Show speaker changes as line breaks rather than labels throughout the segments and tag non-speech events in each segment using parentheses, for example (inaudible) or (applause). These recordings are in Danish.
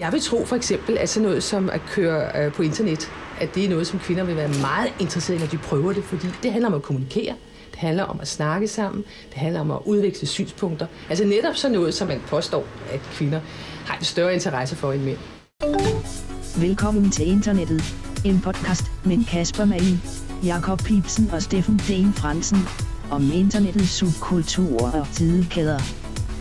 Jeg vil tro for eksempel, at sådan noget som at køre øh, på internet, at det er noget, som kvinder vil være meget interesserede i, når de prøver det, fordi det handler om at kommunikere, det handler om at snakke sammen, det handler om at udveksle synspunkter. Altså netop sådan noget, som man påstår, at kvinder har en større interesse for end mænd.
Velkommen til internettet. En podcast med Kasper Malin, Jakob Pipsen og Steffen Dane Fransen. Om internettets subkulturer og tidekæder.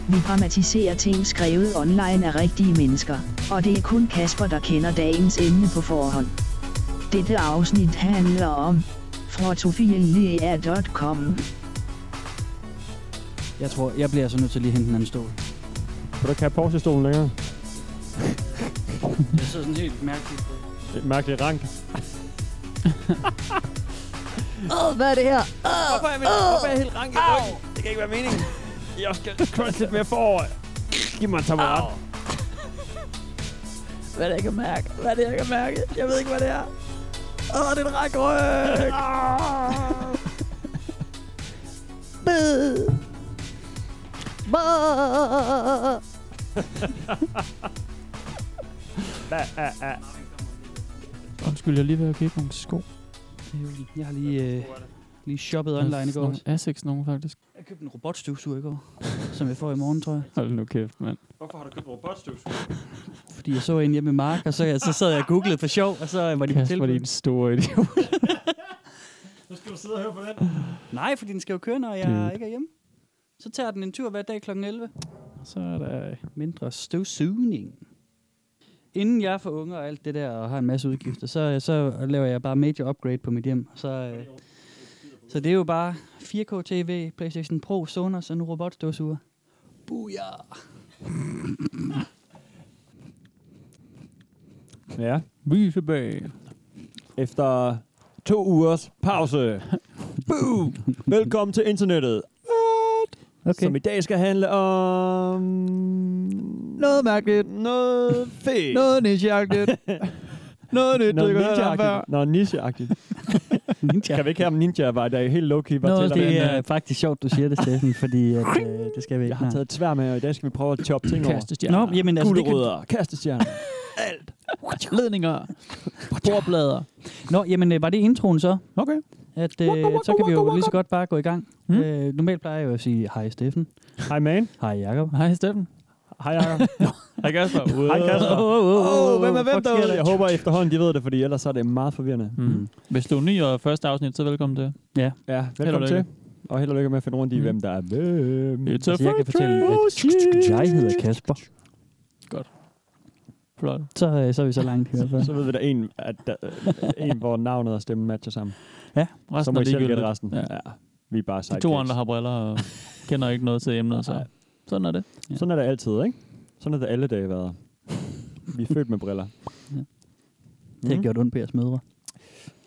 Vi dramatiserer ting skrevet online af rigtige mennesker, og det er kun Kasper, der kender dagens emne på forhånd. Dette afsnit handler om frotofilea.com.
Jeg tror, jeg bliver altså nødt til lige at hente en anden stol.
Kan du ikke have Porsche-stolen længere?
Det sidder sådan helt mærkeligt.
Det er et mærkeligt rank.
(laughs) Åh, oh, hvad er det her?
Hvorfor er, min, hvorfor er jeg helt rank i ryggen? Det kan ikke være
(laughs)
meningen. Jeg skal crunch lidt mere forover. Giv mig en tabaret.
Hvad er det, jeg kan mærke? Hvad er det, jeg kan mærke? Jeg ved ikke, hvad det er. Åh, oh, det er en række ryg!
Ah, ah, ah.
Undskyld, jeg er lige ved at købe nogle sko.
Jeg har lige, øh, lige shoppet online i går.
Nogle Asics nogen, faktisk.
Jeg købte en robotstøvsuger i går, som jeg får i morgen, tror jeg.
Hold nu kæft, mand.
Hvorfor har du købt robotstøvsug?
Fordi jeg så en hjemme i Mark, og så, så sad jeg og googlede for sjov, og så øh, var de på
Kasper,
tilbud.
din store idiot.
Nu skal du sidde og høre på den.
Nej, fordi den skal jo køre, når
Mm.
jeg ikke er hjemme. Så tager den en tur hver dag kl. 11.
(laughs) Så er der... øh,
Mindre støvsugning. Inden jeg får unger og alt det der, og har en masse udgifter, så, så laver jeg bare major upgrade på mit hjem. Så, øh, så det er jo bare 4K TV, Playstation Pro, Sonos og nu robotstøvsuger. Booyah!
Ja.
Vi er tilbage.
Efter to ugers (laughs) pause. Boo! Velkommen til internettet. Okay. Som i dag skal handle om...
Noget mærkeligt.
Noget fedt.
nicheagtigt. Noget nyt,
Noget ninja-agtigt. Noget (laughs) ninja-agtigt.
(laughs) Ninja.
Kan vi ikke have om ninja var i dag? Helt low-key.
Nå, det
jeg,
er faktisk sjovt, du siger det, Steffen, fordi at, øh, det skal vi ikke.
jeg har
Nej.
taget et svær med, og i dag skal vi prøve at choppe ting over.
Kastestjerner.
Nå, jamen altså, det kan,
Gulerødder, kastestjerner. (laughs)
Ledninger. Bordblader.
nå, jamen øh, var det introen så?
Okay.
At, øh, så kan vi jo lige så godt bare gå i gang.
Hmm.
Øh, normalt plejer jeg jo at sige, hej Steffen,
Hej, man.
hej Jacob.
Hej, Steffen.
Hej, Jacob.
(laughs) Hej, Kasper.
Hej,
Altså.
Kasper.
oh,
(laughs) Åh, oh, hvem er Hmm. hvem
fuck sker
derude? Jeg håber efterhånden, de ved det, fordi ellers er det meget forvirrende.
Mm. Hvis du er ny og første afsnit, så velkommen til.
Ja, velkommen
lykke.
til. Og held og lykke med at finde rundt i,
Mm.
hvem der er hvem.
It's a
Altså, jeg kan fortælle, at jeg hedder Kasper.
Flot.
Så, øh, så er vi så langt i hvert fald.
Så ved vi, der er en, at der, (laughs) en hvor navnet og stemmen matcher sammen. så
Resten
må
er
I selv
ligegyldigt.
gætte resten.
Ja.
Ja. Vi er bare
De
sidekicks.
to andre har briller (laughs) og kender ikke noget til emnet, så
Nej.
sådan er det. Ja.
Sådan er det altid, ikke? Sådan er det alle dage været. Vi er født med briller.
Ja. Det
Mm.
har gjort ondt på jeres mødre.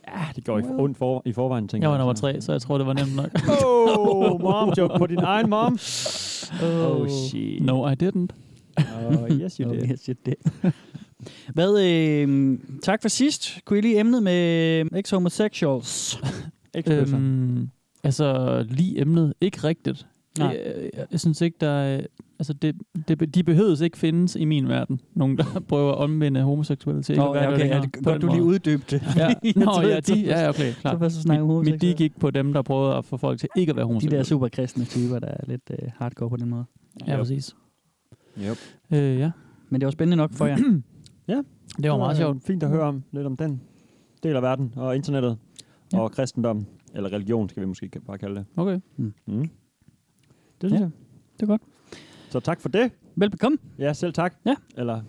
Ja, det går i, for, ondt for, i forvejen, tænker
Jeg var nummer tre, så jeg tror, det var nemt (laughs) nok.
Oh, mom joke på din egen mom. Oh, shit.
No, I didn't.
Oh, yes, you did.
Okay, shit, det. (laughs) Hvad, øh, tak for sidst. Kunne I lige emnet med øh,
(laughs)
ex-homosexuals?
Ikke øhm,
Øhm, altså, lige emnet. Ikke rigtigt.
Nej.
Jeg, øh, jeg, jeg synes ikke, der er... Altså, det, det, de behøves ikke findes i min verden. Nogen, der (laughs) prøver at omvende homoseksuelle til ikke at være længere på den
godt, du lige
måde.
uddybte det. (laughs)
Ja. Nå,
troede,
ja,
jeg troede,
de, ja, okay,
Så
klart.
var så snakke om
Mit, mit de
homoseksuelle.
gik på dem, der prøvede at få folk til ikke at være
De der
homoseksuelle.
superkristne typer, der er lidt øh, hardcore på den måde.
Ja,
Yep.
præcis.
Yep.
Øh, ja.
Men det var spændende nok for
(clears throat)
jer.
Det var meget
øh,
sjovt.
Fint at høre om, lidt om den del af verden og internettet
Ja.
ja. og kristendommen, eller religion skal vi måske ka- bare kalde det.
Okay,
Mm. Det synes
Ja.
ja. jeg.
det er godt.
Så tak for det.
Velbekomme.
Ja, selv tak.
Ja.
Eller,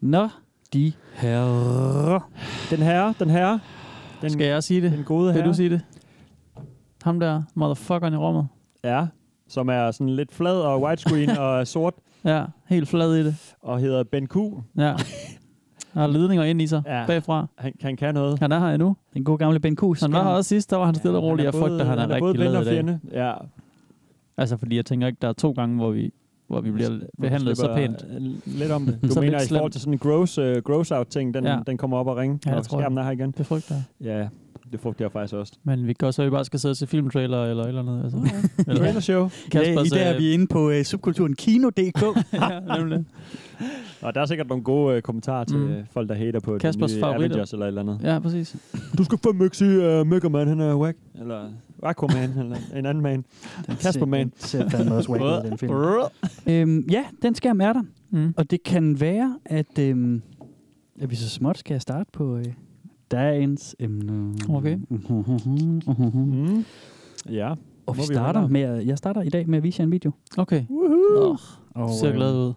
Nå, de herrer.
den herre, den herre, den,
Skal jeg sige det?
den gode
Vil
herre,
du sige det? Ham der, motherfuckeren i rummet.
ja, som er sådan lidt flad og
(laughs)
widescreen og er sort
Ja, helt flad i det.
og hedder Ben Q.
Ja. Han har ledninger ind i sig ja.
Ja.
bagfra.
Han, han kan noget.
Han er her endnu.
Den gode gamle Ben Kus.
Han var her også sidst, der var han stille og
Ja,
rolig.
er
Jeg frygter,
både-
han er,
er både
rigtig
ven
led
og
i dag.
fjende. Ja,
Altså, fordi jeg tænker ikke, der er to gange, hvor vi, hvor vi bliver behandlet så
slipper,
pænt.
øh, Lidt
(laughs)
om det. Du
Så
mener
lidt
i forhold
slemt.
til sådan en gross, uh, gross out ting, den,
Ja.
ja. den kommer op og ringe,
Ja,
ja, når
det tror jeg.
skærmen er her igen.
Det frygter jeg.
Ja, Det frygter jeg faktisk også.
Men vi kan også være, at vi bare skal sidde og se filmtrailer eller et eller andet. Altså. Eller-
Trailershow.
Kasper
I dag
sagde-
er vi inde på øh, subkulturen Kino.dk.
(laughs) ja, nemlig.
Og der er sikkert nogle gode øh, kommentarer til
Mm.
mm. folk, der hater på
Kaspers
den nye
favoritter.
Avengers eller et eller andet.
Ja, præcis.
Du skal fandme ikke
øh,
sige, uh, Mega Man, han er whack. Eller Aquaman, eller en anden man. Kasper Man.
Ser fandme også wack ud i den film.
Øhm, ja, den skærm er der.
Mm.
Og det kan være, at, øhm, at vi så småt skal starte på øh, dagens emne. (laughs)
Okay.
Mm. Ja.
Og vi
Må vi
starter
høre?
med, at- jeg starter i dag med at vise jer en video.
Okay,
Woohoo!
du
Og,
ser glad ud.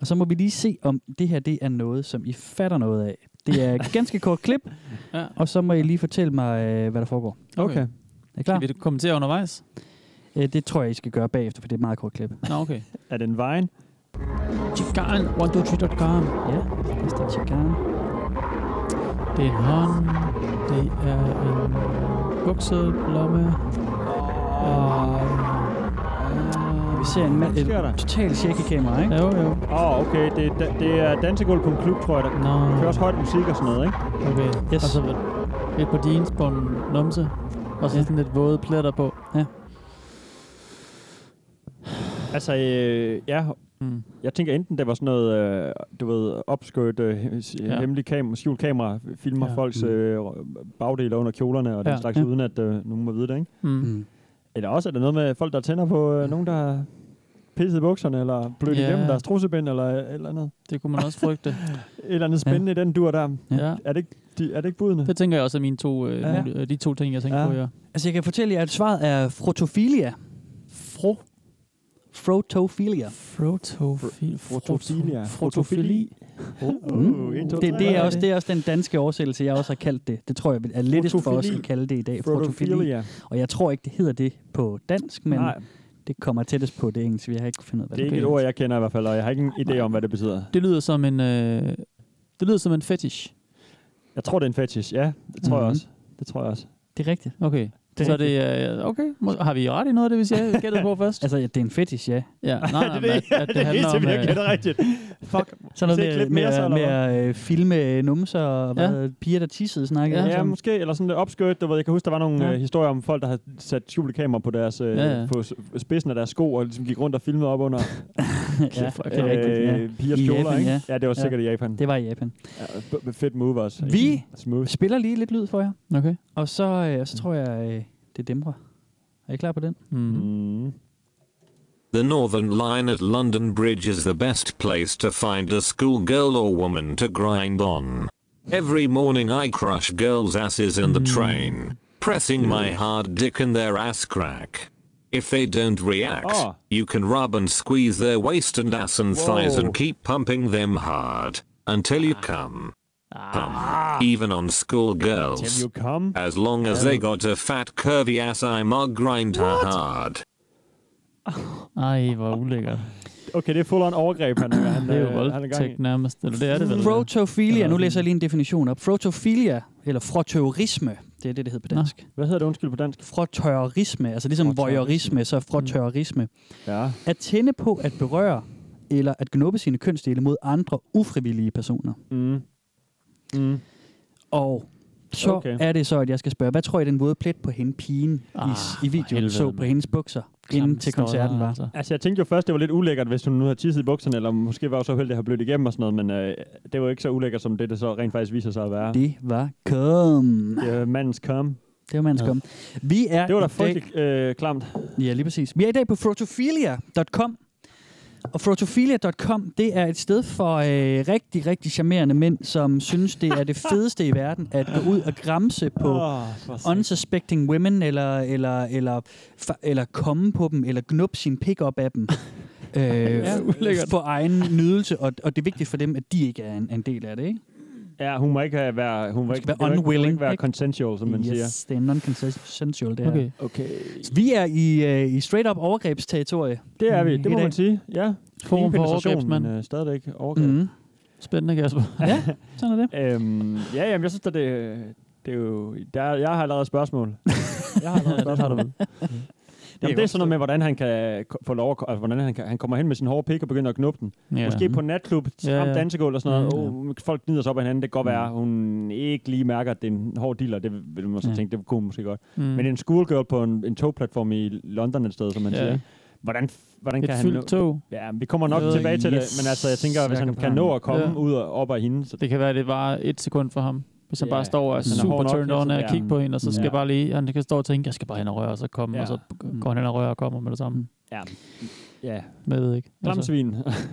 og så må vi lige se, om det her det er noget, som I fatter noget af. Det er et ganske kort klip,
Ja.
og så må I lige fortælle mig, øh, hvad der foregår.
Okay.
Er I klar?
Skal vi kommentere undervejs?
Øh, det tror jeg, I skal gøre bagefter, for det er et meget kort klip.
Nå, okay.
Er det en vejen?
Chikan, 123.com.
Ja, det står Chikan.
Det er en hånd. Det er en bukselomme. Og...
Vi ser en mand,
Hvad sker der?
et totalt shaky kamera, ikke?
Jo, jo.
Åh, oh, okay. Det er, da- det er dansegulv på en klub, tror jeg. Der
Nå,
kører også højt musik og sådan noget, ikke?
okay.
Yes.
Og så lidt på jeans på en numse. Og så
Ja.
sådan lidt våde pletter på.
Altså, øh, ja,
Mm.
jeg tænker enten, det var sådan noget, øh, du ved, opskødt, øh,
Ja.
ja. hemmelig kam- skjult kamera, filmer
Ja.
ja. folks øh, bagdele under kjolerne og ja.
Ja.
den slags,
Ja.
ja. uden at øh, nogen må vide det, ikke?
Mm.
Mm.
Eller også er det noget med folk, der tænder på øh, nogen, der har pisset i bukserne, eller blødt
Ja.
yeah. igennem deres trussebind, eller et eller andet.
Det kunne man også frygte.
Et eller andet spændende ja. i den dur der.
ja.
Er det ikke, de, er det ikke budene?
Det tænker jeg også er mine to, øh,
Ja.
nogle, øh, de to ting, jeg tænker
Ja.
på, ja.
Altså, jeg kan fortælle jer, at svaret er frotofilia. Fro? Frotofilia.
Frotofil.
Frotofilia.
Frotofili.
Uh, en, to,
Mm. Det,
tre.
det, er også, det er også den danske oversættelse, jeg også har kaldt det. Det tror jeg er lettest for os
Frotofili.
at kalde det i dag. Frotofili.
Frotofilia.
Og jeg tror ikke, det hedder det på dansk, men Nej.
Nej,
det kommer tættest på det engelske. Jeg har ikke fundet ud af, hvad
det er ikke
det
et ord, jeg kender i hvert fald, og jeg har ikke en idé om, hvad det betyder.
Det lyder som en... Øh, det lyder som en fetish.
Jeg tror, det er en fetish, ja. Det tror mm-hmm.
Mhm.
jeg også. Det tror jeg også.
Det er rigtigt.
Okay.
Det er
Det så det er... Øh, okay. Må, har vi ret i noget af det, vi siger? Gættet på først?
Altså, ja, det er en fetish, ja.
ja. Nej, nej,
(laughs) det,
men at, at det, handler om...
jeg
Øh,
kender
(laughs)
rigtigt. Fuck.
Sådan
Se et
noget med,
klip mere, så,
med,
eller
med at øh, filme numser og
Ja.
hvad, piger, der tissede, snakkede.
Ja.
om.
Ja, måske. Eller sådan lidt opskødt. Du ved, jeg kan huske, der var nogle
Ja.
ja. øh, historier om folk, der havde sat skjulte kameraer på, deres, øh,
Ja,
ja,
ja.
ja. på s- spidsen af deres sko, og ligesom gik rundt og filmede op
(laughs)
under
ja,
fuck,
det er rigtigt. Ja.
øh, pigers
I
kjoler,
Japan,
ikke?
ja.
Ja. det var
Ja.
sikkert i Japan. Det.
Det var i Japan.
Ja, b- b- fedt move også.
Vi-
Smooth.
Spiller lige lidt lyd for jer,
okay.
og så, øh, så tror jeg, øh, det dæmper. Er I klar på den?
Mm.
Mm.
The Northern Line at London Bridge is the best place to find a schoolgirl or woman to grind on. Every morning I crush girls' asses
Hmm.
in the train, pressing my hard dick in their ass crack. If they don't react,
Oh.
you can rub and squeeze their waist and ass and thighs
Whoa.
and keep pumping them hard until you come. Come, even on
Can
schoolgirls.
Ah. you come?
As long as they got a fat curvy ass, I'ma grind her hard.
Ej, hvor ulækkert.
Okay, det er full on overgreb, han, han,
Det er
øh,
jo
han er gang i.
voldtægt nærmest. Eller det er det vel?
Frotofilia,
Eller-
nu læser jeg lige en definition op. Frotofilia, eller frotørisme, det er det, det hedder på
Nå.
dansk.
Hvad hedder det undskyld på dansk?
Frotørisme, altså ligesom
Frotørisme.
voyeurisme,
Mm.
så er frotørisme.
Ja.
At tænde på at berøre eller at gnuppe sine kønsdele mod andre ufrivillige personer.
Mm. Mm.
Og så okay.
Okay.
er det så, at jeg skal spørge, hvad tror I, den våde plet på hende pigen ah,
Ah,
i, i
for
videoen
helvede,
så på
mand.
hendes bukser,
Klamme
inden til
støjer,
koncerten var?
altså.
Altså, jeg tænkte jo først, det var lidt ulækkert, hvis hun nu havde tisset i bukserne, eller måske var hun så heldig at have blødt igennem og sådan noget, men øh, det var jo ikke så ulækkert, som det, det så rent faktisk viser sig at være. Det,
Det var kom.
øh, mandens kom.
Det var mandens kom. Vi er
Det var da
i dag,
frygteligt øh, klamt.
Ja, lige præcis. Vi er i dag på frotofilia.com. Og frotofilia.com, det er et sted for øh, rigtig, rigtig charmerende mænd, som synes, det er det fedeste i verden at gå ud og gramse på
oh,
unsuspecting women, eller, eller, eller, fa- eller komme på dem, eller gnubbe sin pick up af dem. Øh, ja,
ulækkert.
for egen nydelse, og, og det er vigtigt for dem, at de ikke er en, en del af det, ikke?
Ja, hun må ikke have- være, hun må ikke,
være
det må ikke-
unwilling,
Hun må ikke være
ikke?
consensual, som man
yes,
siger.
det er non-consensual, det her.
Okay.
Okay.
Vi er i, øh, i straight-up overgrebsterritorie.
Det er vi.
I
Det må
dag.
man sige. Ja.
Forum
Ingen
for
penetration,
overgrebsmand.
men, øh, stadigvæk overgreb. Mm.
Mm.
Spændende, Kasper. (laughs)
Ja, sådan er det.
Øhm, ja, jamen, jeg synes, at det,
(laughs)
(laughs) det er jo... Der, jeg har allerede spørgsmål. jeg har allerede spørgsmål.
Mm.
Jamen, det er sådan noget med, hvordan han kan ko- få lov at, ko- altså, hvordan han, kan, han kommer hen med sin hårde pik og begynder at knuppe den.
Ja.
Ja. Måske på en natklub,
Ja, ja.
ja, ja. dansegulv og sådan noget.
Mm,
Mm, oh, folk gnider sig op af hinanden. Det kan godt være, hun ikke lige mærker, at det er en hård dealer. Det vil man så
Ja.
ja. tænke, det kunne hun måske godt.
Mm.
Mm. Men en schoolgirl på en, en togplatform i London et sted, som man
Ja.
ja. siger. ikke? Hvordan, f- hvordan
Et
kan han
fyldt
nå-
tog.
Ja, vi kommer nok
Noget
tilbage til det,
yes,
men altså, jeg tænker, hvis
Jakob
han kan
Hansen.
nå at komme
Ja.
ja. ud og op af hende, så
Det kan være, det var et sekund for ham. Hvis han
Ja,
bare står og er
hvis han er
super
hård nok,
turned on
så-
af at
ja.
kigge på hende, og så skal
Ja.
bare lige, han kan stå og tænke, jeg skal bare hen og røre, og så komme,
Ja. Mm.
og så går han hen og rører og kommer med det samme.
ja, ja.
Jeg ved ikke. Altså.
Klamsvin.
Altså.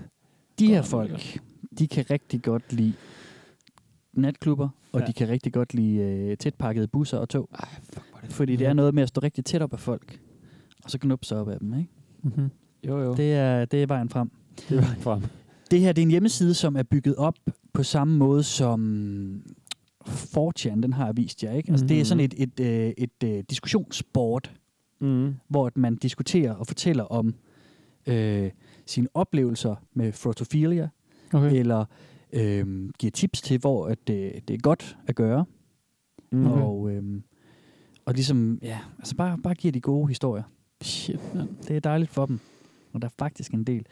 De her folk, de kan rigtig godt lide natklubber, og ja.
Ja.
de kan rigtig godt lide øh, tætpakkede busser og tog. Ej, fuck, det fordi det er noget med at stå rigtig tæt op af folk, og så knuppe sig op af dem, ikke?
mm-hmm.
jo, jo.
Det er, det er vejen frem.
Det var frem.
Det her det er en hjemmeside, som er bygget op på samme måde som 4chan, den har jeg vist jer. Ikke? Altså, Det er sådan et, et, øh, et, et diskussionsboard,
Mm.
hvor at man diskuterer og fortæller om øh, sine oplevelser med frotophilia,
Øhm,
Okay.
eller øh, giver tips til, hvor at det, det er godt at gøre.
Mm.
Okay.
Og, øh, og ligesom, ja, altså bare, bare giver de gode historier.
Shit, mand.
Det er dejligt for dem. Og der er faktisk en del.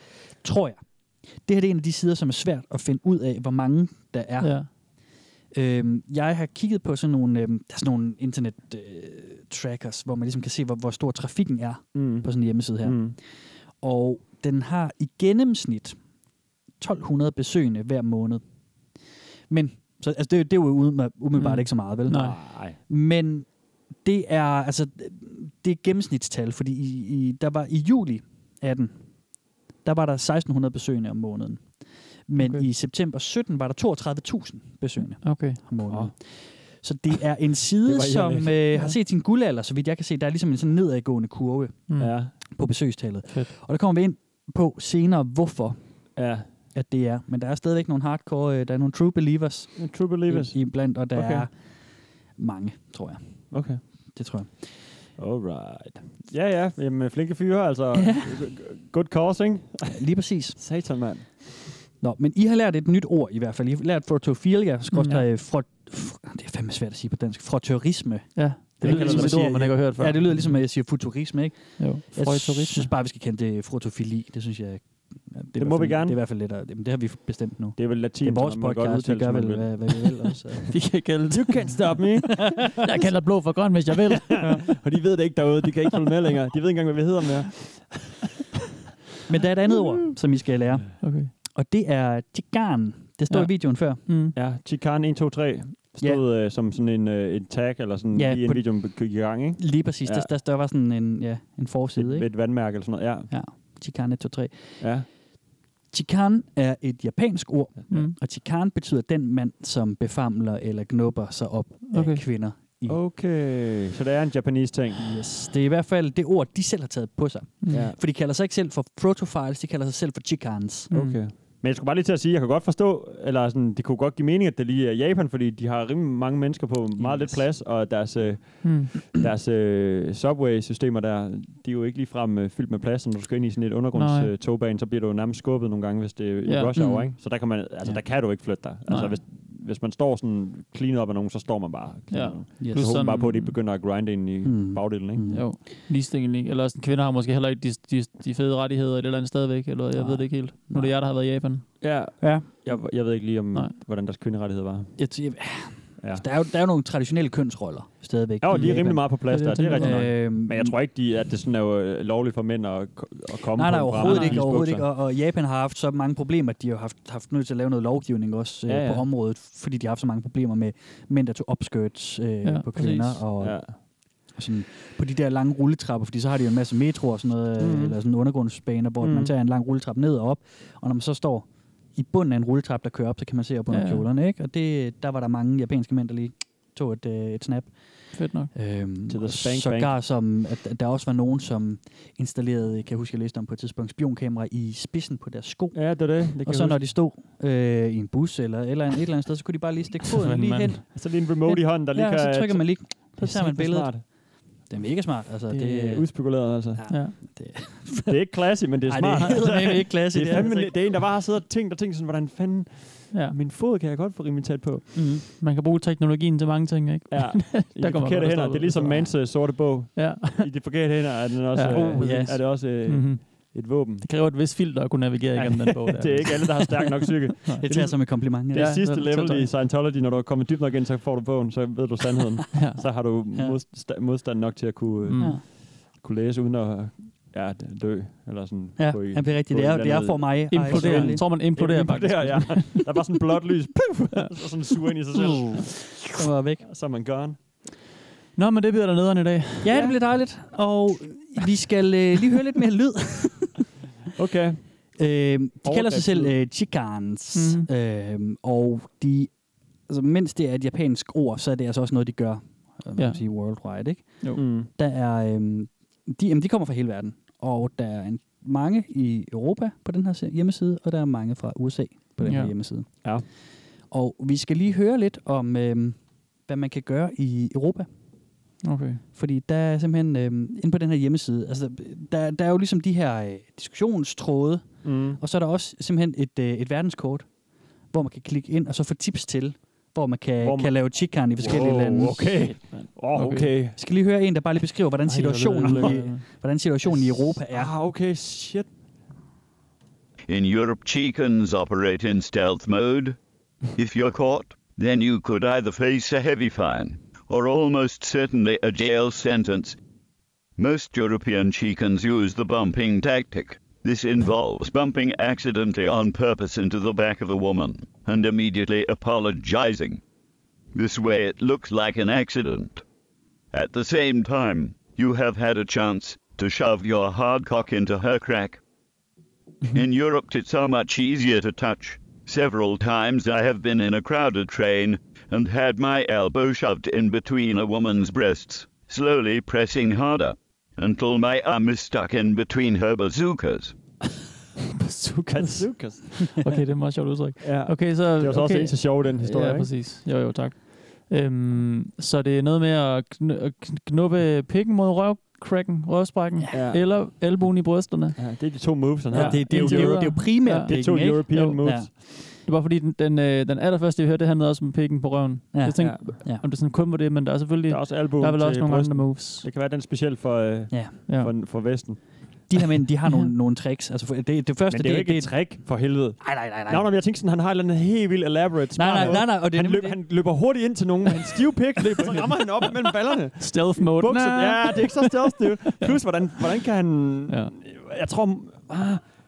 Tror jeg. Det her det er en af de sider, som er svært at finde ud af, hvor mange der er.
Ja.
Øhm, jeg har kigget på sådan nogle, øhm, der er sådan nogle internet-trackers, hvor man ligesom kan se, hvor, hvor stor trafikken er
Mm.
på sådan en hjemmeside her. Mm.
Mm.
Og den har i gennemsnit 1200 besøgende hver måned. Men, så, altså det, er jo- det er jo ume- umiddelbart
Mm.
mm. ikke så meget, vel?
Nej.
Nej.
Men det er altså det er gennemsnitstal, fordi i, i, der var i juli 18, der var der 1600 besøgende om måneden. Men
Okay.
okay. i september 17 var der 32.000 besøgende
Okay.
om måneden.
Åh.
Oh. Så det er en side,
Det var
som
ironisk.
øh, har set sin guldalder, så vidt jeg kan se. Der er ligesom en sådan nedadgående kurve
Mm.
Ja.
på besøgstallet.
Fedt.
Og der kommer vi ind på senere, hvorfor
Ja.
at det er. Men der er stadigvæk nogle hardcore, øh, der er nogle true believers,
True believers.
i, iblandt, og der okay.
Okay.
er mange, tror jeg.
Okay.
Det tror jeg.
Alright. Ja, ja. Jamen, flinke fyre, altså. Good cause, ikke?
Lige præcis.
Satan, mand.
Nå, men I har lært et nyt ord i hvert fald. I har lært frotophilia, skråstrej, mm, frot, fr- det er fandme svært at sige på dansk, froturisme.
Ja. Det,
Jeg
lyder
kalder
ligesom
det
et ord,
siger-
man ikke har hørt før.
Ja, det lyder ligesom, at jeg siger futurisme, ikke?
Jo.
Jeg
Frøjturisme.
(laughs)
synes bare, vi skal kende det frotofili. Det synes jeg... ja, Det, er i hvert
må
fald-
vi gerne.
Det er i hvert fald lidt, det, det har vi bestemt nu.
Det er vel
Det
latin,
er vores
så man må godt
podcast, vi
udtale,
gør
som
vel, øh.
man vil.
hvad, hvad vi vil. altså.
(laughs)
Også.
Vi kan kalde det.
You can't stop me.
Jeg kalder blå for grøn, hvis jeg
(laughs)
vil.
Og de ved det ikke derude. De kan ikke følge med længere. De ved ikke engang, hvad vi hedder mere.
Men der er et andet ord, som I skal lære,
Okay.
og det er chikan. Det står
Ja.
ja. i videoen før.
Mm.
Ja, Chikan 1, 2, 3 stod øh, som sådan en, øh, en tag, eller sådan
Ja,
ja, lige
på-
en video, man gik i gang, ikke?
Lige præcis. Ja.
Ja.
Der, der, der var sådan en, ja, en forside,
Et,
ikke?
et vandmærke eller sådan noget. Ja,
Chikan 1, 2, 3.
ja.
Chikan er et japansk ord,
Mm.
Og chikan betyder den mand, som befamler eller knupper sig op okay.
Okay.
af kvinder.
Okay. Så det er en japanese ting.
Yes. Det er i hvert fald det ord, de selv har taget på sig.
Mm.
Ja.
For de kalder sig ikke selv for protofiles, de kalder sig selv for chikans.
Mm.
Okay. Men jeg skulle bare lige til at sige, at jeg kan godt forstå, eller sådan, det kunne godt give mening, at det lige er Japan, fordi de har rimelig mange mennesker på meget lidt
Yes.
plads, og deres, øh,
Mm.
deres øh, subway-systemer der, de er jo ikke ligefrem øh, fyldt med plads, så når du skal ind i sådan et
Nej.
undergrundstogbane, så bliver du jo nærmest skubbet nogle gange, hvis det er
Ja.
ja. rush hour,
Mm.
ikke? Så der kan, man, altså,
Ja.
der kan du ikke flytte dig.
Nej.
Altså, hvis, hvis man står sådan clean op af nogen, så står man bare. clean
Ja.
op.
Yes.
Plus
Så håber
sådan-
man bare på, at de ikke begynder at grinde ind i
Mm.
mm. bagdelen, ikke?
Mm.
Jo, ligestilling. ikke? Eller sådan, kvinder har måske heller ikke de, de, de fede rettigheder i det eller andet stadigvæk, eller jeg
Nej.
ved det ikke helt. Nu er det
Nej.
jer, der har været i Japan.
Ja.
Ja.
Jeg, jeg ved ikke lige, om,
Nej.
hvordan deres kvinderettigheder var.
Jeg t-
Ja.
der, er jo, der er jo nogle traditionelle kønsroller stadigvæk.
Jo,
i
de er
Japan.
rimelig meget på plads
Ja, det
der, det er
tænker
rigtigt
jeg
nok.
Øhm,
Men jeg tror ikke, de, at det sådan er jo øh, lovligt for mænd at, ko- at komme
Nej,
på
nej,
en
overhovedet
brand-
ikke,
i
overhovedet ikke.
bukser.
Og, og Japan har haft så mange problemer, at de har haft, haft nødt til at lave noget lovgivning også øh,
Ja,
ja,
ja.
ja. på området, fordi de har haft så mange problemer med mænd, der tog upskirts øh,
Ja,
ja, på
præcis.
kvinder, og
Ja.
sådan, på de der lange rulletrapper, fordi så har de jo en masse metro og sådan noget,
Mhm.
mm. eller sådan undergrundsbaner, hvor mm.
Mhm.
man tager en lang rulletrappe ned og op, og når man så står i bunden af en rulletrappe, der kører op, så kan man se op under
Ja,
ja.
ja.
kjolerne, ikke? Og det, der var der mange japanske mænd, der lige tog et, øh, et snap.
Fedt nok.
Øhm,
Til the
og
spank
sågar som, at at der også var nogen, som installerede, kan jeg huske, jeg læste om på et tidspunkt, spionkamera i spidsen på deres sko.
ja, det er det. det
Og
kan
så
jeg
når
huske.
de stod øh, i en bus eller, eller et eller andet sted, så kunne
(laughs)
de bare lige stikke
Fanden,
foden lige
mand.
hen.
så lige en Altså, remote i hånden, der lige
Ja, og
(laughs) kan... øh,
så trykker man lige, så tager man
billede.
billedet. Det er mega smart. Altså, det,
Det er
det,
udspekuleret, altså.
Ja.
Det er ikke classy, men det er
Ej, (laughs) det er
smart. (laughs)
eddermame ikke classy,
det,
det er
er fandme,
altså
det,
ikke.
er en, der bare har siddet og tænkt og tænkt sådan, hvordan fanden...
Ja.
Min fod kan jeg godt få rimelig tæt
(laughs)
på.
Mm. Man kan bruge teknologien til mange ting, ikke?
Ja, i de
kommer man
forkerte
godt
hænder.
afsted.
Det er ligesom Mans øh, sorte bog.
Ja.
I de forkerte hænder er, den også,
Ja.
øh,
Oh, yes.
er det også øh,
Mm-hmm.
et våben.
Det kræver et vist filter at kunne navigere igennem den
(laughs)
bog. Der. altså.
det er ikke alle, der har stærk nok
(laughs)
psyke. Det
det tager jeg som et kompliment.
er
Ja.
Ja,
sidste
så-
level
så-
i Scientology, når du er kommet dybt nok ind, så får du bogen, så ved du sandheden.
Ja.
Så har du modsta- modstand nok til at kunne, øh,
Mm.
kunne læse uden at øh, ja, d- dø. Eller sådan,
Ja,
gå i-
jamen, det er rigtigt.
gå
Det
i
er,
et
det er
andet-
for mig.
Imploderer. Jeg
Ej,
tror, man imploderer faktisk.
Imploderer, ja. (laughs) Der er bare sådan blåt lys. Puff, (laughs) og sådan suger ind i sig selv.
så var jeg væk.
Og så er man gone.
Nå, men det bliver der nederen i dag.
Ja, det bliver dejligt. Og vi skal øh, lige høre lidt mere lyd.
Okay.
Øh, de kalder sig selv
Overdrevet.
øh, chikans,
Mhm.
mm. øh, og de, altså, mens det er et japansk ord, så er det altså også noget, de gør øh,
Ja.
ja. sige worldwide. Ikke?
Mm.
Der er, øh, de, jamen, de kommer fra hele verden, og der er en, mange i Europa på den her se- hjemmeside, og der er mange fra USA på den
Ja.
her hjemmeside.
Ja.
Og vi skal lige høre lidt om, øh, hvad man kan gøre i Europa.
Okay.
Fordi der er simpelthen, øh, inde på den her hjemmeside, altså, der, der er jo ligesom de her øh, diskussionstråde,
Mm.
og så er der også simpelthen et, øh, et verdenskort, hvor man kan klikke ind og så få tips til, hvor man kan,
Hvor
hvor
man-
man... kan lave chikan i forskellige
Wow,
lande.
Okay. Oh,
Okay.
okay.
Jeg skal lige høre en, der bare lige beskriver, hvordan situationen,
hvor er det
i, hvordan situationen i Europa er.
Ah, okay, shit.
In Europe, chickens operate in stealth mode. If you're caught, then you could either face a heavy fine or almost certainly a jail sentence. Most European chickens use the bumping tactic. This involves bumping accidentally on purpose into the back of a woman and immediately apologizing. This way it looks like an accident. At the same time, you have had a chance to shove your hard cock into her crack. In Europe, it's so much easier to touch. Several times I have been in a crowded train and had my elbow shoved in between a woman's breasts, slowly pressing harder, until my arm is stuck in between her bazookas.
Bazookas.
Bazookas.
Okay, det er et meget sjovt udtryk.
Ja.
Okay, så...
Det var så
okay.
også en til sjov, den historie,
Ja,
ikke?
præcis. Jo, jo, tak. Øhm, så det er noget med at kn- at kn- knuppe pikken mod røvkrækken, røvsprækken,
Ja.
ja. eller albuen i brysterne.
Ja, det er de to moves, han har.
Ja,
Det, det, er jo, det, er jo, det er jo primært
Ja.
det er to
pikken, ikke?
European
Jo,
moves.
Det var fordi, den, den, øh, den allerførste, jeg hørte, det handlede også om pikken på røven.
Ja,
jeg tænkte,
ja.
om det sådan kun var det, men der er selvfølgelig...
Der er også albuen
Der er vel også
til
nogle
brysten.
andre moves.
Det kan være, den er speciel for, øh,
Ja.
Ja.
for, for Vesten.
De her mænd, de
(laughs)
har nogle, nogle tricks. Altså, for- det, det første,
Men det er jo ikke
det,
et trick, for helvede.
Nej, nej, nej, nej.
Nå, nå, men jeg tænkte sådan, han har et eller andet helt vildt elaborate
Nej,
smart
nej,
måde.
nej, nej, og det er
han,
nemlig
løb, han løber hurtigt ind til nogen med en stiv pik, løber, så rammer han op mellem ballerne.
Stealth mode.
Bukser,
Nah.
ja, det er ikke så stealth, dude. Plus, hvordan, hvordan kan han...
Ja.
Jeg tror, ah,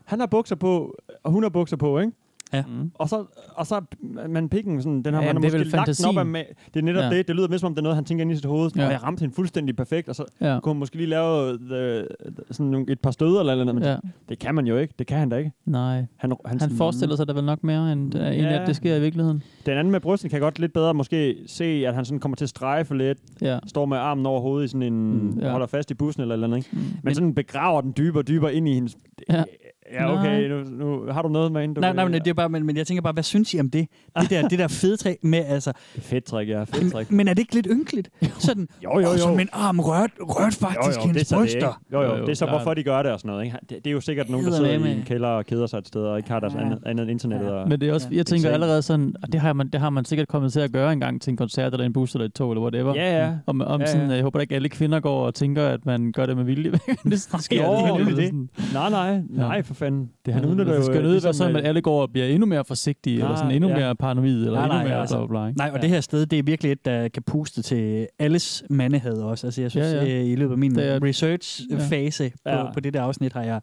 han har bukser på, og hun har bukser på, ikke?
Ja.
Og så, og så man pikken sådan, den har
Ja,
man har
men det er
måske
vel
lagt den op
fantasien.
af ma- Det er netop
Ja.
ja. det. Det lyder mest som om, det er noget, han tænker ind i sit hoved. Ja.
Ja.
Og jeg ramte hende fuldstændig perfekt, og så
Ja.
kunne hun måske lige lave the, the, sådan nogle, et par støder eller noget, men ja.
ja.
det kan man jo ikke. Det kan han da ikke.
Nej.
Han, han,
Han forestiller sig der vel nok mere, end, uh, end
Ja.
at det sker i virkeligheden.
Den anden med brysten kan jeg godt lidt bedre måske se, at han sådan kommer til at strejfe lidt,
Ja.
står med armen over hovedet i sådan en,
Mm, ja. Mm.
ja. holder fast i bussen eller et eller andet, ikke? Men,
Men-
men sådan begraver den dybere og dybere ind i hendes...
Ja.
Ja, ja okay, nu, nu, har du noget med hende? Du
Nej,
kan-
nej, men, det er bare, men, men jeg tænker bare, hvad synes I om det? Det der, det der fede træ med, altså...
Fedt trick, ja. Fedt trick.
Men er det ikke lidt ynkeligt? Sådan,
Jo, jo,
"Åh,
jo.
Sådan, min arm rørt, rørt faktisk hendes
det,
bryster. (laughs)
ikke. jo, jo,
Jo,
jo, det er så,
klart.
hvorfor de gør det og sådan noget. Ikke? Det, det er jo sikkert nogen, der sidder i
Eddermame.
en kælder og keder sig et sted, og ikke har deres
Ja.
andet, andet internet.
Ja.
Og,
Men det er også,
Ja.
jeg tænker
Exakt.
allerede sådan, og det har, man, det har man sikkert kommet til at gøre engang til en koncert, eller en bus, eller et tog, eller whatever.
ja, ja.
Om, om
Ja,
ja, sådan,
ja.
øh, jeg håber da ikke alle kvinder går og tænker, at man gør det med vilje. det sker
Jo,
alligevel,
det er
eller
det.
sådan.
Nej, nej, nej, for fanden. Det han
(laughs)
udnytter jo...
det skal jo nødt være
ligesom,
sådan, at
øh,
alle går og bliver endnu mere forsigtige, eller sådan
Nej,
endnu
ja.
mere paranoid, eller
Ah, Nej,
endnu
nej,
mere
altså.
bla bla bla. ikke?
Nej, og ja. det her sted, det er virkelig et, der kan puste til alles mandehad også. Altså, jeg synes,
Ja,
ja,
ja.
ja. i løbet af min
Det er-
research-fase ja. på,
Ja.
ja. på det der afsnit, har jeg,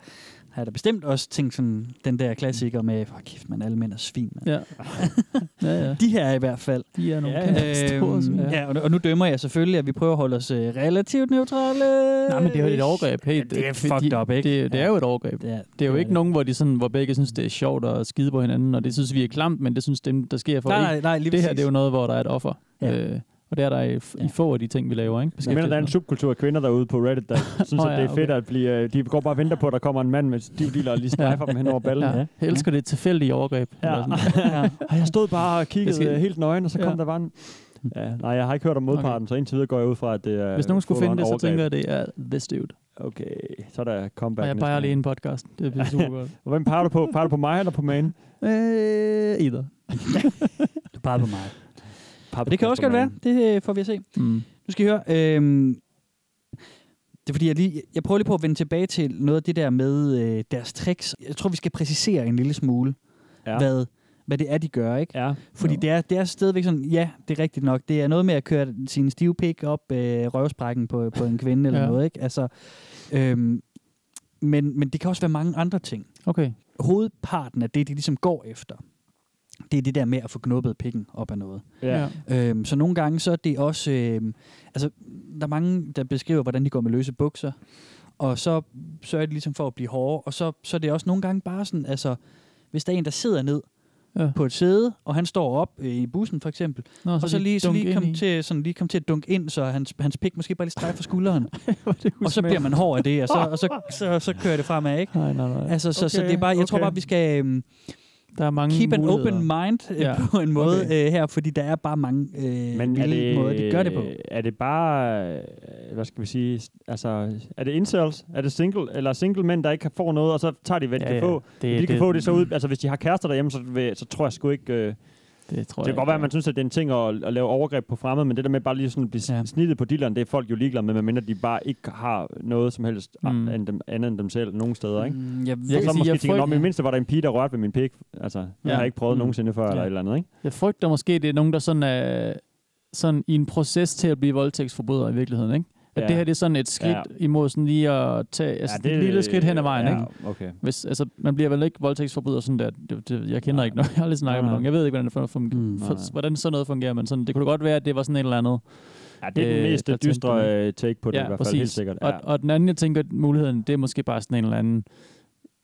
har jeg da bestemt også tænkt sådan, den der klassiker med, hvor kæft, man, alle mænd er svin. Man.
Ja. ja, ja.
De her er i hvert fald.
De er nogle
Ja,
ja, kæmpe store.
Øhm,
sådan.
ja, og, nu- og nu dømmer jeg selvfølgelig, at vi prøver at holde os øh, relativt neutrale.
Nej, men det er jo et overgreb. Hey,
Ja, det er fucked
de-
up, ikke?
Det, det er
Ja.
jo et overgreb.
Ja,
Det er jo
Øh.
ikke nogen, hvor, de sådan, hvor begge synes, det er sjovt at skide på hinanden, og det synes vi er klamt, men det synes dem, der sker for
Nej,
ikke.
nej, nej, lige
det her
præcis.
det er jo noget, hvor der er et offer.
Ja.
Øh, og det er der i, f- i
Ja.
få af de ting, vi laver. Ikke?
Jeg mener, der er en subkultur af kvinder derude på
(laughs)
Reddit, der synes,
Nå,
at det
ja,
er fedt
okay.
at blive... øh, De går bare og venter på, at der kommer en mand med stiv dealer og lige sniffer dem hen over ballen.
ja.
Ja.
Jeg elsker det tilfældige overgreb.
Ja.
Eller sådan.
(laughs) Og jeg stod bare og kiggede
Jeg skal-
skal... helt nøgen, og så kom
Ja.
der bare en... ja, nej, jeg har ikke hørt om modparten, okay. så indtil videre går jeg ud fra, at det er...
Hvis nogen skulle
full-on
finde det, så
overgreb.
tænker jeg, det er this dude.
Okay, så er der comeback.
Og jeg
næste
peger
gang.
lige en podcast. Det er super godt.
Og Hvem peger du på? Peger du på mig eller på man?
Øh, either.
Du peger på mig.
Peger på
Det kan også
Kasper
godt være.
Magen.
Det øh, får vi at se.
Mm.
Nu skal I høre. Øhm, det er fordi, jeg, lige, jeg prøver lige på at vende tilbage til noget af det der med øh, deres tricks. Jeg tror, vi skal præcisere en lille smule,
Ja.
ja. hvad, hvad det er, de gør. ikke?
Ja.
Fordi det er, det er stadigvæk sådan, ja, det er rigtigt nok. Det er noget med at køre sin stive pik op øh, røvsprækken på, på en kvinde eller
Ja.
ja. noget. Ikke? Altså, øhm, men, men det kan også være mange andre ting.
Okay.
Hovedparten af det, de ligesom går efter, det er det der med at få knuppet pikken op af noget.
Ja. ja.
Øhm, så nogle gange så er det også... Øhm, altså, der er mange, der beskriver, hvordan de går med løse bukser, og så sørger de ligesom for at blive hårde, og så, så er det også nogle gange bare sådan, altså, hvis der er en, der sidder ned
Ja.
ja. på et sæde, og han står op øh, i bussen for eksempel,
Nå,
og så lige, så
dunk
lige,
ind
kom
i.
til, sådan, lige kom til at dunke ind, så hans, hans pik måske bare lige streger fra
(laughs)
skulderen,
Hvor er det
og så
usmageligt.
bliver man hård af det, og så, og
(laughs)
så, så, så kører det fremad, ikke?
Nej, nej, nej.
Altså, så, okay, så
Okay,
det er bare, jeg tror
okay.
bare, vi skal øhm,
Der er mange
keep an
muligheder.
open mind øh,
Ja,
ja. på en måde
okay.
okay. øh, her, fordi der er bare mange øh,
Men er
vilde
det,
måder, de gør det på.
Er det bare, øh, hvad skal vi sige, s- altså, er det incels? Er det single, eller single mænd, der ikke kan få noget, og så tager de, hvad de ja, kan få? Det, de kan få det så ud, altså hvis de har kærester derhjemme, så, vil, så tror jeg sgu ikke, øh,
Det, tror
det kan
jeg
godt være, at
ikke.
man synes, at det er en ting at, at lave overgreb på fremmede, men det der med bare lige sådan at blive ja.
Ja.
snittet på dilleren, det er folk jo ligeglade med, medmindre de bare ikke har noget som helst
Mm.
mm. andet, dem, andet end dem selv nogen steder, ikke?
Mm, jeg
Jeg
Jeg
kan
så
sige,
måske
jeg
tænker,
frygter-
"Nå, men i det mindste var der en pige, der rørte ved min pik. Altså, ja. jeg har ikke prøvet
Mm.
mm. nogensinde før, ja. eller
Ja.
et eller andet, ikke?
Jeg frygter måske, det er nogen, der sådan er sådan i en proces til at blive voldtægtsforbryder i virkeligheden, ikke? At
Ja.
ja. det her det er sådan et skridt
Ja.
ja. imod sådan lige at tage altså ja, det, et lille skridt hen ad vejen, ja. ikke?
Okay.
Hvis, altså, man bliver vel ikke voldtægtsforbryder sådan der. Det, det, jeg kender
Nej.
ikke noget. (laughs) Jeg har aldrig snakket
Nej,
med
nej.
nogen. Jeg ved ikke, hvordan, det fungerer,
Mm,
mm,
nej, nej.
for, hvordan sådan noget fungerer, men sådan, det kunne da godt være, at det var sådan et eller andet.
Ja, det er den
Øh,
mest
der tænkte
dystre øh, take på det, ja, i hvert fald, helt sikkert. Ja.
Og, og den anden, jeg tænker, muligheden, det er måske bare sådan en eller anden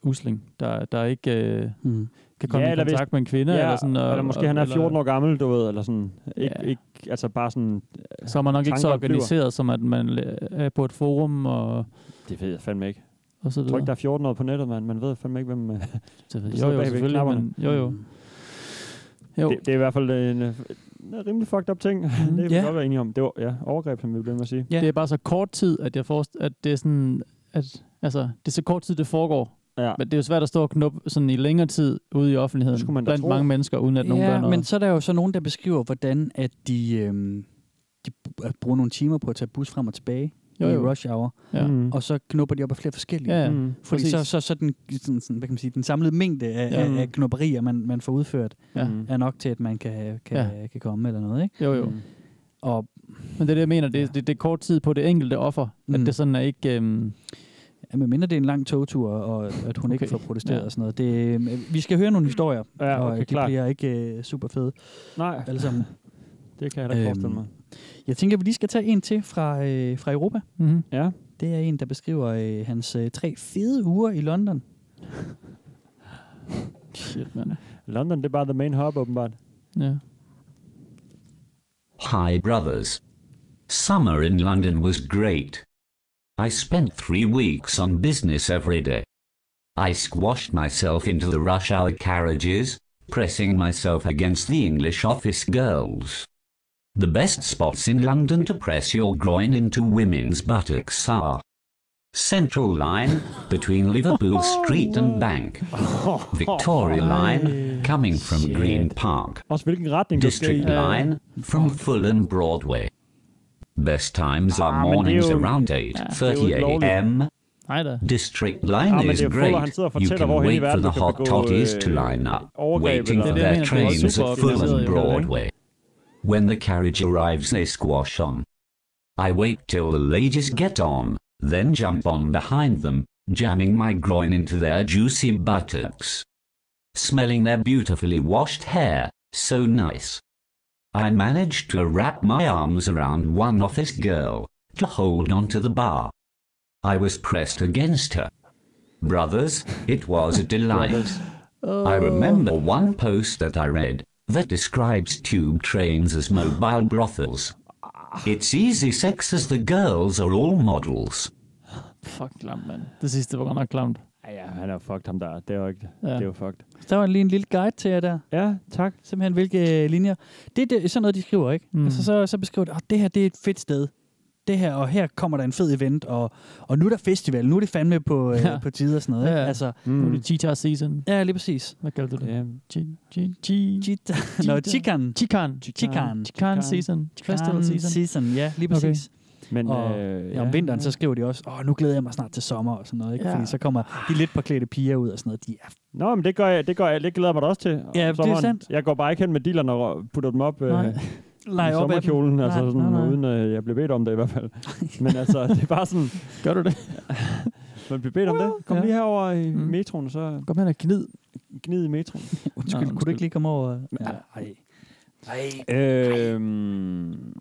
usling, der, der ikke øh,
Mm.
kan komme
Ja,
ja, i
eller hvis-
kontakt med en kvinde.
ja,
eller, sådan, og,
eller måske
og,
han er 14 år gammel, du ved, eller sådan. Ikke,
Ja.
ikke, altså bare sådan,
Så er man nok ikke så
Tankerne flyver.
organiseret, som at man øh, er på et forum og,
det ved jeg fandme ikke.
og så
Jeg tror ikke,
videre.
der er 14 år på nettet, man. Man ved fandme ikke, hvem... øh,
Det ved-
der sidder
Jo, jo,
bagved
selvfølgelig.
knapperne. Mm.
Men, jo, jo. Jo,
Det, det, er i hvert fald en, øh, en rimelig fucked up ting. (laughs) Mm. det er vi
Mhm. Ja.
godt være enige om. Det var ja, overgreb, som vi blev med at sige.
Ja.
det er bare så kort tid, at jeg forst, at det er sådan, at, altså, det er så kort tid, det foregår.
Ja.
Men det er jo svært at stå og knuppe sådan i længere tid ude i
Det skulle
offentligheden,
man da
blandt
tro.
mange mennesker, uden at nogen gør noget.
men så er der jo så nogen, der beskriver, hvordan at de, øhm, de br- at bruger nogle timer på at tage bus frem og tilbage
Jo,
jo,
jo.
i rush hour,
Ja.
Mm.
og så knupper de op af flere forskellige.
ja, ja.
Mm.
Fordi så,
præcis.
så, så den, sådan, sådan, hvad kan man sige, den samlede mængde af,
Ja.
ja. af, af knopperier, man, man får udført,
Ja.
Mm.
er nok til, at man kan, kan, ja. kan komme eller noget. Ikke?
Jo, jo.
Mm.
Og
Men det er det, jeg mener. Det, er-
Ja.
det, det er kort tid på det enkelte offer, mm. at
Mm.
det sådan er ikke... Øhm,
ja, medmindre det er en lang togtur, og at hun okay. ikke
Okay.
får protesteret
Ja.
ja. og sådan noget. Det, øh, vi skal høre nogle historier,
Ja,
og
okay,
øh, de
klart.
bliver ikke øh, super fede
Nej,
alle sammen.
det kan jeg da ikke
Øhm.
forestille mig.
Jeg tænker, at vi lige skal tage en til fra, øh, fra Europa.
mm-hmm.
Ja.
Det er en, der beskriver øh, hans øh, tre fede uger i London.
Shit, mand.
London, det er bare the main hub, åbenbart. (laughs)
Ja.
Hi, brothers. Summer in London was great. I spent three weeks on business every day. I squashed myself into the rush hour carriages, pressing myself against the English office girls. The best spots in London to press your groin into women's buttocks are Central Line, between Liverpool Street and Bank, Victoria Line, coming from Green Park.
Også hvilken retning du skal i.
District Line from Fulham Broadway. Best times are mornings
Mateo-
around
Mateo Lawley.
8:30 a.m.
Nej da.
District
Ah,
Line
men
is
det er Fuller, han
great.
sidder og
You
fortæller,
can
hvor hen i
wait for
verden
the
du kan
hot
begå
totties
øh,
to line up,
overgreb
waiting for
eller-
Det er det,
their
jeg mener, det er
trains at
superfinansieret,
Fulham
jo, det er det, ikke?
Broadway. When the carriage arrives, they squash on. I wait till the ladies get on, then jump on behind them, jamming my groin into their juicy buttocks. Smelling their beautifully washed hair, so nice. I managed to wrap my arms around one office girl, to hold onto the bar. I was pressed against her. Brothers, it was a delight. I remember one post that I read that describes tube trains as mobile brothels. It's easy sex as the girls are all models.
Fuck, klamt, mand. Det sidste var godt nok klamt.
Ja, han er fucked ham der. Det er jo ikke ja.
Ja.
det. er jo fucked.
Så der var lige en lille guide til jer der.
Ja, tak.
Simpelthen, hvilke øh, linjer. Det er det, sådan noget, de skriver, ikke? Mm. Altså, så, så beskriver de, at det her det er et fedt sted. Det her, og her kommer der en fed event, og, og nu er der festival. Nu er det fandme på, øh,
Ja.
ja. på tide og sådan noget. Ikke?
Ja.
Altså,
Mm. Nu er det Cheetah season.
Ja, lige præcis.
Hvad kalder du det?
Ja.
Chi- chi- chi-
Cheetah. (laughs) Nå, chicken.
Chikan.
Chikan.
Chikan season. Festival season.
Season, ja, lige
Okay.
præcis.
Men
Og
øh,
Ja, om vinteren, så skriver de også, åh, nu glæder jeg mig snart til sommer og sådan noget, ikke?
Ja.
Ja. Fordi så kommer de lidt påklædte piger ud og sådan noget. De er
Nå, men det gør jeg, det gør jeg, det glæder jeg mig da også til. om
det er
sommeren.
sandt.
Jeg går bare ikke hen med dealerne og putter dem op øh,
Nej.
i
leger op af dem.
sommerkjolen, nej, altså
Nej,
sådan,
nej,
nej,
nej.
uden øh, jeg bliver bedt om det i hvert fald. men altså, det er bare sådan,
Gør du det?
(laughs) man bliver bedt om det. Kom
Ja.
ja. lige herover i
Mm.
mm. metroen, og så
Kom hen og gnid.
gnid i metroen.
Undskyld,
Nå,
kunne du ikke lige komme over? Ja. Ej.
Øhm,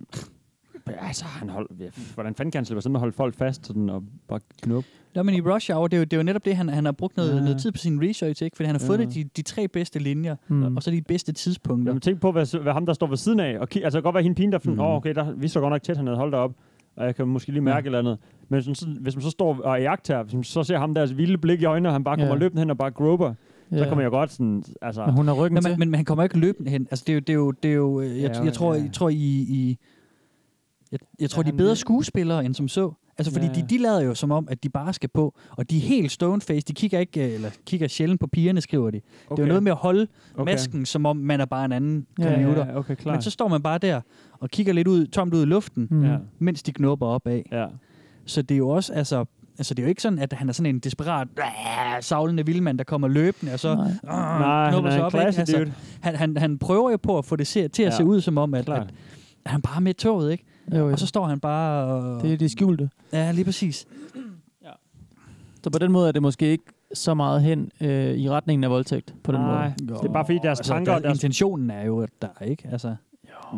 altså, han hold, hvordan fanden kan han slippe afsted med at holde folk fast sådan, og bare knuppe?
Nå, men i Rush Hour, det er jo, det er jo netop det, han, han har brugt noget,
Ja.
ja. noget tid på sin research, ikke? Fordi han har fundet
Ja.
ja. de, de tre bedste linjer,
Mm.
mm. og så de bedste tidspunkter.
Jamen, tænk på, hvad, s- hvad, ham, der står ved siden af. Og ki- altså, det kan godt være hende pigen, der finder, åh,
Mhm.
okay, der, vi så godt nok tæt hernede, hold da op. Og jeg kan måske lige mærke ja. et eller andet. Men sådan, så, hvis man så står og jagter, hvis man så ser ham deres vilde blik i øjnene, og han bare kommer
Ja.
løbende hen og bare grober, ja. så kommer jeg godt sådan, altså...
Men hun har ryggen
Nå,
til.
men, men, men han kommer ikke løbende hen. Altså, det er jo... Det er jo, det er jo øh, jeg,
Ja,
ja, jeg, tror,
ja.
jeg tror, I... I jeg, jeg tror,
Ja,
de er
han
bedre
vil-
skuespillere, end som så. Altså, fordi
Ja,
ja,
ja.
De, de lader jo som om, at de bare skal på. Og de er helt stone-faced. De kigger ikke, øh, eller kigger sjældent på pigerne, skriver de. Okay. Det er jo noget med at holde okay. masken, som om man er bare en anden computer.
Ja, ja, okay, klar.
Men så står man bare der og kigger lidt ud, tomt ud i luften,
Mm.
Ja.
mens de knupper op af.
Ja.
Så det er jo også, altså, altså det er jo ikke sådan, at han er sådan en desperat, "Ah", savlende vildmand, der kommer løbende, og så
Nej.
"Ah",
Nej, han
knupper sig
er en
op. ikke?
klasse,
Altså,
dude.
han, han, han prøver jo på at få det se, til at
Ja,
ja. se ud som om, at, at,
Klart.
at han bare er med i toget, ikke?
Jo, jo.
Og så står han bare og...
Det er det skjulte.
Ja, lige præcis.
Så på den måde er det måske ikke så meget hen øh, i retningen af voldtægt på den
Nej,
måde.
det er bare fordi deres
altså,
tanker og deres...
Intentionen er jo at der, er, ikke? Altså,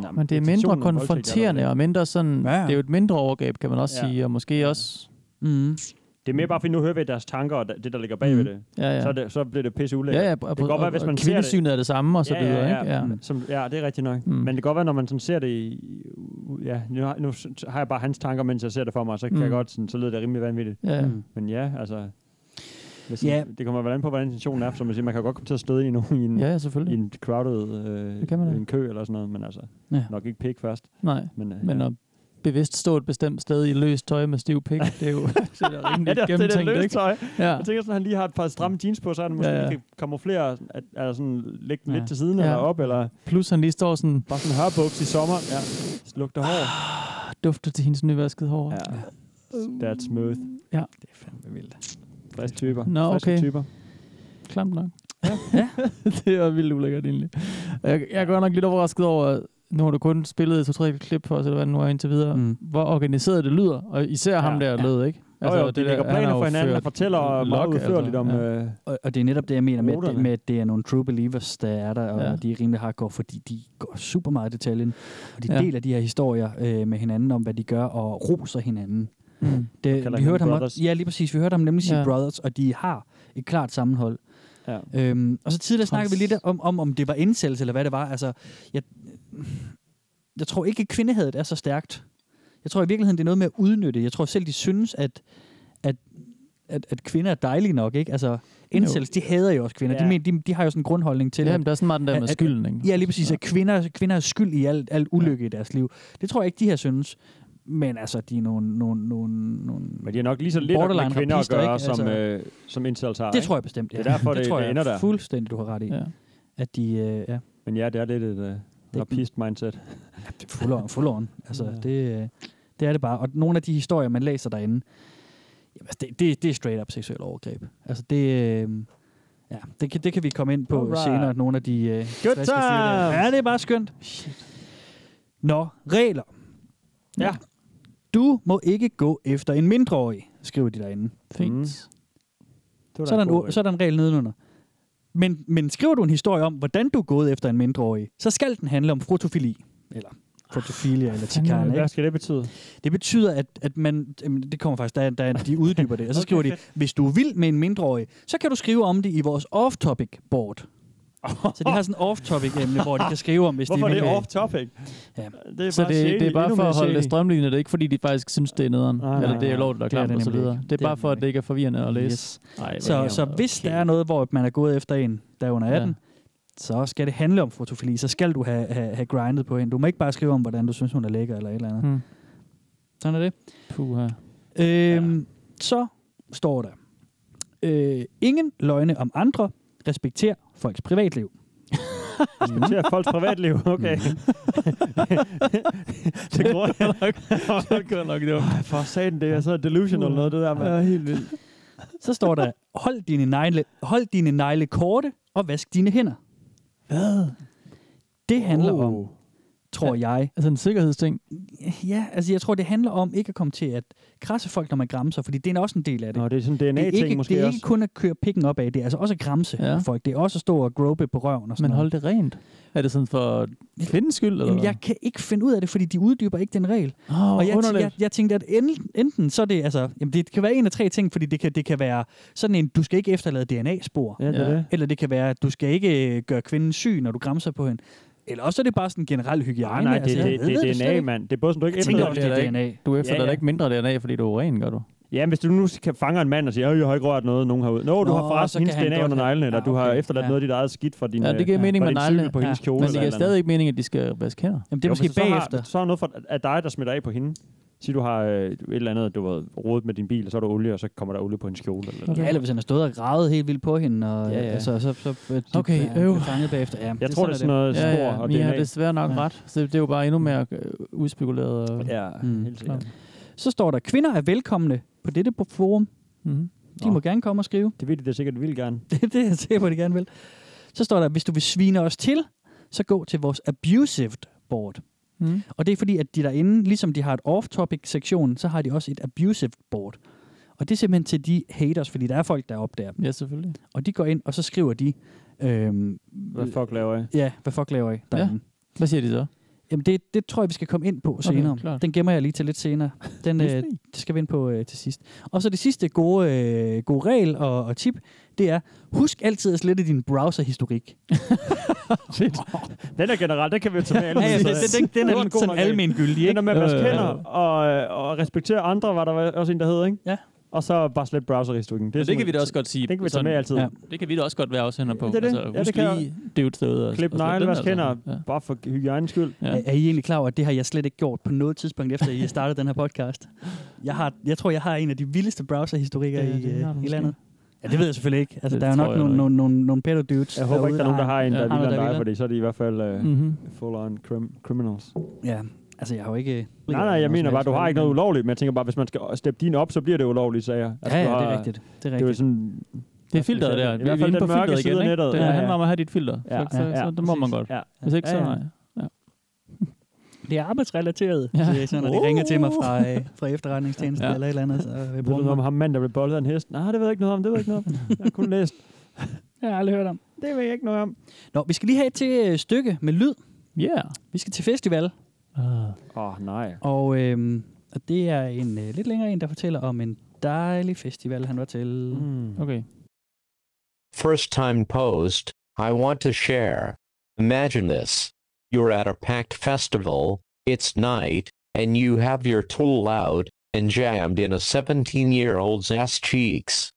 Nej,
Men det er mindre
intentionen om voldtægt er der
konfronterende
vel.
og mindre sådan...
Ja,
Ja.
ja.
Det er jo et mindre overgreb, kan man også
Ja.
ja. sige, og måske også...
mm.
Det er mere bare fordi, nu hører vi deres tanker og det, der ligger bag ved
Mm.
det.
Ja, ja.
Så, er det, så bliver det pisse ulækkert.
ja, ja.
det kan godt være, hvis man ser det.
kvindesynet er det samme, og så
Ja, Mm. ja,
videre,
ja.
ikke? Ja.
Som, ja, det er rigtigt nok.
Mm.
Mm. Men det kan godt være, når man sådan ser det i... u- Ja, nu, har- nu s- har jeg bare hans tanker, mens jeg ser det for mig, så kan
Mm.
mm. jeg godt sådan, så lyder det rimelig vanvittigt.
Ja.
Mm.
Men ja, altså... Hvis
Ja.
Det kommer vel an på, hvordan intentionen er, for som man siger, man kan godt komme til at støde i, nogen, i, en,
ja,
ja.
ja,
i
selvfølgelig.
en crowded øh,
Det kan man da.
en kø eller sådan noget, men altså,
Ja.
ja. nok ikke pik først.
Nej,
Men, øh,
men
ja.
at bevidst stå et bestemt sted i løst tøj med stiv pik, det
(laughs)
er jo så er det er
Ja,
rimelig
det er også det, det
gennemtænkt, ikke?
løstøj.
Ja.
Jeg tænker sådan, at han lige har et par stramme jeans på, så han måske
Ja,
ja,
ja.
ja. kan kamuflere, at, at sådan, lægge den ja.
Ja.
lidt til siden
Ja.
ja. eller op, eller
Plus han lige står sådan
bare sådan en hørbuks i sommer. Ja. Lugter hår.
Ah. og dufter til hendes nyvaskede hår.
Ja. That's smooth.
Ja.
Det er fandme vildt. Friske typer.
Nå,
Friske
okay.
typer.
Klamt nok. Ja. (laughs) det var vildt ulækkert egentlig. Og Jeg, jeg er godt nok lidt overrasket over, nu har du kun spillet to-tre klip for os, eller hvad det nu er indtil videre, mm.
Mm.
hvor organiseret det lyder, og især ja, ham
Ja.
der ja. lød, ikke?
Altså, jo, jo, de
der-
lægger
han
planer
har jo
for hinanden og
ført
fortæller meget
log,
udførligt om...
ja.
Øh,
Og, og det er netop det, jeg mener med, at det-
Ruterne.
med, at det er nogle true believers, der er der, og
Ja.
ja. de er rimelig hardcore, fordi de går super meget i detaljen, og de
Ja.
ja. deler de her historier øh, med hinanden om, hvad de gør, og roser hinanden.
Mm.
Det,
Kalder
vi hørte
hinanden
ham
brothers.
også, ja, lige præcis. Vi hørte ham nemlig sige
Ja.
ja. brothers, og de har et klart sammenhold.
Ja.
Øhm, og så tidligere snakkede vi
Træls.
lidt om, om, om det var incels, eller hvad det var. Altså, jeg, jeg tror ikke, at kvindehadet er så stærkt. Jeg tror i virkeligheden, det er noget med at udnytte. Jeg tror selv, de synes, at, at, at, at kvinder er dejlige nok. Ikke? Altså, incels, de hader jo også kvinder.
Ja.
Ja. De, men, de, de har jo sådan en grundholdning til,
Ja,
at,
men der er sådan meget den der med
At- at-
skylden, ikke?
Ja, lige præcis. At kvinder, kvinder er skyld i alt, alt ulykke ja. i deres liv. Det tror jeg ikke, de her synes. Men altså, de er nogle... nogle, nogle, nogle
men de har nok lige så lidt med
Borderline
kvinder at
rapister,
gøre,
ikke?
som,
Altså-
øh, som incels har.
det
ikke?
tror jeg bestemt, ja.
Det er derfor, det-
(laughs) det, tror
det
jeg
ender der.
fuldstændig, du har ret i. Ja.
Ja.
At de øh, ja,
Men ja, det er lidt et øh,
er
rapist mindset.
full on, full on. Altså,
Ja.
ja. det, øh, det er det bare. Og nogle af de historier, man læser derinde, jamen, altså, det, det, det er straight up seksuel overgreb. Altså, det... Øh, ja, det kan, det kan vi komme ind på
Alright.
Alright. senere, nogle af de... Øh, Good
time!
Ja, det er bare skønt. Nå, regler.
Ja.
Du må ikke gå efter en mindreårig, skriver de derinde.
Fint.
Det var da
Så er, der en,
god øh,
o-
regel.
så er der en regel nedenunder. Men, men skriver du en historie om, hvordan du er gået efter en mindreårig, så skal den handle om frotofili. Eller frotofilia, eller
fanden
tikana.
Ah, Hvad
Ikke?
skal det betyde?
Det betyder, at, at man... Jamen, det kommer faktisk, der, der, de uddyber det. Og så skriver de, hvis du er vild med en mindreårig, så kan du skrive om det i vores off-topic board. Så de har sådan off-topic-emne, hvor de kan skrive om, hvis
Hvorfor
de
er
vil-
det off-topic?
Ja.
Det er
så
bare
det, det er
shady,
bare
endnu
for
mere
at holde det
shady.
strømlignet, det er ikke fordi, de faktisk synes, det er nederen,
Nej, nej,
eller det er
nej.
lort og
Det er
klamt
det
og så
nemlig
videre.
ikke.
Det er bare for, at det ikke er forvirrende at læse.
Yes. så så hvis der er noget, hvor man er gået efter en, der er under 18, ja. så skal det handle om fotofili. Så skal du have, have, have grindet på hende. Du må ikke bare skrive om, hvordan du synes, hun er lækker eller et eller andet.
Hmm.
Sådan er det.
Puha.
Hmm.
Øhm, ja. Så står der, øh, ingen løgne om andre, respekter folks privatliv.
(laughs) Respekter folks privatliv, okay. (laughs) det går jeg nok. det går nok, det var. For satan, det er så delusional noget, det der, mand.
Ja,
helt vildt.
Så står der, hold dine, negle, hold dine negle korte og vask dine hænder. Hvad? Det handler oh. om, tror jeg.
Altså en sikkerhedsting.
Ja, altså jeg tror, det handler om ikke at komme til at krasse folk, når man græmser, fordi det er også en del af det.
Nå, det er sådan en
det er
DNA-ting
ikke,
måske
det er
også.
ikke kun at køre pikken op af, det er altså også at græmse
Ja.
ja. folk. Det er også at stå og grope på røven og sådan
Men
noget.
hold det rent. Er det sådan for kvindens skyld? Eller
Jamen,
hvad?
jeg kan ikke finde ud af det, fordi de uddyber ikke den regel.
Åh,
og jeg,
underligt.
jeg, jeg tænkte, at en- enten så er det, altså, jamen, det kan være en af tre ting, fordi det kan, det kan være sådan en, du skal ikke efterlade DNA-spor.
Ja, det er det.
Eller det kan være, at du skal ikke øh, gøre kvinden syg, når du græmser på hende. Eller også er det bare sådan en generel hygiejne.
Nej, nej, det,
altså, jeg ved
det, det,
slet
det er DNA,
ikke.
mand. Det er både sådan, du ikke
Jeg tænker
efterlader-
også, det er DNA.
Du efterlader
Ja, ja.
ikke mindre DNA, fordi du er ren, gør du?
Ja, men hvis du nu kan fange en mand og sige, at jeg har ikke rørt noget, nogen har ud. Nå, du
Nå,
har
så
forresten
kan
hendes
han
DNA
godt
under
have-
neglene, eller
Ja,
du har
okay.
efterladt
Ja.
noget af dit eget skidt fra din
Ja, det giver
øh,
mening
fra
med
din
neglene.
cykel på hendes
Ja.
kjole.
Men det
eller
giver
et eller
stadig ikke mening, at de skal vaske hænder.
Jamen, det er
Jo,
måske
men så har-
bagefter.
Så er noget for, at dig, der smitter af på hende. Sig du har øh, et eller andet, du har rodet med din bil, og så er der olie, og så kommer der olie på hendes kjole. Eller
Ja, eller hvis han har stået og gravet helt vildt på hende, og
Ja,
ja,
ja.
ja. Altså, så, så, så
Okay, øv.
fanget bagefter. Ja,
Jeg tror, det er sådan noget
Ja,
spor
ja,
og
men I har
DNA.
desværre nok
Ja.
ret. Så det er jo bare
Mm.
endnu mere øh, udspekuleret. Og...
Ja,
Mm.
helt sikkert.
Så står der, kvinder er velkomne på dette forum.
Mm.
De må gerne komme og skrive. (laughs)
Det ved de da sikkert vil gerne.
Det, det er jeg sikker på, at de gerne vil. Så står der, hvis du vil svine os til, så gå til vores abusived board.
Mm.
Og det er fordi, at de derinde, ligesom de har et off-topic-sektion, så har de også et abusive board. Og det er simpelthen til de haters, fordi der er folk, der opdager dem.
Ja, selvfølgelig.
Og de går ind, og så skriver de, øhm,
Hvad fuck laver jeg?
ja, hvad fuck laver I derinde? Ja.
Hvad siger de så?
Jamen det, det tror jeg, vi skal komme ind på senere.
klart.
Den gemmer jeg lige til lidt senere. Den, øh,
Fri.
det skal vi ind på øh, til sidst. Og så det sidste gode, øh, gode regel og, og tip, det er, husk altid at slette din browserhistorik. (laughs)
Den er generelt, den kan vi jo tage med alle.
Ja, ja,
mulige
den-
steder.
den- den er
Det var en god
sådan
nok regel.
almengyldig,
Den
ikke?
er med at vaske
Øh,
hænder og, øh, og respektere andre, var der også en, der hed, ikke?
Ja.
Og så bare slet browserhistorikken.
Det, det
sådan-
kan vi da også godt sige.
Den kan vi tage med altid.
ja.
Det kan vi da også godt være også hænder på.
Det er det.
Altså,
Ja,
husk
det kan-
lige, det er jo et sted. og-
Klip
og slå
negle,
den,
vask
altså.
hænder,
Ja.
bare for hygiejnens skyld.
Ja.
Ja. Er, er I egentlig klar over, at det har jeg slet ikke gjort på noget tidspunkt, efter I startede den her podcast? Jeg, har, jeg tror, jeg har en af de vildeste browserhistorikker
Ja,
ja,
det
i,
har du
øh, i
måske.
landet. Ja, det ved jeg selvfølgelig ikke. Altså,
Det
der er jo
tror
nok
jeg nok.
nogle, nogle, nogle, nogle pedo dudes
Jeg håber ikke, der er nogen, der har en, der
Ja.
er vildere
Andre,
end
der er
dig,
vildere.
fordi så er de i hvert fald øh,
Mhm.
full-on crim- criminals.
Ja, altså jeg har jo ikke...
Nej, nej, jeg mener bare, du har ikke noget ulovligt, men jeg tænker bare, hvis man skal steppe din op, så bliver det ulovligt, sagde jeg. Altså,
Ja, ja,
du har-
det er rigtigt. Det er
Det er jo
rigtigt.
sådan...
Det er filteret der.
I
Vi er
hvert fald
inde på
den mørke
filteret
side
igen,
af
ikke?
nettet.
Det
Ja, ja.
handler om at have dit filter.
Ja,
Så, så,
ja,
så, det må man
præcis.
godt.
Ja.
Hvis ikke, så
Ja, ja.
nej.
Det er arbejdsrelateret,
Ja.
ja. siger jeg så, når de
Uh.
ringer til mig fra, øh, fra efterretningstjenesten
Ja.
ja. eller et eller andet. Så jeg,
Ved du
bruger
noget om
mig.
ham mand, der blev boldet af en hest? Nej, det ved jeg ikke noget om, det ved jeg ikke noget om. Jeg har kun læst.
jeg har aldrig hørt om.
Det ved jeg ikke noget om.
Nå, vi skal lige have et til øh, stykke med lyd.
Yeah.
Vi skal til festival,
Åh, oh, nej.
og, øh, og det er en øh, lidt længere en, der fortæller om en dejlig festival, han var til.
Mm.
Okay.
First time post, I want to share. Imagine this. You're at a packed festival, it's night, and you have your tool out and jammed in a 17 year old's ass cheeks.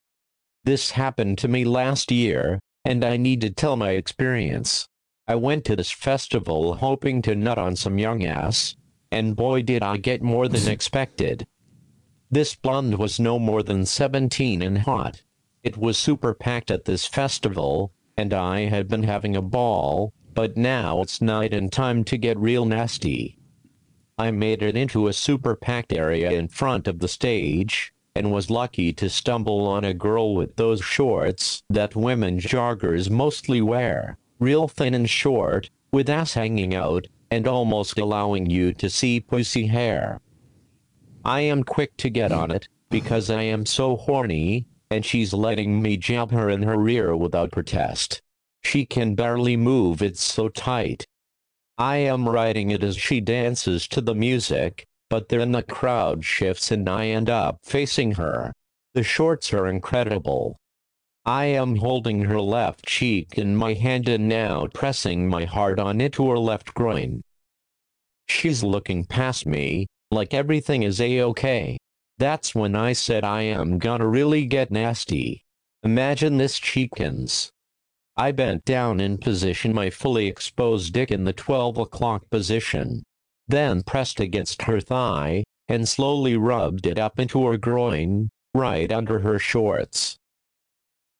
This happened to me last year, and I need to tell my experience. I went to this festival hoping to nut on some young ass, and boy did I get more than expected. This blonde was no more than 17 and hot. It was super packed at this festival, and I had been having a ball, but now it's night and time to get real nasty. I made it into a super packed area in front of the stage, and was lucky to stumble on a girl with those shorts that women joggers mostly wear, real thin and short, with ass hanging out, and almost allowing you to see pussy hair. I am quick to get on it because I am so horny, and she's letting me jab her in her rear without protest. She can barely move, it's so tight. I am riding it as she dances to the music, but then the crowd shifts and I end up facing her. The shorts are incredible. I am holding her left cheek in my hand and now pressing my hard on it to her left groin. She's looking past me, like everything is a-okay. That's when I said I am gonna really get nasty. Imagine this cheekins. I bent down and positioned my fully exposed dick in the 12 o'clock position. Then pressed against her thigh, and slowly rubbed it up into her groin, right under her shorts.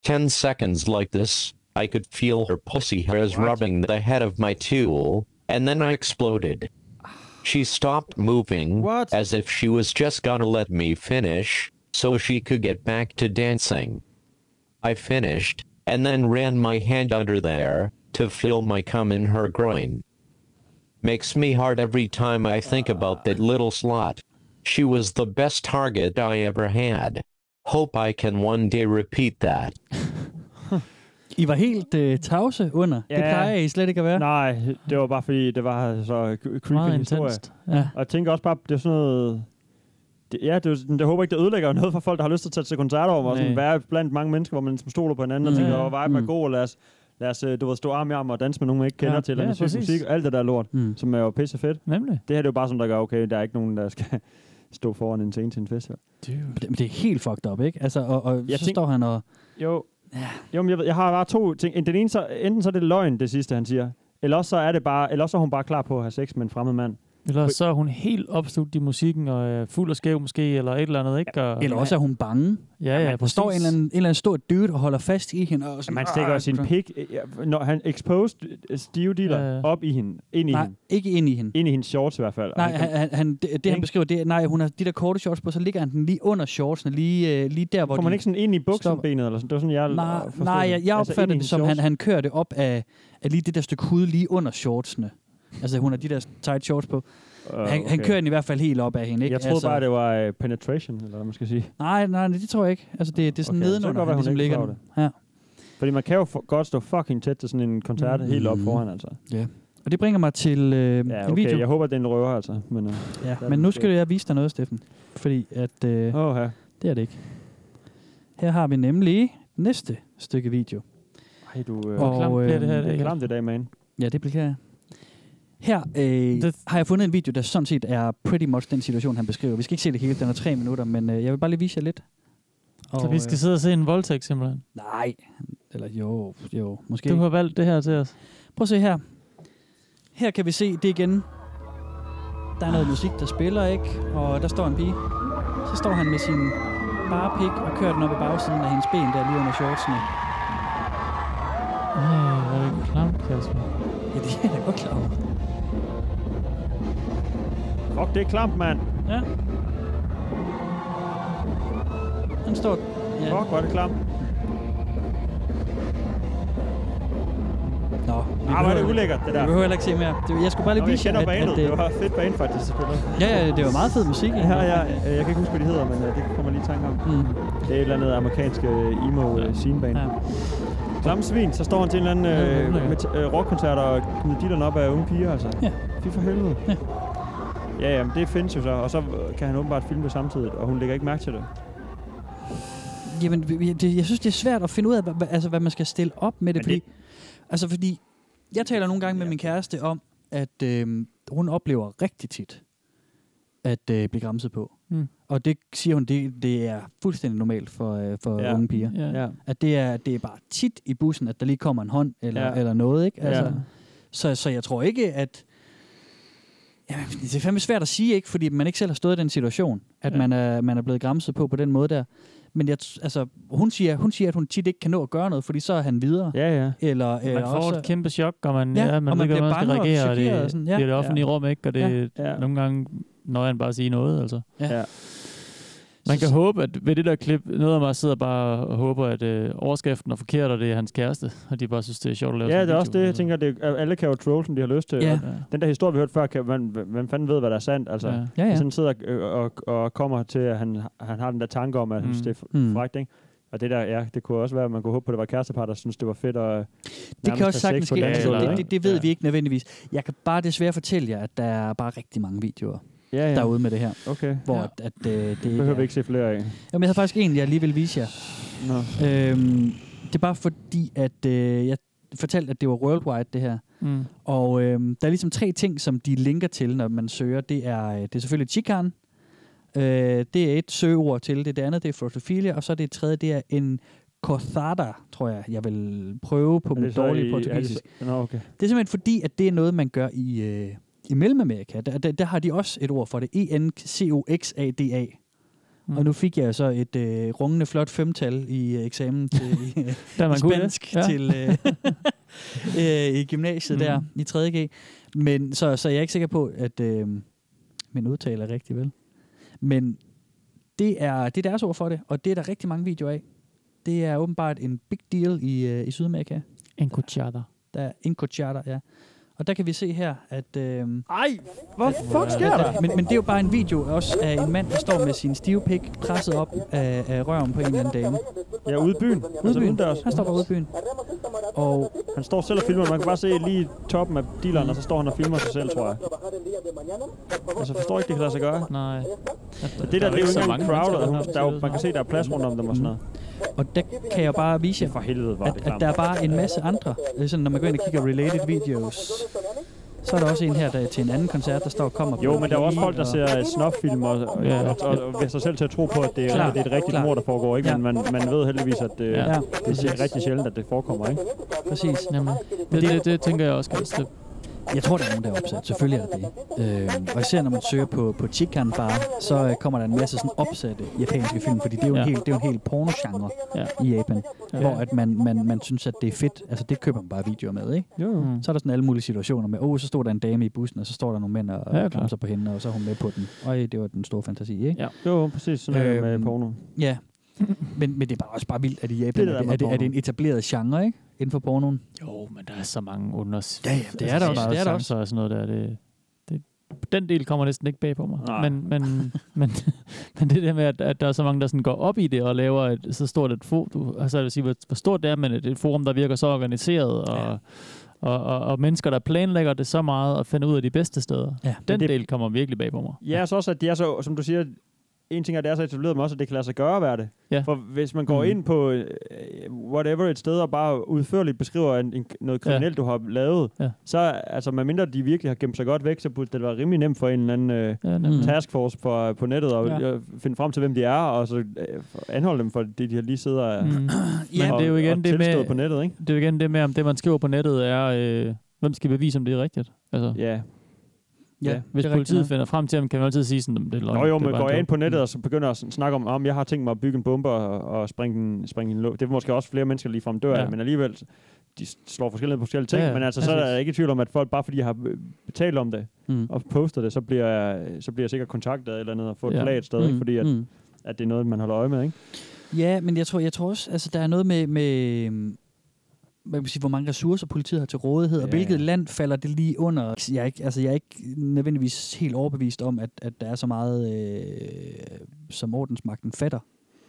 Ten seconds like this, I could feel her pussy hairs rubbing the head of my tool, and then I exploded. She stopped moving,
What?
as if she was just gonna let me finish, so she could get back to dancing. I finished, and then ran my hand under there, to feel my cum in her groin. Makes me hard every time I think about that little slot. She was the best target I ever had. Hope I can one day repeat that.
I var helt øh, tavse under. Ja. Det plejer I slet ikke at være.
Nej, det var bare fordi, det var så cre- creepy
Meget
en historie.
intenst, ja.
Og jeg tænker også bare, det er sådan noget... Det, ja, det, er, jo- jeg håber ikke, det ødelægger noget for folk, der har lyst til at tage til koncerter over, og sådan
Nej.
være blandt mange mennesker, hvor man ligesom stoler på hinanden, og
Ja,
tænker,
ja.
åh, viben er
Mm.
god, og lad os, lad os øh, du ved, stå arm i arm og danse med nogen, man ikke kender
Ja,
til,
ja,
eller med syg
præcis.
musik, og alt det der lort,
Mm.
som er jo pisse fedt.
Nemlig.
Det her det er jo bare sådan, der gør, okay, der er ikke nogen, der skal (laughs) stå foran en scene til en festival.
Det, men det er helt fucked up, ikke? Altså, og, og så
Jeg
tænk...
tænk-
står han og...
Jo. Ja. Jo, men jeg, ved- jeg har bare to ting. Den ene, så, enten så er det løgn, det sidste, han siger. Eller også så er, det bare, eller også er hun bare klar på at have sex med en fremmed mand.
Eller så er hun helt opslugt i musikken og er fuld og skæv måske, eller et eller andet, ikke? Og,
Eller også er hun bange.
Ja, ja,
Der står en
præcis.
eller, anden, en eller anden stor dude og holder fast i hende. Og sådan, Ah,
Jamen, han stikker
"Argh!"
jo sin pik, øh, ja, når han exposed øh, stive dealer
Ja, ja.
op i hende, ind i
Nej,
hende.
ikke ind i hende.
Ind i hendes shorts i hvert fald. Og
Nej,
kom-
han, han, han, det, det han
Ikke?
beskriver, det er, nej, hun har de der korte shorts på, så ligger han den lige under shortsene, lige, øh, lige der, hvor
Kommer man
de
ikke sådan ind i buksenbenet, eller sådan? Det var sådan, jeg
Nej,
forstod
nej jeg, jeg
Altså,
opfatter altså, det
ind i hendes
som, han,
shorts.
han kører det op af, af lige det der stykke hud lige under shortsene. Altså, hun har de der tight shorts på. Uh, han, okay. han
okay.
kører den i hvert fald helt op af hende, ikke?
Jeg troede
altså,
bare, det var øh, penetration, eller hvad man skal sige.
Nej, nej, det tror jeg ikke. Altså, det, det er sådan
Okay,
okay,
så kan det
nedenunder,
godt
han
være, hun
ligesom
ikke
ligger
forstår
den. Ja.
Fordi man kan jo for, godt stå fucking tæt til sådan en koncert mm. helt op
Mhm.
foran, altså.
Ja. Og det bringer mig til øh,
Ja,
ja, en
okay.
video.
Jeg håber, det er en røver, altså. Men, øh,
Ja,
der er
men nu
måske-
skal jeg vise dig noget, Steffen. Fordi at... Øh,
Oha.
Det er det ikke. Her har vi nemlig næste stykke video.
Ej, du... Øh,
Og,
klamt
øhm,
det her. Det er klamt i dag, man.
Ja, det bliver jeg. Her øh, har jeg fundet en video, der sådan set er pretty much den situation, han beskriver. Vi skal ikke se det hele, den er tre minutter, men øh, jeg vil bare lige vise jer lidt.
Så vi skal sidde og se en voldtægt simpelthen.
Nej, eller jo, jo, måske.
Du har valgt det her til os.
Prøv at se her. Her kan vi se det igen. Der er noget musik, der spiller, ikke? Og der står en pige. Så står han med sin bare pik og kører den op i bagsiden af hendes ben, der lige under shortsene.
Åh, hvor er det klamt, Kasper.
Ja, det er jeg da godt klar over.
Fuck, det er klamt, mand.
Ja. Han står... Ja.
Fuck, hvor er det klamt.
Nå,
Ah, hvor er det ulækkert, det der.
Vi behøver heller ikke se mere. Det, jeg skulle bare lige
Nå, jeg
vise jer,
kender
at,
banet.
at,
Det
øh,
var fedt bane, faktisk, selvfølgelig.
Ja, ja, det var meget fed musik.
Ja, ja, øh, jeg kan ikke huske, hvad de hedder, men øh, det kommer jeg lige i tanke om.
Mm.
Det er et eller andet amerikansk øh, emo øh, scenebane.
Ja.
Klamme svin, så står han til en eller
Ja, det er
anden øh,
ulækkert.
met- øh, rockkoncert og knyder dillerne op af unge piger, altså.
Ja.
Fy for helvede. Ja. Ja, jamen, det findes jo så, og så øh, kan han åbenbart filme det samtidig, og hun lægger ikke mærke til det.
Jamen, vi- vi- det, jeg synes, det er svært at finde ud af, hvad, hvad- altså, hvad man skal stille op med det,
Men
fordi,
det-
altså, fordi jeg taler nogle gange med min kæreste om, at øh, hun oplever rigtig tit at øh, blive græmset på.
Mm.
Og det siger hun, det, det er fuldstændig normalt for, øh, for
Ja.
ja. unge piger.
Ja.
Ja.
At det er, det er bare tit i bussen, at der lige kommer en hånd eller,
Ja.
ja. eller noget, ikke? Altså,
Ja.
ja. så, så jeg tror ikke, at... Jamen, det er fandme svært at sige, ikke? Fordi man ikke selv har stået i den situation, at
Ja.
ja. man, er, man er blevet græmset på på den måde der. Men jeg, t- altså, hun, siger, hun siger, at hun tit ikke kan nå at gøre noget, fordi så er han videre.
Ja, ja.
Eller, eller
Man får
også,
et kæmpe chok, og man,
Ja,
ja, man,
og
ved
man
ikke,
bliver
hvordan man skal
bange og
reagere, og det,
chokeret og sådan, ja.
det er det offentlige rum, ikke? Og det er
Ja.
nogle gange, når han bare sige noget, altså.
Ja.
Man kan håbe, at ved det der klip, noget af mig sidder bare og håber, at øh, overskriften er forkert, og det er hans kæreste, og de bare synes, det er sjovt at lave
Ja,
sådan
det
en
er også
video.
det, jeg tænker, det er, alle kan jo troll, som de har lyst til.
Ja.
og Den der historie, vi hørte før, kan, man, hvem fanden ved, hvad der er sandt? Altså,
Ja. Ja,
ja.
Hvis han sidder øh, og, og kommer til, at han, han har den der tanke om, at han
Mm.
synes, det er
Mm.
f- frækt, ikke? Og det der, ja, det kunne også være, at man kunne håbe på, at det var kærestepar, der synes, det var fedt at
Det kan også sagtens ske.
dansk
Altså,
gulv,
det,
ikke?
det, det ved
Ja.
vi ikke nødvendigvis. Jeg kan bare desværre fortælle jer, at der er bare rigtig mange videoer
Ja, ja.
derude med det her,
Okay.
hvor
Ja.
at, at, øh, det ikke
Det behøver vi
er-
ikke se flere af.
Jamen, jeg havde faktisk en, jeg lige vil vise jer.
Nå.
Øhm, Det er bare fordi, at øh, jeg fortalte, at det var worldwide, det her.
Mm.
Og øh, der er ligesom tre ting, som de linker til, når man søger. Det er, øh, det er selvfølgelig chikan. Øh, det er et søgeord til det. Det andet, det er frotophilia. Og så det tredje, det er en cortada, tror jeg, jeg vil prøve på
Er
mit
det så
dårlige
i-
portugisisk.
er det så- Nå, okay.
Det er simpelthen fordi, at det er noget, man gør i, øh, i Mellemamerika. Der, der, der har de også et ord for det. E E-N-C-O-X-A-D-A.
Mm.
Mm. Og nu fik jeg så et øh, rungende flot femtal i øh, eksamen til
(laughs)
i, øh,
Der er man
i
god, ja.
spansk
Ja.
til øh,
(laughs)
øh, i gymnasiet mm. der
Mhm.
i 3.G. Men så, så jeg er ikke sikker på, at øh, min udtale er rigtig vel. Men det er, det er deres ord for det, og det er der rigtig mange videoer af. Det er åbenbart en big deal i, øh, i Sydamerika.
Encuchada.
Der er encuchada, ja. Og der kan vi se her, at... Øh,
Ej, hvad fuck sker
men-
der?
Men, men det er jo bare en video også af en mand, der står med sin stive pik presset op af, af røven på en eller anden dame.
Ja, ude i byen.
Ude i byen.
udendørs.
Han står bare ude i byen. Og
Han står selv og filmer. Man kan bare se lige toppen af dealeren, og så står han og filmer sig selv, tror jeg. Altså, forstår ikke, det kan lade sig gøre.
Nej.
Og det der, det er jo ikke engang crowded. og Der er jo, man kan se, der er plads rundt om dem og sådan noget.
Og der kan jeg bare vise jer,
For helvede, var
at,
det
at
klamt.
der er bare en masse andre. Øh, Sådan, når man går ind og kigger related videos, så er der også en her, der er til en anden koncert, der står og kommer.
Jo, men der er jo også
pige,
folk, der
og-
ser øh, snoffilm og, og,
Ja.
og, og, og vil sig selv til at tro på, at det,
Klar.
er, det er et rigtigt
Klar.
mord, der foregår. Ikke? Men man, man ved heldigvis, at øh, det,
Ja.
ja. det er rigtig sjældent, at det forekommer. Ikke?
Præcis.
Nemlig. Det, det, det, tænker jeg også kan
Jeg tror, der er nogen, der er opsat. Selvfølgelig er der det. Øh, og især når man søger på, på Chikan Bar, så øh, kommer der en masse sådan opsatte japanske film, fordi det er jo en
Ja.
ja. helt, det er jo en helt porno-genre
Ja.
ja. i Japan,
Ja.
ja. hvor at man, man, man synes, at det er fedt. Altså, det køber man bare videoer med, ikke?
Jo,
Mm.
Så er der sådan alle mulige situationer med, åh, oh, så står der en dame i bussen, og så står der nogle mænd og ja,
Ja, klart.
klamser på hende, og så er hun med på den. Og det var den store fantasi, ikke?
Ja.
Jo, præcis sådan øh, med
Øhm,
porno.
Ja. (laughs) Men, men det er bare også bare vildt, at i Japan
Det er
det
der
er, det,
med
er, det, er det en
porno.
etableret genre, ikke? Inden for pornoen.
Jo, men der er så mange unders...
Ja, ja,
det er
altså,
der
det-
også.
det er der også.
chancer og sådan noget der. Det, det, den del kommer næsten ikke bag på mig.
Nej.
Men, men, (laughs) men, men det der med, at, at der er så mange, der sådan går op i det og laver et, så stort et forum. Altså, jeg vil sige, hvor, hvor stort det er, men et, et forum, der virker så organiseret. Og, ja. og, og, og, mennesker, der planlægger det så meget og finder ud af de bedste steder.
Ja.
Den
Men det-
del kommer virkelig bag på mig.
Ja, så også, at det er så, som du siger, en ting er, at det er så etableret, men også, at det kan lade sig gøre at være det.
Ja.
For hvis man går
Mhm.
mm. ind på øh, whatever et sted, og bare udførligt beskriver en, en, noget
Ja.
kriminelt, ja. du har lavet,
Ja.
ja. så altså, medmindre de virkelig har gemt sig godt væk, så burde det være rimelig nemt for en eller anden øh,
Ja,
Mm.
nemlig.
taskforce øh, på, på nettet og
Ja.
ja. finde frem til, hvem de er, og så øh, anholde dem for det, de har lige siddet (clears throat) og,
Mm.
og,
Men det er jo igen
og
det
tilstået
med,
på nettet, ikke?
det er jo igen det med, om det, man skriver på nettet, er, øh, hvem skal bevise, om det er rigtigt? Altså,
Ja.
Ja,
Ja,
hvis
det er rigtigt
politiet
nok.
finder frem til ham, kan man altid sige sådan, "Jamen, det er løgn.
Nå jo,
det er
men
bare
går
en
jeg ind
joke."
på nettet og så begynder at sådan snakke om, om jeg har tænkt mig at bygge en bombe og, og springe den, springe den lå. Det er måske også flere mennesker lige frem dør,
Ja.
ja. men alligevel, de slår forskellige på forskellige ting,
Ja,
ja,
ja,
ja. men altså, så er
præcis.
der ikke i tvivl om, at folk, bare fordi jeg har øh, betalt om det
Mm.
og poster det, så bliver jeg, så bliver jeg sikkert kontaktet af et eller andet og får et
Ja.
ja. flag et sted, ikke? fordi at,
Mm.
at det er noget, man holder øje med, ikke?
Ja, men jeg tror, jeg tror også, altså der er noget med, med øhm, hvad kan man sige, hvor mange ressourcer politiet har til rådighed, ja, og
Ja,
hvilket
ja.
land falder det lige under. Jeg er ikke, altså, jeg er ikke nødvendigvis helt overbevist om, at, at der er så meget, øh, som ordensmagten fatter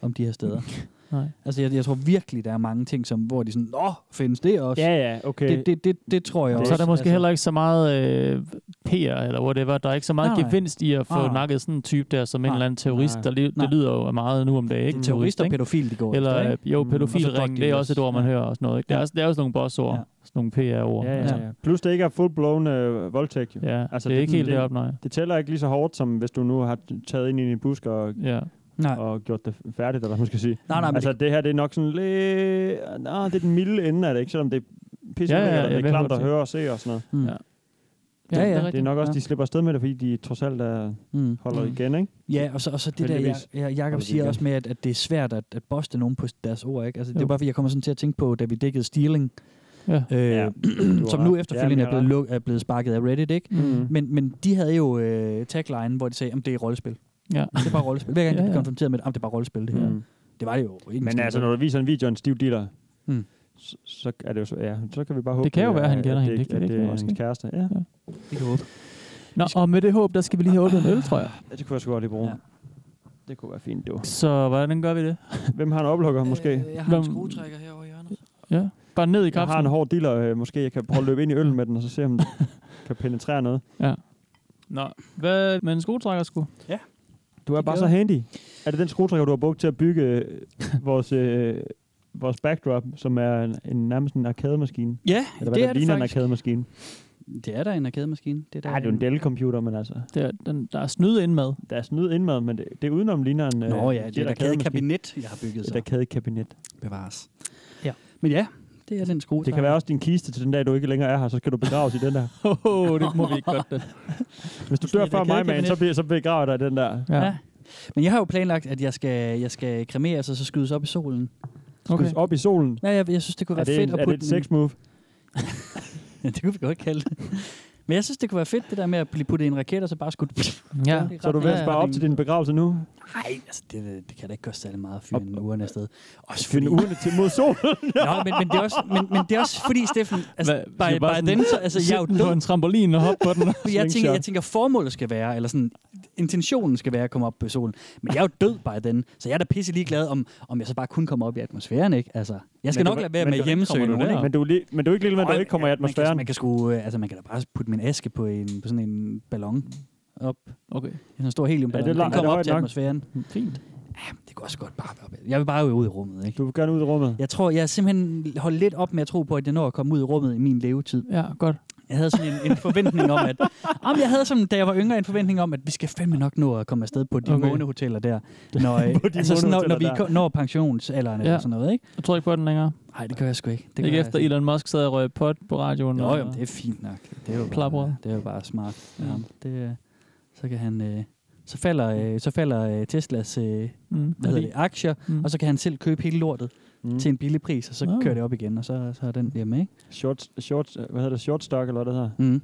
om de her steder.
Mm. Nej.
Altså, jeg, jeg tror virkelig, der er mange ting, som, hvor de sådan, nå, findes det også?
Ja, ja, okay.
Det, det, det, det tror jeg
Og
også.
så er der måske
altså,
heller ikke så meget øh, PR eller whatever. Der er ikke så meget
Nej, nej.
gevinst i at få
Nej,
nej.
nej.
nakket sådan en type der, som en
Nej,
eller anden terrorist.
nej,
Der lige, det
nej.
lyder jo meget nu om dagen, ikke?
Det er terrorister og
ikke?
pædofil, de går efter,
Eller
ikke?
øh, jo,
Mm.
Og så drug
pædofilring, det er
dealers.
også et ord, man
Ja.
hører og sådan noget. Ikke? Det, er
Ja.
også, det er også nogle bossord,
Ja.
sådan nogle PR-ord.
Ja,
Altså,
ja, ja. Plus det ikke er full-blown øh, voldtægt, jo. Ja.
ja. Altså,
Altså,
det er
det-
ikke helt
det-
deroppe, nej.
Det tæller ikke lige så hårdt, som hvis du nu har taget ind i en busk og,
Ja.
Nej,
og gjort det færdigt, eller hvad man skal sige.
nej, nej, men
altså, det, her, det er nok sådan lidt... Nå, det er den milde ende af det, ikke? Selvom det er pisse
Ja,
ja,
ja,
ja,
jeg
det
ved
er klamt
godt,
at høre og se og sådan noget.
det, mm.
ja.
ja.
Ja, ja,
det er
det
Det er nok også, de slipper afsted med det, fordi de trods alt er,
Mm.
holder
Mm.
mm. igen, ikke?
Ja, og så, og så det der, jeg,
Heldigvis.
jeg, Jacob
Holder de
siger
igen.
også med, at, at det er svært at, at boste nogen på deres ord. Ikke? Altså, det
Jo.
er bare, fordi jeg kommer sådan til at tænke på, da vi dækkede Stealing,
Ja.
øh,
Ja,
ja, (clears throat)
har
som
ret.
nu
Ja, men
efterfølgende
jeg
er,
har
blevet luk, er blevet sparket af Reddit. Ikke?
Mm.
Men, men de havde jo øh, tagline, hvor de sagde, at det er rollespil.
Ja.
Det er bare rollespil. Hver gang
Ja,
de
ja.
blev konfronteret med, at det er bare rollespil, det her.
Mm.
Det var det jo ikke. en
Men
skid.
altså, når du viser en video af en stiv dealer,
Mm.
så, så er det jo så, ja, så kan vi bare håbe,
Det kan jo
at-
være, han
at
kender hende.
Det,
Det kan-
at
det
det
kan
er
også
hans
ske.
kæreste. Ja,
Det kan jeg håbe.
Nå, og med det håb, der skal vi lige have åbnet en øl, tror jeg.
Ja, det kunne jeg sgu godt lige bruge.
Ja.
Det kunne være fint, du.
Så hvordan gør vi det?
Hvem har en oplukker, måske?
Jeg har en
Hvem-
skruetrækker herovre i hjørnet.
Ja. Bare ned i
Jeg har
kapslen.
en hård dealer, øh, måske. Jeg kan prøve at løbe ind i øllen med den, og så se, om den
(laughs)
kan penetrere noget.
Nå, hvad med en skruetrækker sgu?
Du er
Det
bare
gør
så
jeg.
handy. Er det den skruetrækker, du har brugt til at bygge øh, vores øh, vores backdrop, som er en, en nærmest en arkademaskine.
Ja,
Eller
det
hvad
er
der
det
ligner
faktisk.
en arkademaskine.
Det er der en arkademaskine. Det er,
Ja, det er jo en Dell-computer, men altså...
Det er, den, der er snyd indmad.
Der er snyd indmad, men det, det er udenom ligner en... øh,
Nå ja, det er et
arkademaskine.
arkadekabinet, altså. jeg har bygget,
Et
så.
arkadekabinet.
Bevares.
Ja.
Men ja, det er den skrue.
Det kan være også din kiste til den dag, du ikke længere er her, så skal du begraves i den der.
Åh, det må vi
(laughs)
ikke godt.
Hvis du dør
et
før mig, man,
arkadekabinet.
så, bliver, så begraver dig i den der.
Ja.
Ja. Men jeg har jo planlagt, at jeg skal, jeg skal kremeres og så skydes op i solen.
Okay.
Okay. op i solen.
Ja, jeg, jeg synes, det kunne
Er
være
det,
fedt
en,
at
er det
putte
et sex move?
(laughs) en, Det kunne vi godt kalde det. Men jeg synes, det kunne være fedt, det der med at blive puttet i en raket, og så bare skudt...
Ja.
Så er du ved at spare op til din begravelse nu?
Nej, altså, det, det kan da ikke koste særlig meget at fyre en urne afsted. Også
Finde
fordi-
urene til mod solen?
Nå, men, men, det er også, men, men det er også fordi, Steffen, altså,
Hvad,
by,
siger bare
by
sådan,
then, så, altså, jeg er jo
sæt den på
dum.
en trampolin og hoppe på
(laughs)
den.
Altså,
Jeg tænker, jeg
slingshot.
tænker, formålet skal være, eller sådan, intentionen skal være at komme op på solen. Men jeg er jo død by then, så jeg er da pisse ligeglad, om, om jeg så bare kun kommer op i atmosfæren, ikke? Altså, jeg skal
Men
nok
du-
lade være
men
med
du-
at hjemsøge
kommer du
nogen,
der?
ikke?
Men du, er lige- men du er ikke lille med, at du
Åh,
ikke kommer i
man kan-
atmosfæren.
Man kan, sgu, øh, altså, man kan da bare putte min aske på, en, på sådan en ballon op.
Okay,
En stor heliumballon.
Er det
den
lang- er
kommer
det
op
højt
til
nok? Mm,
atmosfæren.
fint.
Ja, det kunne også godt bare være. Jeg vil bare ud i rummet, ikke?
Du vil gerne ud i rummet.
Jeg tror, jeg er simpelthen holdt lidt op med at tro på, at jeg når at komme ud i rummet i min levetid.
Ja, godt.
Jeg havde sådan en, en forventning om, at... Jamen, jeg havde sådan, da jeg var yngre, en forventning om, at vi skal fandme nok nå at komme afsted på de
Okay.
okay. månehoteller der. Når, øh,
På de
altså, sådan, når, når vi
månehoteller der.
ko- når pensionsalderen ja.
Ja.
eller sådan noget, ikke?
Jeg tror ikke på den længere.
Nej, det gør jeg sgu ikke. Det
Det
gør
ikke
jeg
efter
altså
Elon Musk sad og røg pot på radioen.
Nå,
og-
jo, det er fint nok. Det er jo
Plapper.
bare, det er jo bare smart.
Ja.
Ja. Det, øh, så kan han... Øh, så falder, øh, så falder øh, Teslas øh, hvad
Mm,
hedder det, aktier,
Mm.
mm. og så kan han selv købe hele lortet
Mm.
mm. til en billig pris, og så
Nå.
kører det op igen, og så, så er den hjemme, ikke?
Short, short, hvad hedder det? Short stock, eller hvad det hedder?
Mm.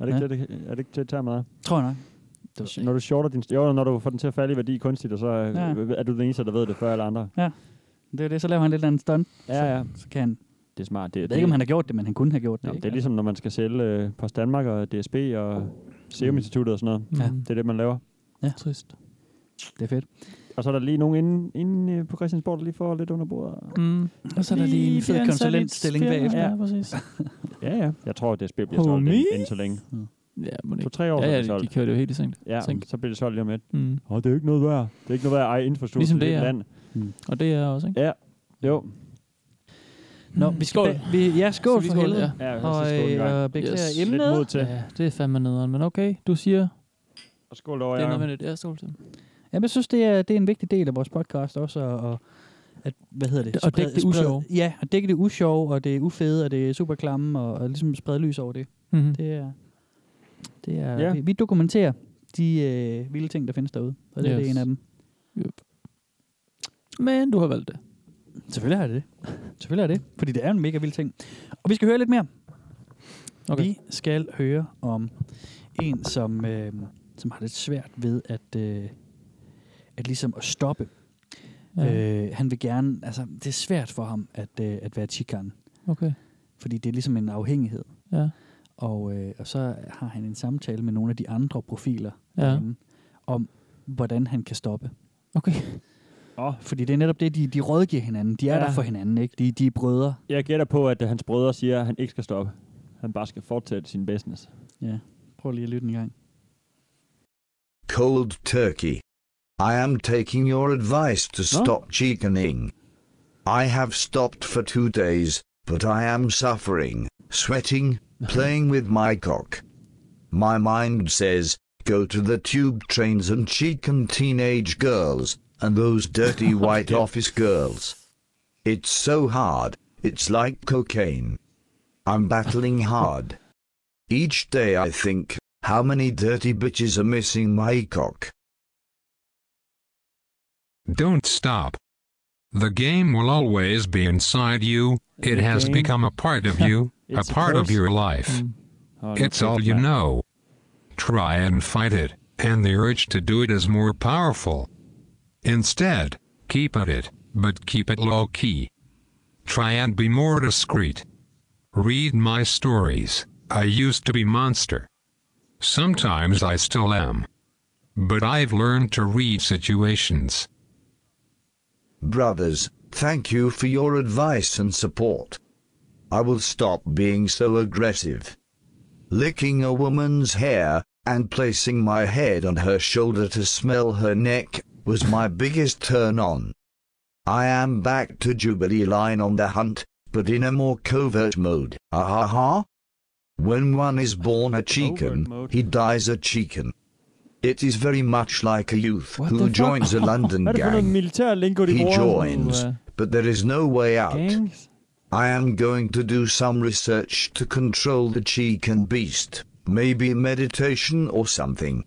Er det ikke
Ja.
det, det, er det, ikke det termen er?
Tror jeg nok. Det ved jeg
Når du shorter din... Jo, når du får den til at falde i værdi kunstigt, og så øh,
Ja.
er du den eneste, der ved det før alle andre.
ikke. Det er det, så laver han lidt af en stunt,
Ja, ja.
så kan han
Det er smart. Det,
Jeg ved ikke, om han har gjort det, men han kunne have gjort det.
Nå,
ikke?
det er ligesom, når man skal sælge øh, Post Danmark og DSB og
Mm.
Serum Instituttet og sådan noget.
Ja.
Ja.
Det er det, man laver.
Trist.
Altså, det er fedt.
Og så er der lige nogen inde, inde øh, på Christiansborg, der lige får lidt under bordet.
Mm.
Og så er der lige en fed konsulentstilling bagefter.
Ja, præcis.
Ja, ja. Jeg tror, at DSB bliver solgt
Homie?
ind, inden så længe.
Ja, må det
To
ikke.
tre år,
Ja,
så er
ja,
det
de
solgt.
kører det jo helt i sænkt.
Ja,
tænk.
så bliver det solgt lige om lidt.
Mm.
Åh, det er jo ikke noget værd. Det er ikke noget værd at eje infrastruktur
Ligesom
til
det
et
her.
land.
Og det er også, ikke?
Ja, jo.
Nå, vi skal
Mm. Skål.
bag- vi, ja, skål
vi
for
skåle,
helvede.
ja.
Ja,
Og,
så skål en
øh,
gang.
og beklager
Yes.
yes.
Lidt mod
emnet.
til.
Ja, det er fandme nederen, men okay. Du siger,
Og skål over,
det er noget
Jacob.
med det. Ja, skål til.
Jamen, jeg synes, det er, det er en vigtig del af vores podcast også, og, og at, hvad hedder det?
Og dække det usjove.
Ja, og dække det usjove, og det er ufede, og det er super klamme, og, og ligesom sprede lys over det.
Mm-hmm.
Det er, det er
Ja.
vi, vi dokumenterer de øh, vilde ting, der findes derude, og det yes. er det
Yes.
en af dem.
Men du har valgt det.
Selvfølgelig er det det. Selvfølgelig er det, fordi det er en mega vild ting. Og vi skal høre lidt mere.
Okay.
Okay. Vi skal høre om en, som, øh, som har lidt svært ved at, øh, at ligesom at stoppe.
Ja.
Ja. Øh, han vil gerne, altså det er svært for ham at, øh, at være chikan,
Okay.
fordi det er ligesom en afhængighed.
Ja.
Og, øh, og så har han en samtale med nogle af de andre profiler
Ja.
derinde, om, hvordan han kan stoppe.
Okay.
Åh,
Fordi det er netop det, de, de rådgiver hinanden. De er
Ja.
ja. der for hinanden, ikke? De, de er brødre.
Jeg gætter på, at øh, hans brødre siger, at han ikke skal stoppe. Han bare skal fortsætte sin business.
Ja. Prøv lige at lytte en gang.
Cold turkey. I am taking your advice to
Huh?
stop chickening. I have stopped for two days, but I am suffering, sweating, playing with my cock. My mind says, go to the tube trains and chicken teenage girls, and those dirty white office girls. It's so hard, it's like cocaine. I'm battling hard. Each day I think, how many dirty bitches are missing my cock?
Don't stop. The game will always be inside you. It
The
has
game.
become a part
(laughs)
of you, a
It's a
part of
person.
your life.
Mm.
Hold
It's
nu
all
kæft,
you
mand.
know. Try and fight it, and the urge to do it is more powerful. Instead, keep at it, but keep it low key. Try and be more discreet. Read my stories. I used to be monster. Sometimes I still am. But I've learned to read situations.
Brothers, thank you for your advice and support. I will stop being so aggressive. Licking a woman's hair and placing my head on her shoulder to smell her neck was my biggest turn on. I am back to Jubilee Line on the hunt, but in a more covert mode. Ah ha ha. When one is born a chicken, he dies a chicken. It is very much like a youth
What the
who
fuck?
joins a London
Hvad er det for noget
gang.
militær lingo, de
He
bruger?
joins,
Uh,
but there is no way out. I am going to do some research to control the chicken beast. Maybe meditation or something.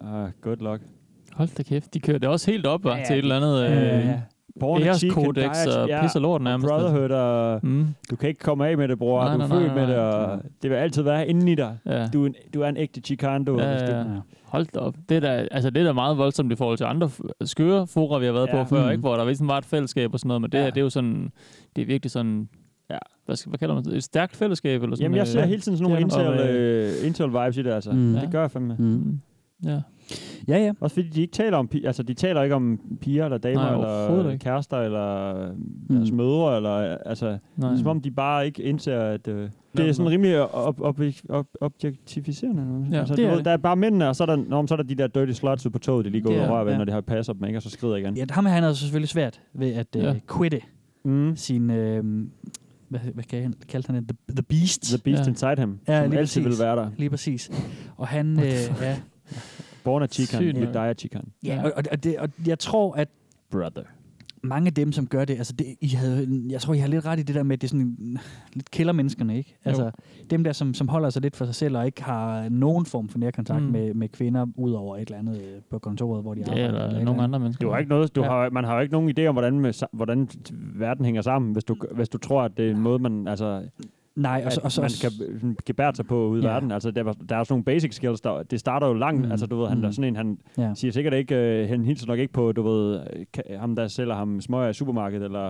Ah, good luck.
(laughs) Hold da kæft, de kører det også helt op, var,
Ja,
til et eller andet
ja, ja,
øh,
ja. Born a chicken,
æreskodex
der er-
og
ja,
pis og lort nærmest. altså.
Brotherhood, og mm. du kan ikke komme af med det, bror.
Nej,
du er
nej, nej,
født med
nej,
det, og det vil altid være inde i dig.
Ja.
Du, er en, du er en ægte Chicano.
Ja, ja, ja. Hold da op. Det er, da, altså, det er da meget voldsomt i forhold til andre f- skøre fora, vi har været
Ja.
på før,
Mhm.
ikke? hvor der ligesom var et fællesskab og sådan noget, men det her, det er jo sådan, det er virkelig sådan,
ja.
hvad, skal, hvad kalder man det, et stærkt fællesskab? Eller sådan,
Jamen, jeg ser
øh,
hele tiden sådan nogle
det er der.
intel,
Og, øh,
øh, intel vibes i det, altså.
Mm.
Mm.
Ja.
Det gør jeg fandme.
Mm. Ja.
Ja, ja. Også fordi de ikke taler om pi- altså de taler ikke om piger eller damer
Nej,
Nej,
overhovedet
eller
ikke.
kærester eller mm. deres mødre eller altså
Nej.
Nej. det er som om de bare ikke indser at øh, det
men-
er sådan rimelig op, op, op, objektificerende. eller hvad?
Ja,
altså,
det
du
er
ved,
det.
der er bare mændene, og så er der, når, så er der de der dirty sluts ude på toget, de lige går
Det
ud
er-
og rører ved,
ja.
når det har passer dem, ikke? og så skrider igen.
Ja, ham her, han havde selvfølgelig svært ved at øh,
Ja.
quitte mm. sin, øh, hvad, hvad kan han, kaldte han det? The, the Beast.
The Beast inside him,
Ja,
som
lige
altid
præcis.
vil være der.
Lige præcis. Og han, øh,
What the fuck?
ja.
Born a chicken,
Sygt
you
nok.
die a chicken.
ja og, og, og, det, og jeg tror, at
Brother.
mange af dem, som gør det, altså det, I havde, jeg tror, I har lidt ret i det der med, at det er sådan, lidt kælder menneskerne, ikke? Altså
Jo.
dem der, som, som holder sig lidt for sig selv og ikke har nogen form for nærkontakt
Mm.
mm. med, med kvinder, ud over et eller andet øh, på kontoret, hvor de arbejder. et andet.
Du har ikke noget, du har, man har jo ikke nogen idé om, hvordan, med, sa- hvordan verden hænger sammen, hvis du, hvis du tror, at det er en måde, man... Altså,
Nej, og så-
at
og så-
man kan sådan gebære sig på ude i
Ja.
verden. Altså, der, var- der er sådan nogle basic skills, der, det starter jo langt.
Mm.
Mm. Altså, du ved, han er
Mm.
sådan en, han
Ja.
ja. siger sikkert ikke, øh, han hilser nok ikke på, du ved, øh, ka- ham der sælger ham smøger i supermarkedet, eller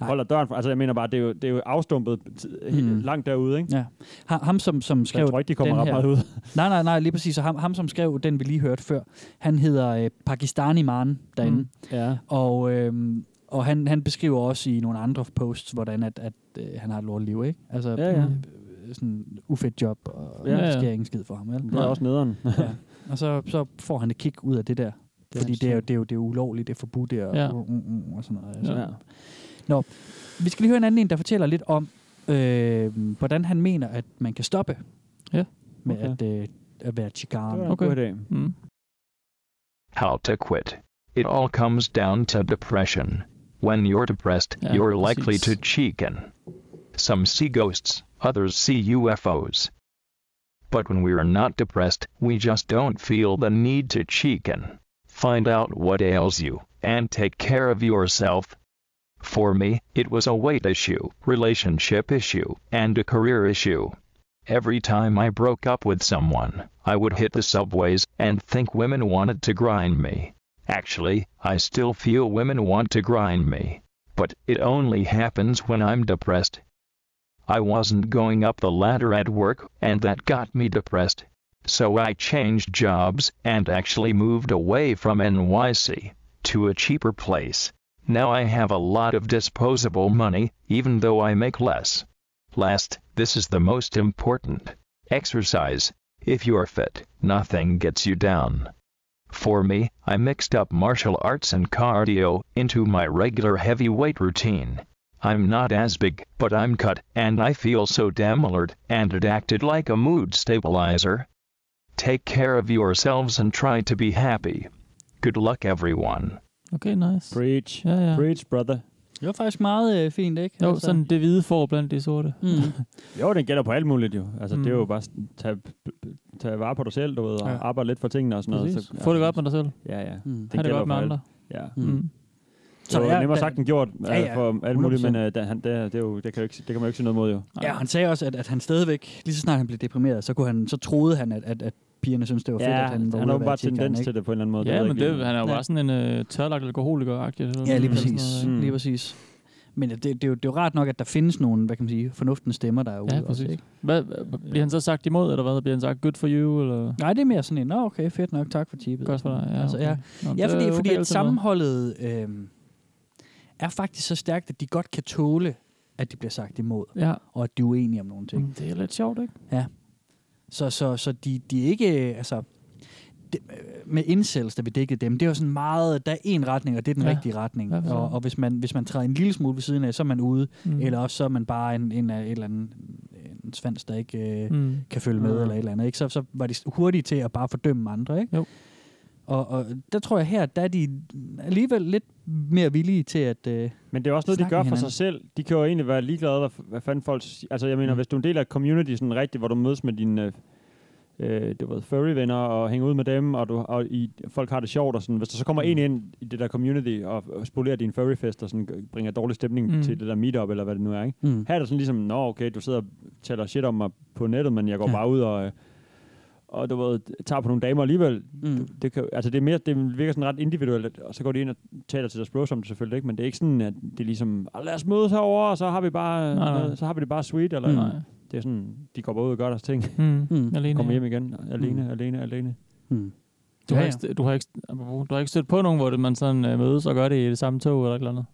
Nej. holder døren for, altså jeg mener bare, det er jo, det er jo afstumpet t-
Mm.
mm. langt derude, ikke?
Ja. Ha- Ham, som, som
Så
skrev
jeg tror ikke, de kommer
den
ret
her.
meget ud.
Nej, nej, nej, lige præcis. Og ham, ham som skrev den, vi lige hørte før, han hedder øh, Pakistani Man derinde.
Mm.
Ja.
Og, øh, og han, han beskriver også i nogle andre posts, hvordan at, at øh, han har et lort liv, ikke? Altså,
Ja, ja.
øh, sådan ufedt job, og
Ja,
ja,
ja.
ja. sker ingen skid for ham. Vel?
Det er også nederen.
ja. Og så, så får han et kick ud af det der.
er
Fordi det er, jo, det, er jo, det er jo ulovligt, det er forbudt, det er,
Ja.
ja. uh, uh, uh, og sådan noget. Altså.
Ja.
Ja. Nå, vi skal lige høre en anden en, der fortæller lidt om, øh, hvordan han mener, at man kan stoppe
ja.
med
Okay.
at, øh, at være chikane.
var en Okay. god idé. Mm.
How to quit. It all comes down to depression. When you're depressed,
Yeah,
you're likely
seems-
to chicken. Some see ghosts, others see UFOs. But when we're not depressed, we just don't feel the need to chicken. Find out what ails you, and take care of yourself. For me, it was a weight issue, relationship issue, and a career issue. Every time I broke up with someone, I would hit the subways and think women wanted to grind me. Actually, I still feel women want to grind me. But it only happens when I'm depressed. I wasn't going up the ladder at work, and that got me depressed. So I changed jobs and actually moved away from NYC to a cheaper place. Now I have a lot of disposable money, even though I make less. Last, this is the most important. Exercise. If you're fit, nothing gets you down. For me, I mixed up martial arts and cardio into my regular heavyweight routine. I'm not as big, but I'm cut, and I feel so damn alert, and it acted like a mood stabilizer. Take care of yourselves and try to be happy. Good luck, everyone.
Okay, nice.
Preach.
Ja, ja.
Preach, brother.
Det var faktisk meget øh, fint, ikke?
altså.
Jo, sådan det hvide får blandt de sorte.
Mm.
Jo, den gælder på alt muligt jo. Altså, mm. det er
Mm.
jo bare s- tage, tage vare på dig selv, du ved, og
Ja.
ja. arbejde lidt for tingene og sådan noget. altså,
Præcis. Få det godt med dig selv.
Ja, ja.
Mm.
Den
Ha' det
gælder
godt med
for alt.
andre.
Ja.
Mm.
Mm.
Så
Så det
ja,
er nemmere
da-
sagt end gjort
Ja,
ja,
ja.
ja. for alt muligt,
100%.
men øh, da- han, det, er- det, er jo, det, kan jo ikke, det kan man jo ikke sige noget mod, jo.
(laughs) Ja, og han sagde også, at, at han stadigvæk, lige så snart han blev deprimeret, så, kunne han, så troede han, at, at, at pigerne syntes, det var fedt,
Ja,
at han var ude
han har
at være
åbenbart
chikan,
tendens
ikke?
til det på en eller anden måde.
Ja,
ved jeg
men
ikke
det, han er jo
lige.
bare sådan en øh, tørlagt alkoholiker-agtig. eller
Ja, lige
sådan
præcis.
noget, ikke?
Lige præcis. Men det, det, er jo, det er jo rart nok, at der findes nogle, hvad kan man sige, fornuftens stemmer derude.
Ja,
Også,
præcis.
ikke?
Hvad, hvad- bliver han så sagt imod, eller hvad? Bliver han sagt good for you, eller...
Nej, det er mere sådan en, nå okay, fedt nok, tak for tippet.
Godt for dig, ja,
altså,
okay.
ja.
Nå, men
ja
det
fordi,
er
fordi
okay altså.
at
altid noget.
sammenholdet øh, er faktisk så stærkt, at de godt kan tåle, at de bliver sagt imod,
Ja.
og at de er uenige om
Mm.
nogle ting.
Det er lidt sjovt, ikke?
Ja. Så, så, så de, de er ikke, øh, altså, det, med incels, da vi dækkede dem, det er jo sådan meget, der er en retning, og det er den ja. rigtige retning. Ja, og, og hvis man hvis man træder en lille smule ved siden af, så er man ude, mm. eller også så er man bare en, en, en eller anden en svans, der ikke øh, mm. kan følge med, mm. eller et eller andet. Ikke? Så, så var de hurtige til at bare fordømme andre. Ikke? Jo. Og, og der tror jeg her, der er de alligevel lidt mere villige til at øh,
Men det er også noget, de gør for sig selv. De kan jo egentlig være ligeglade, hvad, hvad fanden folk... Altså jeg mener, mm. hvis du er en del af et community sådan rigtigt, hvor du mødes med dine... Øh, øh, du ved, furry-venner og hænge ud med dem, og, du, og i, folk har det sjovt. Og sådan. Hvis der så kommer mm. en ind i det der community og, og spolerer din furry-fest og sådan, bringer dårlig stemning mm. til det der meetup, eller hvad det nu er. Ikke? Mm. Her er det sådan ligesom, nå okay, du sidder og taler shit om mig på nettet, men jeg går ja. bare ud og, og du ved, tager på nogle damer alligevel. Mm. Det, kan, altså det, er mere, det virker sådan ret individuelt, og så går de ind og taler til deres bros om det selvfølgelig ikke, men det er ikke sådan, at det er ligesom, lad os mødes herovre, og så har vi bare, nej, nej. så har vi det bare sweet, eller mm. nej det er sådan, de går bare ud og gør deres ting. Mm. Mm. Alene, (laughs) Kommer hjem igen, alene, mm. alene, alene. Mm.
Du, ja, har ikke, du, har ikke, du har ikke stødt på nogen, hvor det, man sådan øh, mødes og gør det i det samme tog eller et eller andet?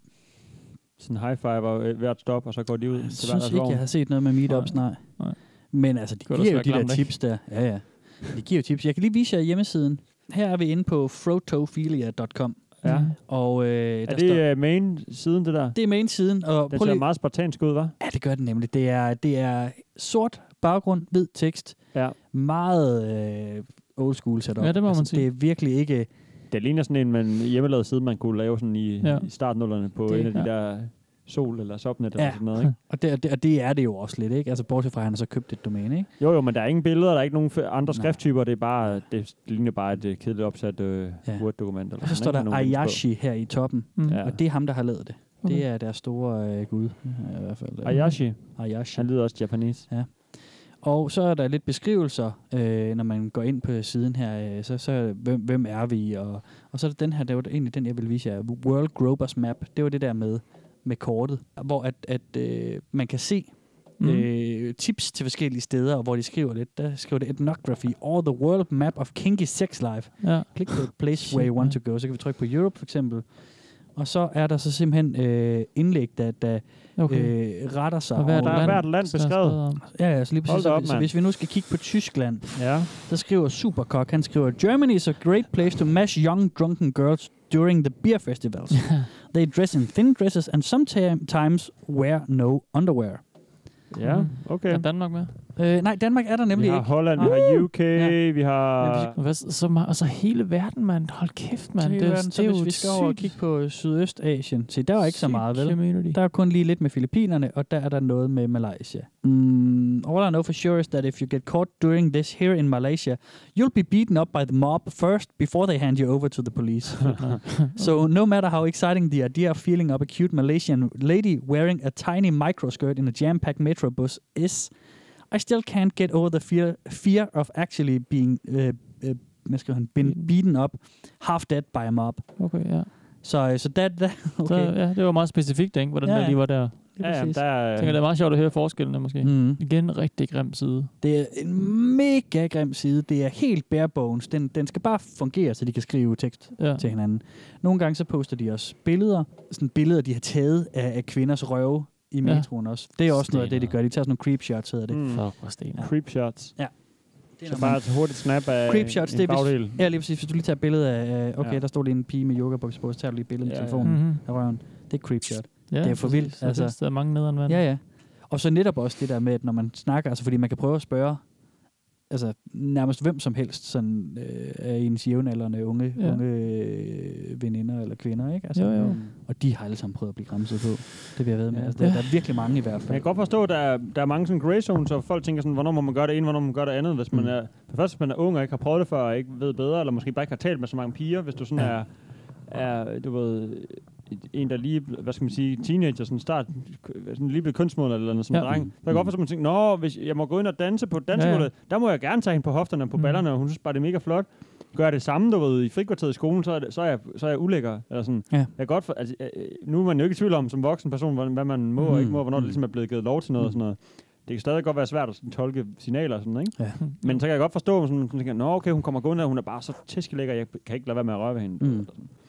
Sådan high five og øh, hvert stop, og så går de ud jeg til
synes hver deres ikke, altså vogn. jeg har set noget med meetups, nej. nej. nej. Men altså, de giver jo de der ikke? tips der. Ja, ja. De giver jo tips. Jeg kan lige vise jer hjemmesiden. Her er vi inde på frotophilia.com. Ja.
Mm.
Og, øh,
er der det står, øh, main siden det der?
Det er main siden. Og
det ser lige... meget spartansk ud, hva'?
Ja, det gør den nemlig. Det er, det er sort baggrund, hvid tekst. Ja. Meget øh, old school setup.
Ja, det må altså, man sige.
Det er virkelig ikke...
Det ligner sådan en man hjemmelavet side, man kunne lave sådan i, ja. i startnullerne på det, en af de ja. der sol eller subnet ja. eller sådan noget, ikke?
og det, og, det, og det er det jo også lidt, ikke? Altså bortset fra, at han har så købt et domæne, ikke?
Jo, jo, men der er ingen billeder, der er ikke nogen andre skrifttyper, det er bare, det ligner bare et kedeligt opsat øh, ja. Word-dokument.
Og så står der Ayashi her i toppen, mm. ja. og det er ham, der har lavet det. Okay. Det er deres store øh, gud, ja, i hvert fald.
Øh. Ayashi.
Ayashi.
Han lyder også japanese.
Ja. Og så er der lidt beskrivelser, øh, når man går ind på siden her, øh, så, så hvem, hvem er vi? Og, og så er det den her, der var egentlig den, jeg vil vise jer, World Grobers Map. Det var det der med, med kortet, hvor at, at øh, man kan se
Mhm.
mm. øh, tips til forskellige steder, og hvor de skriver lidt. Der skriver det ethnography, or the world map of kinky sex life. Ja. Klik på place where you want to go, så kan vi trykke på Europe for eksempel. Og så er der så simpelthen øh, indlæg, der, der okay. øh, retter sig.
Og hvad er der er hvert land beskrevet?
Ja, ja, så lige præcis. Op, så, så hvis vi nu skal kigge på Tyskland, ja. der skriver Supercock, han skriver, Germany is a great place to mash young drunken girls during the beer festivals. They dress in thin dresses and sometimes wear no underwear.
Ja, okay.
Er Danmark med?
Øh, nej, Danmark er der nemlig
ikke. Vi har
ikke.
Holland, vi har UK, ja. vi har...
Hvad, så, ma- altså hele verden, mand. Hold kæft, mand. Det, det, verden, det, det er jo
vi skal over og kigge på Sydøstasien. Se, der er ikke så meget, vel? Community. Der er kun lige lidt med Filippinerne, og der er der noget med Malaysia. Mm, all I know for sure is that if you get caught doing this here in Malaysia, you'll be beaten up by the mob first before they hand you over to the
(laughs)
police. so no matter how exciting the idea of feeling up a cute Malaysian lady wearing a tiny microskirt in a jam-packed metro bus is... I still can't get over the fear fear of actually being uh, uh, hvad skal han, been beaten up, half dead by a mob.
Okay, ja.
Så, så that, that, (laughs) okay.
Så, ja, det var meget specifikt, ikke? hvordan ja, ja. der lige var der.
Ja, ja, der er-
er... Tænker, det er meget sjovt at høre forskellene måske. Mm. Igen, en rigtig grim side.
Det er en mega grim side. Det er helt bare bones. Den, den skal bare fungere, så de kan skrive tekst ja. til hinanden. Nogle gange så poster de også billeder. Sådan billeder, de har taget af, af kvinders røve, i metroen ja. også. Det er også Stener. noget af det, de gør. De tager sådan nogle creep shots, hedder det. Mm.
Fuck, hvor stener.
Creep shots.
Ja.
Det er så bare et hurtigt snap af
creep shots, det er hvis, ja, lige præcis. Hvis du lige tager et billede af, okay, ja. der står lige en pige med yogabukser på, så tager du lige et billede ja, med telefonen
Mhm.
ja. Mm-hmm. af røven. Det er creep shot. Ja, det er for vildt.
Altså. Der altså. er mange nederen vand.
Ja, ja. Og så netop også det der med, at når man snakker, altså fordi man kan prøve at spørge altså nærmest hvem som helst sådan øh, af ens jævnaldrende unge, ja. unge øh, veninder eller kvinder, ikke? Altså, jo, jo. Og de har alle sammen prøvet at blive græmset på. Det vi har været med. Ja. Altså, der, der er virkelig mange i hvert fald.
Jeg kan godt forstå, at der, er, der er mange sådan gray zones, og folk tænker sådan, hvornår må man gøre det ene, hvornår må man gøre det andet. Hvis mm. man er, for først, hvis man er ung og ikke har prøvet det før, og ikke ved bedre, eller måske bare ikke har talt med så mange piger, hvis du sådan ja. er, er, du ved, en, der lige, hvad skal man sige, teenager, sådan start, sådan lige blevet kønsmålet eller noget som ja. dreng. Så kan godt forstå, at man tænker, nå, hvis jeg må gå ind og danse på dansemålet, ja, Mm. ja. der må jeg gerne tage hende på hofterne og på ballerne, og hun synes bare, det er mega flot. Gør jeg det samme, du ved, i frikvarteret i skolen, så er, det, så er jeg, så er jeg ulækker. Eller sådan. Ja. Jeg kan godt for, altså, nu er man jo ikke i tvivl om, som voksen person, hvad man må mm. og ikke må, hvornår mm. det ligesom er blevet givet lov til noget mm. og sådan noget det kan stadig godt være svært at sådan, tolke signaler og sådan, ikke? Ja. Men så kan jeg godt forstå, at man tænker, nå okay, hun kommer gående, og hun er bare så tæskelækker, jeg kan ikke lade være med at røre ved hende. Mm.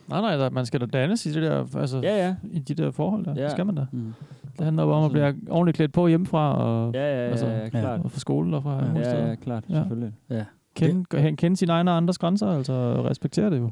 Nej, nej, der, man skal da dannes i, det der, altså, ja, ja. i de der forhold der. Ja. Det skal man da. Mm. Det handler bare om at blive ordentligt klædt på hjemmefra og,
ja, ja, ja, ja, altså, ja, klart.
og fra skolen og fra
ja, ja, ja, klart, ja. selvfølgelig.
Ja.
Kende, ja. kende sine egne og andres grænser, altså respektere det jo.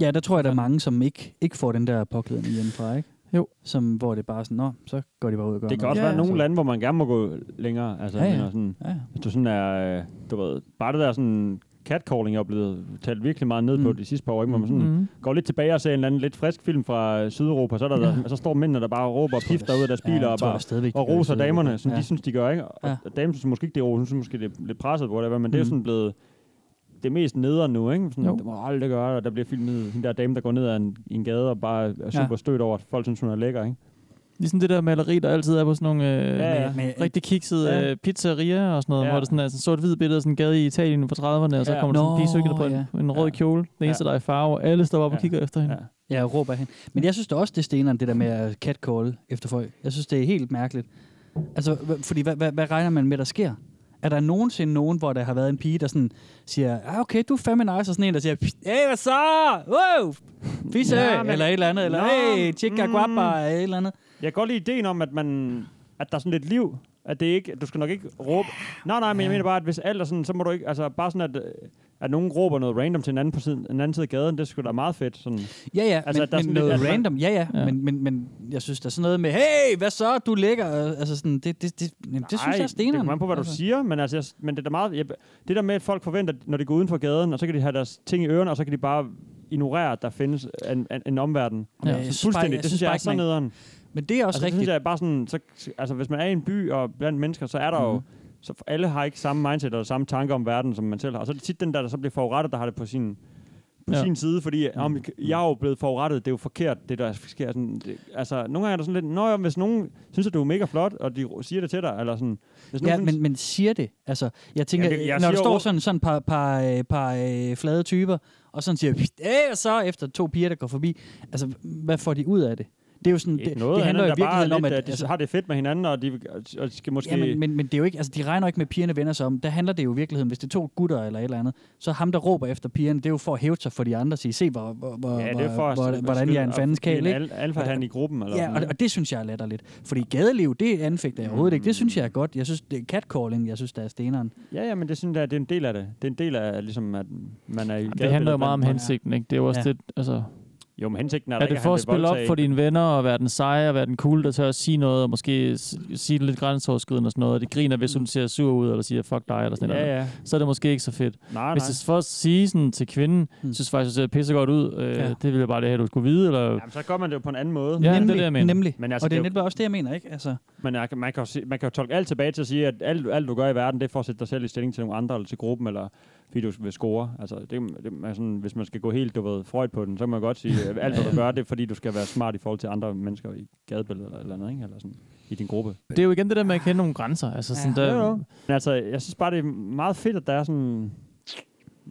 Ja, der tror jeg, der er mange, som ikke, ikke får den der påklædning hjemmefra, ikke?
Jo.
Som, hvor det er bare sådan, nå, så går de bare ud og gør
Det kan
noget.
også ja, altså. være nogle lande, hvor man gerne må gå længere. Altså,
Ja,
ja,
ja.
ja. Sådan,
ja.
Hvis du sådan er, øh, du ved, bare det der sådan catcalling er blevet talt virkelig meget ned på de sidste par år, ikke? hvor man sådan
Mhm.
går lidt tilbage og ser en eller anden lidt frisk film fra øh, Sydeuropa, så, er der,
Ja.
ja. og så står mændene der bare og råber og pifter ud af deres
ja,
biler
jeg
og,
tror
bare,
jeg stadigvæk, de
og
gør i
altså,
roser
Sydeuropa.
damerne, som
Ja.
de synes, de gør. Ikke? Og, og damen synes måske, det er roser, hun synes måske, det er lidt presset, whatever, men det er jo
Mhm.
sådan blevet det mest nederen nu, ikke? Sådan,
Jo.
det må du aldrig gøre, og der bliver filmet hende der dame, der går ned ad en, i en gade og bare er
Ja.
super stødt over, at folk synes, hun er lækker, ikke?
Ligesom det der maleri, der altid er på sådan nogle øh, ja,
Ja, ja.
ja.
Men-
rigtig kiksede
Ja.
ja. øh, pizzerier og sådan noget,
Ja.
ja. hvor der sådan er sådan sort-hvid billede af sådan en gade i Italien fra 30'erne, og så
Ja.
kommer der sådan en pige
Nå,
cyklende på en,
ja.
en rød kjole, det eneste,
Ja.
der er i farve, og alle står op og kigger efter hende. Ja.
Ja, jeg råber hen. Men jeg synes da også, det er steneren, det der med at catcall efter folk. Jeg synes, det er helt mærkeligt. Altså, hva- fordi hvad, hvad, hvad regner man med, der sker? Er der nogensinde nogen, hvor der har været en pige, der sådan siger, ah, okay, du er fandme nice, og sådan en, der siger, hey, hvad så? Wow! Fisse!
Ja,
Ja,
men-
Eller et eller andet, eller
Nå,
hey, chica
mm.
guapa, eller et eller andet.
Jeg kan godt lide ideen om, at, man, at der er sådan lidt liv. At det ikke, du skal nok ikke råbe... Nej, nej, men jeg mener bare, at hvis alt er sådan, så må du ikke... Altså bare sådan, at, øh, at nogen råber noget random til en anden på siden, en anden side af gaden, det skulle da meget fedt. Sådan.
Ja, ja,
Altså,
altså,
at der
men,
er
men
sådan
noget
lidt- at man-
random, ja, ja,
Ja.
ja. Men, men, men jeg synes, der er sådan noget med, hey, hvad så, du ligger, øh, altså sådan, det, det, det, jamen, det synes jeg er
det
steneren.
kommer an på, hvad
altså.
du siger, men, altså, jeg, men det er da meget... Jeg, det der med, at folk forventer, når de går uden for gaden, og så kan de have deres ting i ørerne, og så kan de bare ignorere, at der findes en, en, en omverden.
Ja,
Ja,
jeg synes bare-
så fuldstændig.
jeg
det synes
synes
jeg,
bare
er
ikke,
så
man-
nederen.
Men det er også
altså, rigtigt.
rigtigt.
Synes jeg bare sådan, så, altså, hvis man er i en by og blandt mennesker, så er der mm. jo...
Mhm.
Så alle har ikke samme mindset eller samme tanker om verden, som man selv har. Og så er det tit den der, der så bliver forurettet, der har det på sin på ja.
Ja.
sin side, fordi
Mhm.
om, jeg er jo blevet forurettet, det er jo forkert, det der sker. Sådan, det, altså, nogle gange er der sådan lidt, nå, ja, hvis nogen synes, at du er mega flot, og de siger det til dig, eller sådan... Hvis nogen
Ja,
synes,
men, men siger det. Altså, jeg tænker,
Jamen, det-
Jamen,
jeg
jeg når der
siger
står
jo-
sådan sådan par, par, øh, par øh, flade typer, og sådan siger, (laughs) æh, så efter to piger, der går forbi. Altså, hvad får de ud af det? Det er jo sådan, det,
noget
det handler jo i
andet, der bare
virkeligheden
er
om,
lidt,
at...
at de altså, har det fedt med hinanden, og de, og de skal måske...
Ja, men, men, men det er jo ikke, altså de regner jo ikke med, at pigerne vender sig om. Der handler det jo i virkeligheden, hvis det er to gutter eller et eller andet, så ham, der råber efter pigerne, det er jo for at hæve sig for de andre og sige, se, hvor, hvor, hvor,
ja, det er for
hvor,
at-
hvor, hvordan jeg er en
at-
fandens
fordi
kæl,
en
ikke?
al- alfa han i gruppen, eller
ja,
sådan
og,
noget.
og, det synes jeg er latterligt. Fordi gadeliv, det anfægter jeg overhovedet ikke. Det synes jeg er godt. Jeg synes, det er catcalling, jeg synes, der er steneren.
Ja, ja, men det synes jeg, det er en del af det. Det er en del af, ligesom, at man er i
Det handler jo meget om hensigten, ikke? Det er jo også
Ja.
ja. det, altså...
Jo, men hensigten er,
Er,
der
er
ikke,
det for
han
at
vil
spille op
voldtage
for dine venner og være den seje og være den cool, der tør at sige noget og måske s- sige det lidt grænseoverskridende og sådan noget, og det griner, hvis hun ser sur ud eller siger fuck dig eller sådan
Mm. Ja,
noget.
ja.
Så er det måske ikke så fedt.
Nej,
hvis
nej.
det er for at sige sådan til kvinden, mm. synes faktisk, du ser pissegodt ud, øh,
Ja.
ja. det ville jeg bare det have, du skulle vide, eller...
Jamen, så gør man det jo på en anden måde.
Ja, det er Nemlig, det, jeg mener.
nemlig.
Men altså,
Og det er
jo-
netop også det, jeg mener, ikke? Altså.
Men jeg kan- man kan, jo se, man kan jo tolke alt tilbage til at sige, at alt, alt du gør i verden, det er for at sætte dig selv i stilling til nogle andre, eller til gruppen, eller fordi du vil score. Altså, det, det man sådan, hvis man skal gå helt, du ved, Freud på den, så kan man godt sige, at alt, hvad du gør, det er, fordi du skal være smart i forhold til andre mennesker i gadebilledet eller, et eller andet, ikke? Eller sådan, i din gruppe.
Det er jo igen det der med at kende nogle grænser. Altså, sådan
Ja,
der,
jo, jo. Men altså, jeg synes bare, det er meget fedt, at der er sådan...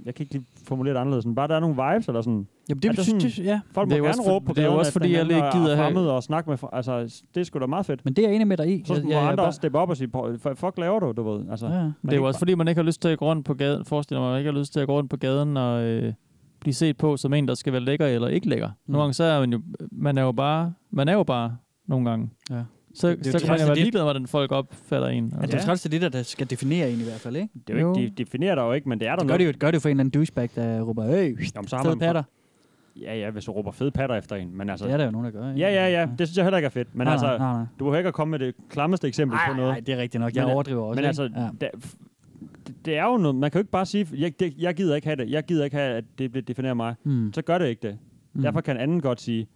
Jeg kan ikke lige formulere det anderledes, men bare der er nogle vibes eller sådan.
Jamen, det
at der
synes- det- ja.
Folk må
Det er jo
gerne
også for-
råbe på
det er jo
gaden
også,
efter
fordi jeg
hinanden
lige
og-
gider
og
have-
fremmede og snakke med... fr- Altså, det er sgu da meget fedt.
Men det er jeg enig med dig i.
Så
Jeg-
må
jeg- jeg
andre
bare-
også steppe op og sige, "Prøv- hvad fuck laver du, du ved? Altså,
Ja, ja.
man
Det
kan
er jo
ikke
også fordi, man ikke har lyst til at gå rundt på gaden. Forestil dig, man ikke har lyst til at gå rundt på gaden og øh, blive set på som en, der skal være lækker eller ikke lækker.
Mm.
Nogle gange så er man jo, man er jo bare, man er jo bare nogle gange.
Ja.
Så,
Det- det er jo
så kan man
træls,
jo være
at det-
ligeglad med, hvordan folk opfatter en.
Ja, det er jo træls, det er det, der skal definere en i hvert fald, ikke?
Det er jo ikke, de definerer dig jo ikke, men det er der
Det gør
noget.
det jo, det gør det jo for en eller anden douchebag, der råber, øh,
Jamen, så har
fede
man-
patter.
Ja, ja, hvis du råber fede patter efter en. Men altså,
Det er der jo nogen, der gør, ikke?
Ja, ja, ja. Det synes jeg heller ikke er fedt. Men
Nej,
altså,
nej, nej, nej.
du behøver ikke at komme med det klammeste eksempel
Ej,
på noget.
ej, det er rigtigt nok. Jeg
Men, øh,
overdriver også,
Men
ikke?
altså,
Ja.
der, f- det- det er jo noget. Man kan jo ikke bare sige, jeg, det, jeg gider ikke have det. Jeg gider ikke have, at det bliver- definerer mig.
Mm.
Så gør det ikke det.
Mm.
Derfor kan anden godt sige,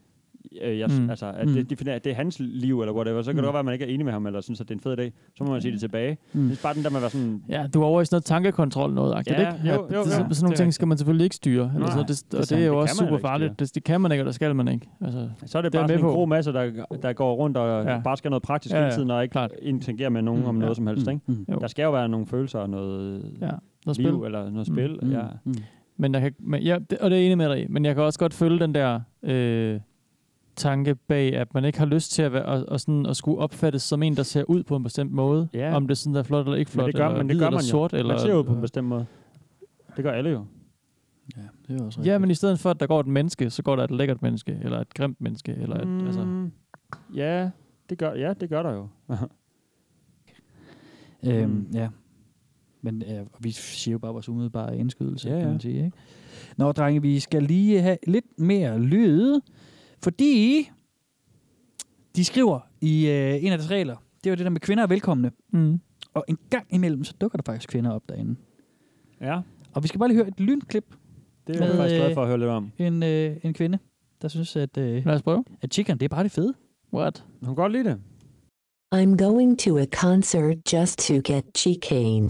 øh, jeg, mm.
Mm.
altså, at
Mm.
det, definerer, at det er hans liv, eller whatever. Så kan mm.
Mm.
det godt være, at man ikke er enig med ham, eller synes, at det er en fed dag. Så må man sige det tilbage. Mm.
Mm.
Det er bare den der med at være sådan,
Ja, du er over i sådan noget tankekontrol noget, agtigt,
Ja,
ikke?
jo,
At
jo,
det-
jo.
sådan-
Det er
Sådan nogle ting
rigtigt.
skal man selvfølgelig ikke styre.
Nej,
Eller sådan, det,
det er
og
sandt.
det er
Det
jo
kan
også
man jo
super
ikke
farligt. Det, det kan man ikke, og det skal man ikke. Altså,
så er det
jeg
bare
med
sådan en
på.
god masse, der, der går rundt og ja.
Ja.
bare skal noget praktisk ja,
Ja,
ja. hele
ja,
tiden, og ikke Klart. interagerer med nogen mm, om
Mm,
noget
ja.
som helst.
Mm,
Ikke?
mm. Jo.
Der skal jo være nogle følelser og noget,
Ja, noget
liv
spil.
eller noget
Mm,
spil.
mm,
ja.
mm. Men jeg kan, men ja, det, og det er jeg enig med dig i, men jeg kan også godt følge den der øh, tanke bag, at man ikke har lyst til at, være, og, og sådan, at skulle opfattes som en, der ser ud på en bestemt måde.
Ja.
Om det sådan er flot eller ikke flot,
men det gør,
eller
men
hvid
det gør
eller
man jo.
sort. Eller,
man ser jo på en bestemt måde. Det gør alle jo.
Det er også
Ja, men i stedet for, at der går et menneske, så går der et lækkert menneske, eller et grimt menneske, eller et, mm. altså...
Ja, det gør, ja, det gør der jo.
Mm.
Øhm, ja. Men øh, vi siger jo bare vores umiddelbare indskydelse,
Ja,
ja, ja.
ja.
kan man sige. Ikke? Nå, drenge, vi skal lige have lidt mere lyd, fordi de skriver i øh, en af deres regler, det er jo det der med kvinder er velkomne.
Mm.
Og en gang imellem, så dukker der faktisk kvinder op derinde.
Ja.
Og vi skal bare lige høre et lynklip.
Det er jeg faktisk glad for at høre lidt om.
En, øh, en kvinde, der synes, at, øh,
Lad os prøve.
at chicken, det er bare det fede.
What?
Hun kan godt lide det.
I'm going to a concert just to get chicaned.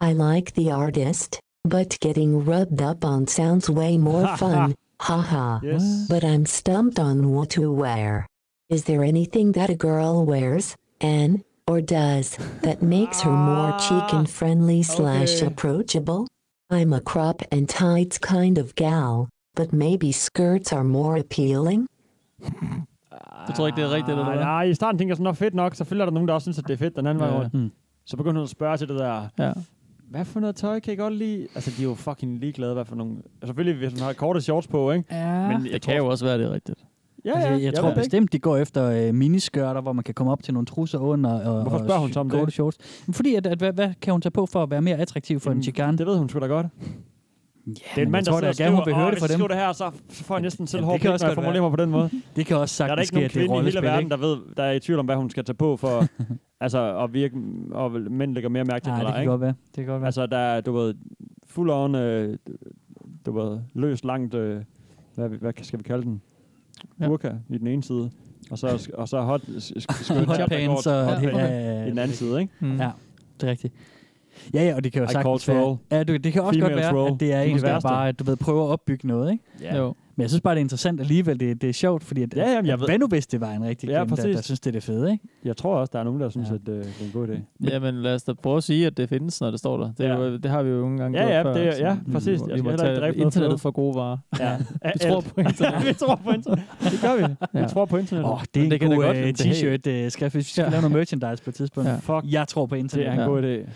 I like the artist, but getting rubbed up on sounds way more fun. Haha.
Yes.
But I'm stumped on what to wear. Is there anything that a girl wears, and or does, that makes her more chicken friendly slash
okay.
approachable? I'm a crop and tights kind of gal, but maybe skirts are more appealing.
Du tror ikke, det er rigtigt, eller
Ah, Nej,
hvad?
nej, i starten tænkte jeg sådan, "Nå, fedt nok. Selvfølgelig er der nogen, der også synes, at det er fedt den anden
Ja.
vej rundt.
Mm.
Så begyndte hun at spørge til det der,
Ja.
hvad for noget tøj kan I godt lide? Altså, de er jo fucking ligeglade, hvad for nogle... Altså, selvfølgelig, hvis man har korte shorts på, ikke?
Ja.
Men
Det
jeg
Det kan jo også være, det er rigtigt.
Ja,
altså,
ja,
jeg, jeg
jeg
tror
ved det
bestemt, de går efter øh, miniskørter, hvor man kan komme op til nogle trusser under. Og,
Hvorfor
og
spørger hun så om det?
korte Shorts. Men Fordi, at, at, hvad, hvad kan hun tage på for at være mere attraktiv for en chikan?
Mm. Det ved hun sgu da godt.
Ja,
det er en mand, der sidder og
gerne, hun vil
skriver,
høre
"Åh,
det fra
hvis jeg
dem.
skriver det her, så, så får jeg næsten selv
Ja, det
hårdt,
kan
når
også
jeg
godt
formulerer
være.
mig på den måde.
Det kan også
Der er der
sagtens
ikke
ske, at
nogen
det er
kvinde i hele
rollespil,
verden,
ikke?
der ved, der er i tvivl om, hvad hun skal tage
(laughs)
på for... altså, at virke, og mænd lægger mere mærke til,
Nej,
end
det
eller
kan
ikke?
godt være. Det kan godt være.
Altså, der er, du ved, full on, øh, du ved, løs langt, øh, hvad, hvad skal vi kalde den?
Ja.
Burka i den ene side, og så, og så hot, sk- sk- skønt
Hot
chapter
pants
kort,
og-
hot
ja,
pants
ja, ja.
i den anden side, ikke?
Mm.
Ja, det er rigtigt. Ja, ja, og det kan jo
I
sagtens
call
være,
troll.
ja, du, det kan også
Female
godt være,
troll.
at det er
Det er
en,
det
der
værste.
bare du ved, prøver at opbygge noget, ikke?
Ja. Jo.
Men jeg synes bare, det er interessant alligevel, det, det er sjovt, fordi at,
Ja, jamen, jeg
at
ved-
hvad nu hvis det var en rigtig
Ja,
kvinde, der, der
præcis.
synes, det er det fede, ikke?
Jeg tror også, der er nogen, der synes, at øh, det er en god idé.
Jamen lad os da prøve at sige, at det findes, når det står der. Det, ja. jo, det har vi jo nogle gange
Ja,
gjort
ja,
før.
det er-
sådan, mm,
ja, præcis. Altså,
Vi,
Jeg
vi
skal
må
heller ikke
tage
dræbe noget
internettet
fædre.
for gode varer.
Ja.
(laughs) vi tror på internettet.
(laughs) vi tror på internet. Det gør vi. Vi tror på internet.
Åh, oh, det er en det
kan da
god
godt
øh,
være.
t-shirt, øh, skal vi skal
Ja.
ja. lave noget merchandise på et tidspunkt.
Ja.
Ja. Fuck, jeg tror på internet.
Det er en god idé.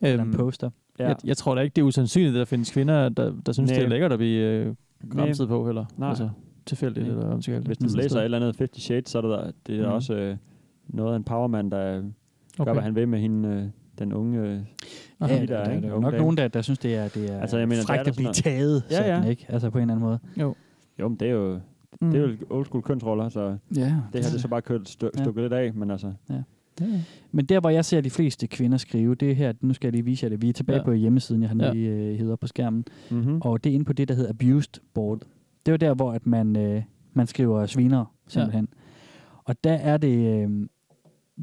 Eller en poster.
Ja.
Jeg, jeg tror da ikke, det er usandsynligt, at der findes kvinder, der, der synes,
Næ.
det er lækkert at blive øh, gramset på heller.
Nej.
Altså, tilfældigt, eller hvad man skal kalde det. Mm.
Hvis du
Sådan et
læser
sted.
et eller andet 50 Shades, så er det, der, det er
Mhm.
mm. også øh, noget af en powerman, der øh, gør,
Okay.
okay. hvad han vil med hende, øh, den unge... Øh,
Ja,
pige,
der, der,
ikke?
der, er
Unge
nok
dame.
nogen, der, der synes, det er, det er
Altså, jeg mener, det er
frækt
der
at blive
sådan
taget,
noget. Ja,
sådan,
ja.
ikke? Altså på en eller anden måde.
Jo.
Jo, men det er jo,
Mm.
mm. det er jo old school kønsroller, så ja, det
det
her det
er
er
det.
så bare kørt stø-
Ja.
stukket lidt af, men altså...
Ja. Men der, hvor jeg ser de fleste kvinder skrive, det er her, nu skal jeg lige vise jer det, vi er tilbage
Ja.
ja. på hjemmesiden, jeg har
Ja.
lige øh, hævet op på skærmen,
mm-hmm.
og det er inde på det, der hedder Abused Board. Det var der, hvor at man, øh, man skriver sviner, simpelthen. Ja. Og der er det... Øh,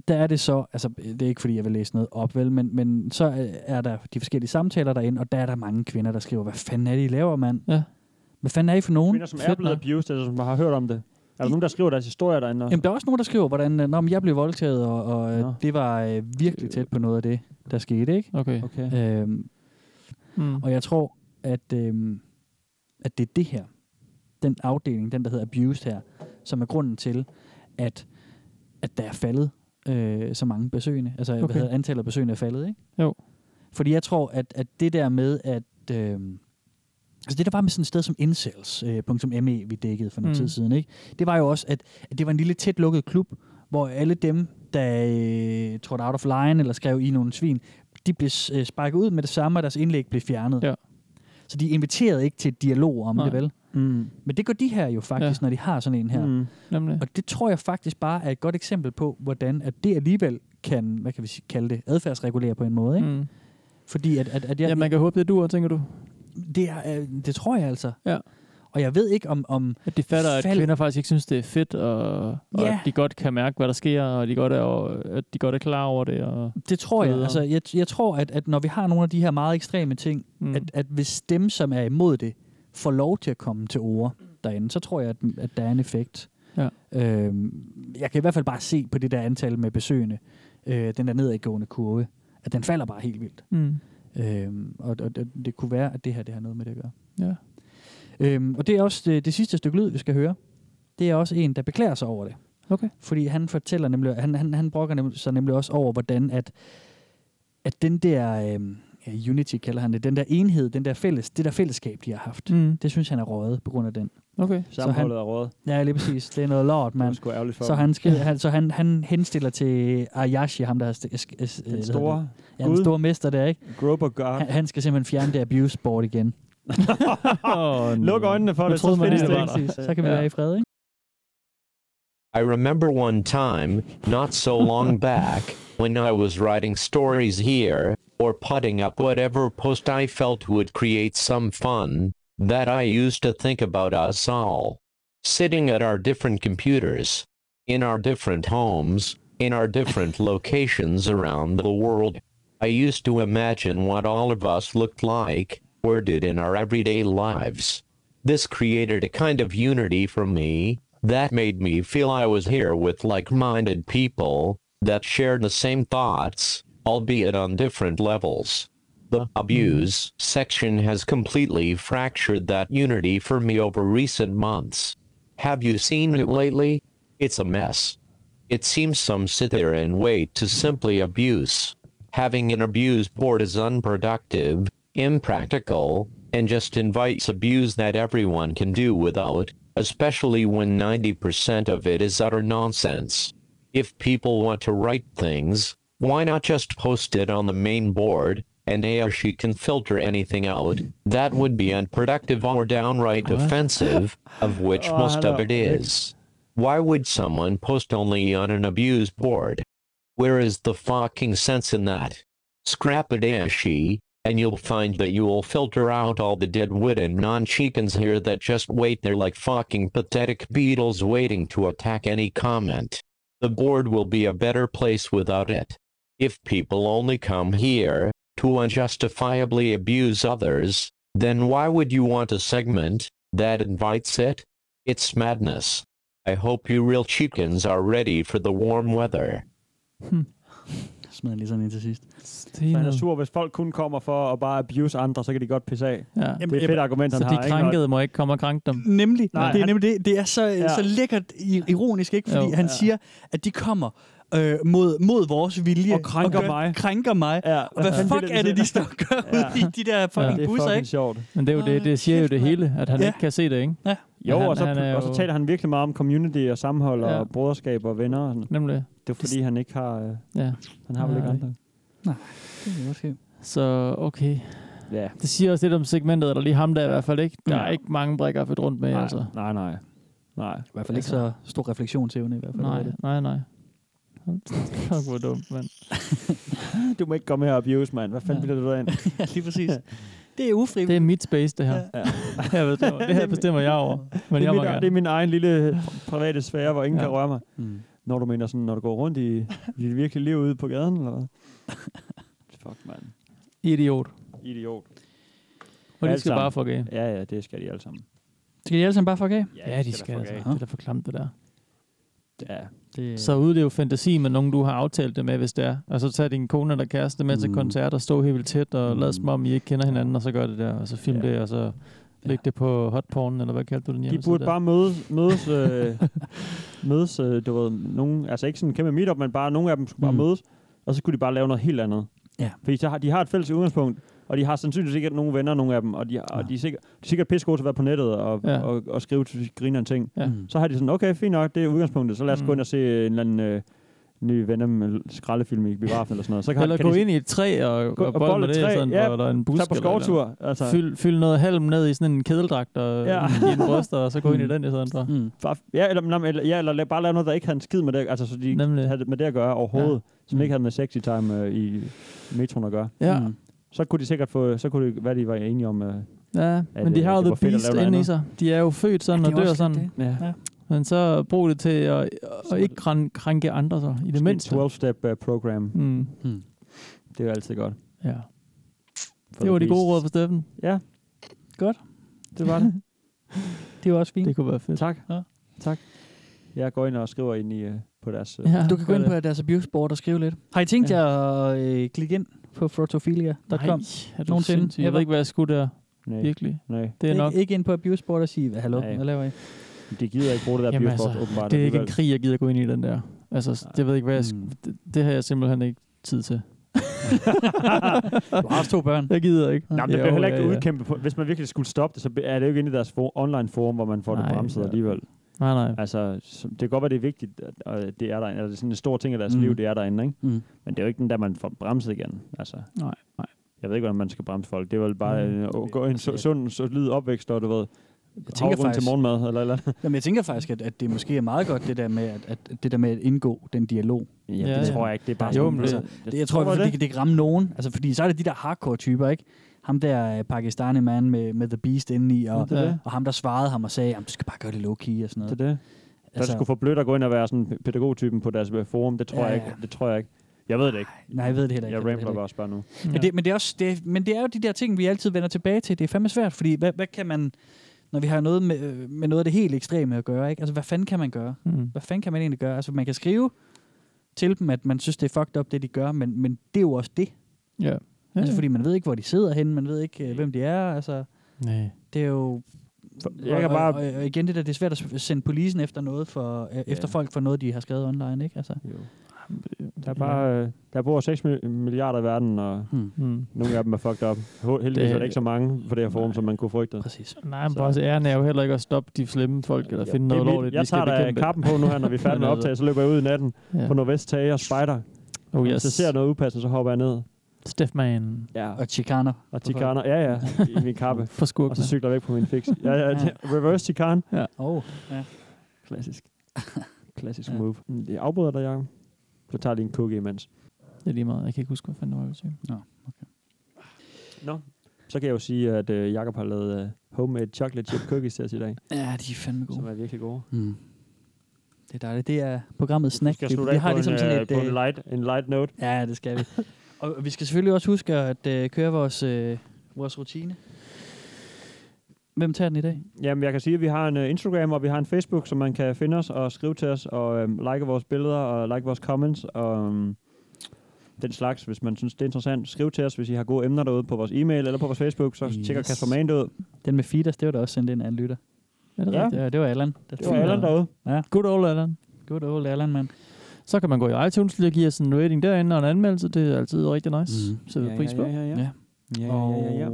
der er det så, altså det er ikke fordi, jeg vil læse noget op, vel, men, men så øh, er der de forskellige samtaler derinde, og der er der mange kvinder, der skriver, hvad fanden er det, I laver, mand?
Ja.
Hvad fanden er I for nogen?
Kvinder, som er
Fedt
blevet
nok.
abused, altså som har hørt om det. Er der nogen, der skriver deres historier derinde? også?
Jamen, der er også nogen, der skriver, hvordan øh, Nå, men jeg blev voldtaget, og, og øh, det var øh, virkelig tæt på noget af det, der skete, ikke?
Okay.
okay. Øhm,
Mm.
og jeg tror, at, øhm, at det er det her, den afdeling, den der hedder Abused her, som er grunden til, at, at der er faldet øh, så mange besøgende. Altså, okay.
Okay.
hvad hedder, antallet af besøgende er faldet, ikke?
Jo.
Fordi jeg tror, at, at det der med, at... øhm, Altså det, der var med sådan et sted som øh, incels.me, vi dækkede for nogle
Mm.
mm. tid siden, ikke? det var jo også, at, at det var en lille tæt lukket klub, hvor alle dem, der øh, trådte out of line eller skrev i nogle svin, de blev øh, sparket ud med det samme, og deres indlæg blev fjernet.
Ja.
Så de inviterede ikke til dialog om
Nej.
Nej. det, vel?
Mm.
Men det gør de her jo faktisk, ja.
Ja.
når de har sådan en her.
Mm. Nemlig.
Og det tror jeg faktisk bare er et godt eksempel på, hvordan at det alligevel kan, hvad kan vi sige- kalde det, adfærdsregulere på en måde. Ikke?
Mm.
Fordi at, at, at jeg,
Ja, man kan håbe, det duer, tænker du?
det, er, øh, det tror jeg altså.
Ja.
Og jeg ved ikke om... om
at de fatter, at
fald-
kvinder faktisk ikke synes, det er fedt, og, og
Ja.
at de godt kan mærke, hvad der sker, og de godt er, og, at de godt er klar over det. Og,
Det tror
så
jeg.
videre.
Altså, jeg, jeg tror, at, at når vi har nogle af de her meget ekstreme ting,
Mm.
mm. at, at hvis dem, som er imod det, får lov til at komme til ord derinde, så tror jeg, at, at der er en effekt.
Ja.
Øhm, jeg kan i hvert fald bare se på det der antal med besøgende, øh, den der nedadgående kurve, at den falder bare helt vildt.
Mm.
Øhm, og, og, og det kunne være, at det her det har noget med det at gøre.
Ja.
Øhm, og det er også det, det sidste stykke lyd, vi skal høre. Det er også en, der beklager sig over det.
Okay.
Fordi han fortæller nemlig, han, han, han brokker nemlig, sig nemlig også over, hvordan at, at den der øhm, ja, unity, kalder han det, den der enhed, den der fælles, det der fællesskab, de har haft,
Mm.
det synes han er røget på grund af den.
Okay.
Sammenholdet er rådet.
Ja, lige præcis. Det er noget lort, mand.
sgu ærgerligt for
så
dem.
han, skal, han, så han, han henstiller til Ayashi, ham der har... St- sk-
øh,
s- hvad hedder
store
det? Ja, den
gud.
store mester der, ikke?
Grober God.
Han, han skal simpelthen fjerne det abuse board igen. oh,
(laughs) Luk øjnene for
Nu
det, så
troede man,
findes
det
det
var
ikke.
der. Så kan vi
Ja.
være i fred, ikke?
I remember one time, not so long back, when I was writing stories here, or putting up whatever post I felt would create some fun, that I used to think about us all. Sitting at our different computers, in our different homes, in our different locations around the world, I used to imagine what all of us looked like, or did in our everyday lives. This created a kind of unity for me that made me feel I was here with like minded people that shared the same thoughts, albeit on different levels. The abuse section has completely fractured that unity for me over recent months. Have you seen it lately? It's a mess. It seems some sit there and wait to simply abuse. Having an abuse board is unproductive, impractical, and just invites abuse that everyone can do without, especially when 90% of it is utter nonsense. If people want to write things, why not just post it on the main board, and Aoshi can filter anything out that would be unproductive or downright offensive, of which
Oh,
most of
hello.
it is. Why would someone post only on an abused board? Where is the fucking sense in that? Scrap it, Ashi, and you'll find that you'll filter out all the deadwood and non chicans here that just wait there like fucking pathetic beetles waiting to attack any comment. The board will be a better place without it. If people only come here to unjustifiably abuse others, then why would you want a segment that invites it? It's madness. I hope you real chickens are ready for the warm weather.
Smider lige sådan ind til sidst.
Så han er sur, hvis folk kun kommer for at bare abuse andre, så kan de godt pisse af.
Ja.
Det er et fedt argument, han
så
har.
de
ikke?
krænkede må ikke komme og krænke dem.
Nemlig.
Nej.
Nej, det er nemlig det. Det er så, ja. så lækkert i- ironisk, ikke? Fordi
Jo.
jo, han
Ja.
ja. siger, at de kommer øh, mod, mod vores vilje. Og
krænker
gør-
mig.
Krænker mig.
Ja.
Og hvad
Ja.
fuck er det, de står og gør
Ja.
ude i de der fucking
Det er
busser,
fucking
ikke?
sjovt.
Men det er jo det, det siger jo det hele, at han
Ja.
ikke kan se det, ikke?
Ja.
Jo,
han,
og, så,
han er
og så taler han virkelig meget om community og samhold
Ja.
og broderskab og venner. Og sådan.
Nemlig.
Det er fordi, han ikke har... Øh,
Ja.
Han har vel
Ja,
ikke andre.
Nej, det kan godt ske. Så okay.
Ja.
Det siger også lidt om segmentet, eller lige ham der i hvert fald ikke. Der er ikke mange brækker at rundt med,
Nej,
altså.
Nej, nej. Nej. I
hvert fald ikke så stor refleksionsevne i hvert fald.
Nej,
Det er det.
nej, nej. Fuck, hvor dumt, mand.
du må ikke komme her og abuse, mand. Hvad fanden
Ja.
ja. bilder du dig ind?
(laughs) ja, lige præcis. Det er ufrivilligt.
Det er mit space, det her.
Ja.
(laughs) jeg bestemmer, det her bestemmer jeg over. Men
det, er
jeg må
min,
gerne.
det er min egen lille øh, private sfære, hvor ingen
Ja.
ja. kan røre mig.
Mm.
Mm. Når du mener sådan, når du går rundt i, i det virkelige liv ude på gaden, eller
(laughs)
hvad? Fuck, mand.
Idiot.
Idiot.
Og de
Alt
skal
sammen.
bare fuck af.
Ja, ja, det skal de alle sammen.
Skal de alle sammen bare fuck af?
Ja,
Ja,
de
de
skal
skal
da fuck
altså.
af.
Det er da for klamt, det der.
Ja.
Det,
Så udlev fantasi med nogen, du har aftalt det med, hvis det er. Og så tag din kone eller kæreste med mm. til
Mm.
koncert og stå helt vildt tæt og mm. lad som om, I ikke kender hinanden, og så gør det der, og så film ja.
Ja.
det, og så læg det på hotporn, eller hvad kaldte du den
De
hjemmeside
burde
der?
bare møde,
(laughs)
mødes, øh, mødes øh, du ved, nogen, altså ikke sådan en kæmpe meetup, men bare nogle af dem skulle bare
Mm.
mødes, og så kunne de bare lave noget helt andet.
Ja.
Fordi så har, de har et fælles udgangspunkt, og de har sandsynligvis ikke nogen venner, nogle af dem, og de, og de er sikkert, de er sikkert pisse gode til at være på nettet og,
Ja.
ja. og, og skrive til grinerne ting.
Ja.
Så har de sådan, okay, fint nok, det er udgangspunktet, så lad os
Mm.
gå ind og se en eller anden øh, ny Venom skraldefilm i biografen eller sådan noget. Så kan,
Eller
kan
gå
de,
ind i et træ og,
Gå-
og
og
bolle
bolle
med det,
et træ,
sådan,
ja.
ja, eller en busk.
Tag på
eller et eller
skovtur,
andet.
altså.
Fyld, fyld noget halm ned i sådan en kedeldragt og ja.
Ja.
i en bryst, og så gå ind i den i stedet for.
Mm.
Bare, ja, eller, nej, men- eller, ja, eller la- bare lave noget, der ikke havde en skid med det, altså, så de ikke havde med det at gøre overhovedet, ja. som
Mm.
ikke havde med sexy time øh, i metroen at gøre.
Ja. Mm.
Så kunne de sikkert få, så kunne det, hvad de var enige om. Øh,
Ja, men de
øh,
har jo
det
The
var fedt at lave
Beast
noget
inde i
andet.
sig. De er jo født sådan
Ja,
og
det er
dør
også lidt
sådan.
det. Ja.
Men så brug det til at, at ikke krænke, krænke andre så, i det
Sådan
mindste.
et 12-step øh, program.
Mm.
Mm.
Det er jo altid godt.
Ja.
For
Det var
The
de gode
Beast.
råd for Steffen.
Ja.
Godt.
Det var det.
det var også fint.
(laughs) Det kunne være fedt.
Tak.
Ja.
Tak. Jeg går ind og skriver ind i, øh, på deres... øh,
Ja, du kan gå ind på deres abuse board og skrive lidt. Har I tænkt jer at øh, klikke ind på frotophilia.com?
Nej, er du sindssyg. Jeg ved ikke, hvad jeg skulle der.
Nej.
Virkelig.
Nej.
Det er nok.
Ikke, ikke ind på abuse board og sige, "Hvad, hallo,
Nej.
hvad laver I?
De gider ikke bruge det der
Jamen
biosfort,
altså,
åbenbart.
det er ikke en
alligevel. Mm. (laughs)
krig, jeg gider gå ind i den der. Altså, Nej. det ved jeg ikke, hvad jeg... sk- Det, det har jeg simpelthen ikke tid til.
du har også to børn.
Jeg gider ikke.
Nej, men det bliver heller ikke udkæmpet på. Hvis man virkelig skulle stoppe det, så er det jo ikke inde i deres for- online forum, hvor man får
Nej,
det bremset
ja.
alligevel.
Nej, nej.
Altså, så- det kan godt være, det er vigtigt, at- at det er derinde. Eller det er sådan en stor ting af deres
Mm.
liv, det er derinde, ikke?
Mm.
Men det er jo ikke den der, man får bremset igen. Altså.
Nej, nej.
Jeg ved ikke, hvordan man skal bremse folk. Det er vel bare
Mm.
mm. at gå en så, sund, solid opvækst, og du ved, jeg
tænker
til
faktisk-
morgenmad, eller eller andet.
Jamen, jeg tænker faktisk, at, at det måske er meget godt, det der med at, at, det der med at indgå den dialog.
Ja, det tror jeg ikke. Det er bare
jo,
sådan-
men altså,
det-
det, jeg tror,
Tror du
tror det,
det?
det, det kan ramme nogen. Altså, fordi så er det de der hardcore typer, ikke? Ham der øh, pakistani mand med, med The Beast indeni, og,
Ja, det er det.
og ham der svarede ham og sagde, at du skal bare gøre det low-key og sådan noget.
Det er det. Altså, der skulle få blødt at gå ind og være sådan pædagogtypen på deres øh, forum. Det tror,
Ja,
ja, jeg
ja.
ikke. det tror jeg ikke. Jeg ved det ikke.
Nej, jeg ved det heller ikke. Jeg
Jeg
ved det heller
rambler
ikke.
også bare nu.
Men, det, men, det er også, det, men det er jo de der ting, vi altid vender tilbage til. Det er fandme svært, fordi hvad, hvad kan man, når vi har noget med, øh, med noget af det helt ekstreme at gøre, ikke? Altså, hvad fanden kan man gøre?
Mm.
Hvad fanden kan man egentlig gøre? Altså, man kan skrive til dem, at man synes, det er fucked up, det de gør, men, men det er jo også det.
Ja. ja.
Altså, fordi man ved ikke, hvor de sidder henne, man ved ikke, øh, hvem de er, altså...
Nej.
Det er jo...
Jeg kan
og,
bare-
og, og igen, det der, det er svært at s- sende polisen efter noget for, øh, efter folk for noget, de har skrevet online, ikke? Altså.
Jo. Der, er bare, øh, der bor 6 mi- milliarder i verden, og
Hmm.
hmm. nogle af dem er fucked up. Hå- Heldigvis
Det-
er der ikke så mange på det her forum, som man kunne frygte.
Præcis.
Nej, men også æren er jo heller ikke at stoppe de slemme folk, eller finde noget lovligt,
Jeg
vi skal
tager da
bekæmpe.
kappen på nu her, når vi er færdige
Men
med
(laughs) altså-
optaget, så løber jeg ud i natten
Ja.
ja. på Nordvesttage og spejder.
Oh,
Hvis
yes.
jeg ser noget upassende, så hopper jeg ned.
Steffman.
Ja.
Og chikaner.
Og chikaner, ja ja, i
(laughs)
min kappe.
For skurkene.
Og så cykler jeg væk på min
(laughs)
fix. Ja, ja,
Ja.
det- reverse chikan.
Ja.
Oh, ja.
Klassisk. (laughs) Klassisk move. Mm, Det afbryder dig, Jacob. Så tager jeg lige en kukke imens.
Det er lige meget. Jeg kan ikke huske, hvad fanden det var, jeg ville sige.
Nå.
Nå, så kan jeg jo sige, at øh, Jacob har lavet øh, homemade chocolate chip cookies til os i dag.
Ja, de er fandme gode.
Som er virkelig gode.
Mm. Det er dejligt. Det er programmet Snack.
Skal jeg
Vi-
slutte
vi
af
har
på,
ligesom
en,
sådan
øh,
et,
på en
øh,
light, en light note?
Ja, det
(laughs)
skal vi. Og vi skal selvfølgelig også huske at øh, køre vores, øh, vores rutine. Hvem tager den i dag?
Jamen, jeg kan sige, at vi har en øh, Instagram, og vi har en Facebook, så man kan finde os og skrive til os, og øhm, like vores billeder, og like vores comments, og øhm, den slags, hvis man synes, det er interessant. Skriv til os, hvis I har gode emner derude på vores e-mail eller på vores Facebook, så yes. tjekker
Yes.
Kasper Mand ud.
Den med Fidas, det var da også sendt ind af en lytter.
Er det
Ja.
rigtigt?
Ja, det var Allan. der
Det var
fik-
Allan derude.
Ja.
Good old Allan.
Good old Allan, mand.
Så kan man gå i iTunes lige og give os en rating derinde og en anmeldelse. Det er altid rigtig nice. Mm. Så vi
Ja,
pris
ja,
på.
ja, ja, ja.
Ja.
Ja, ja, ja, ja.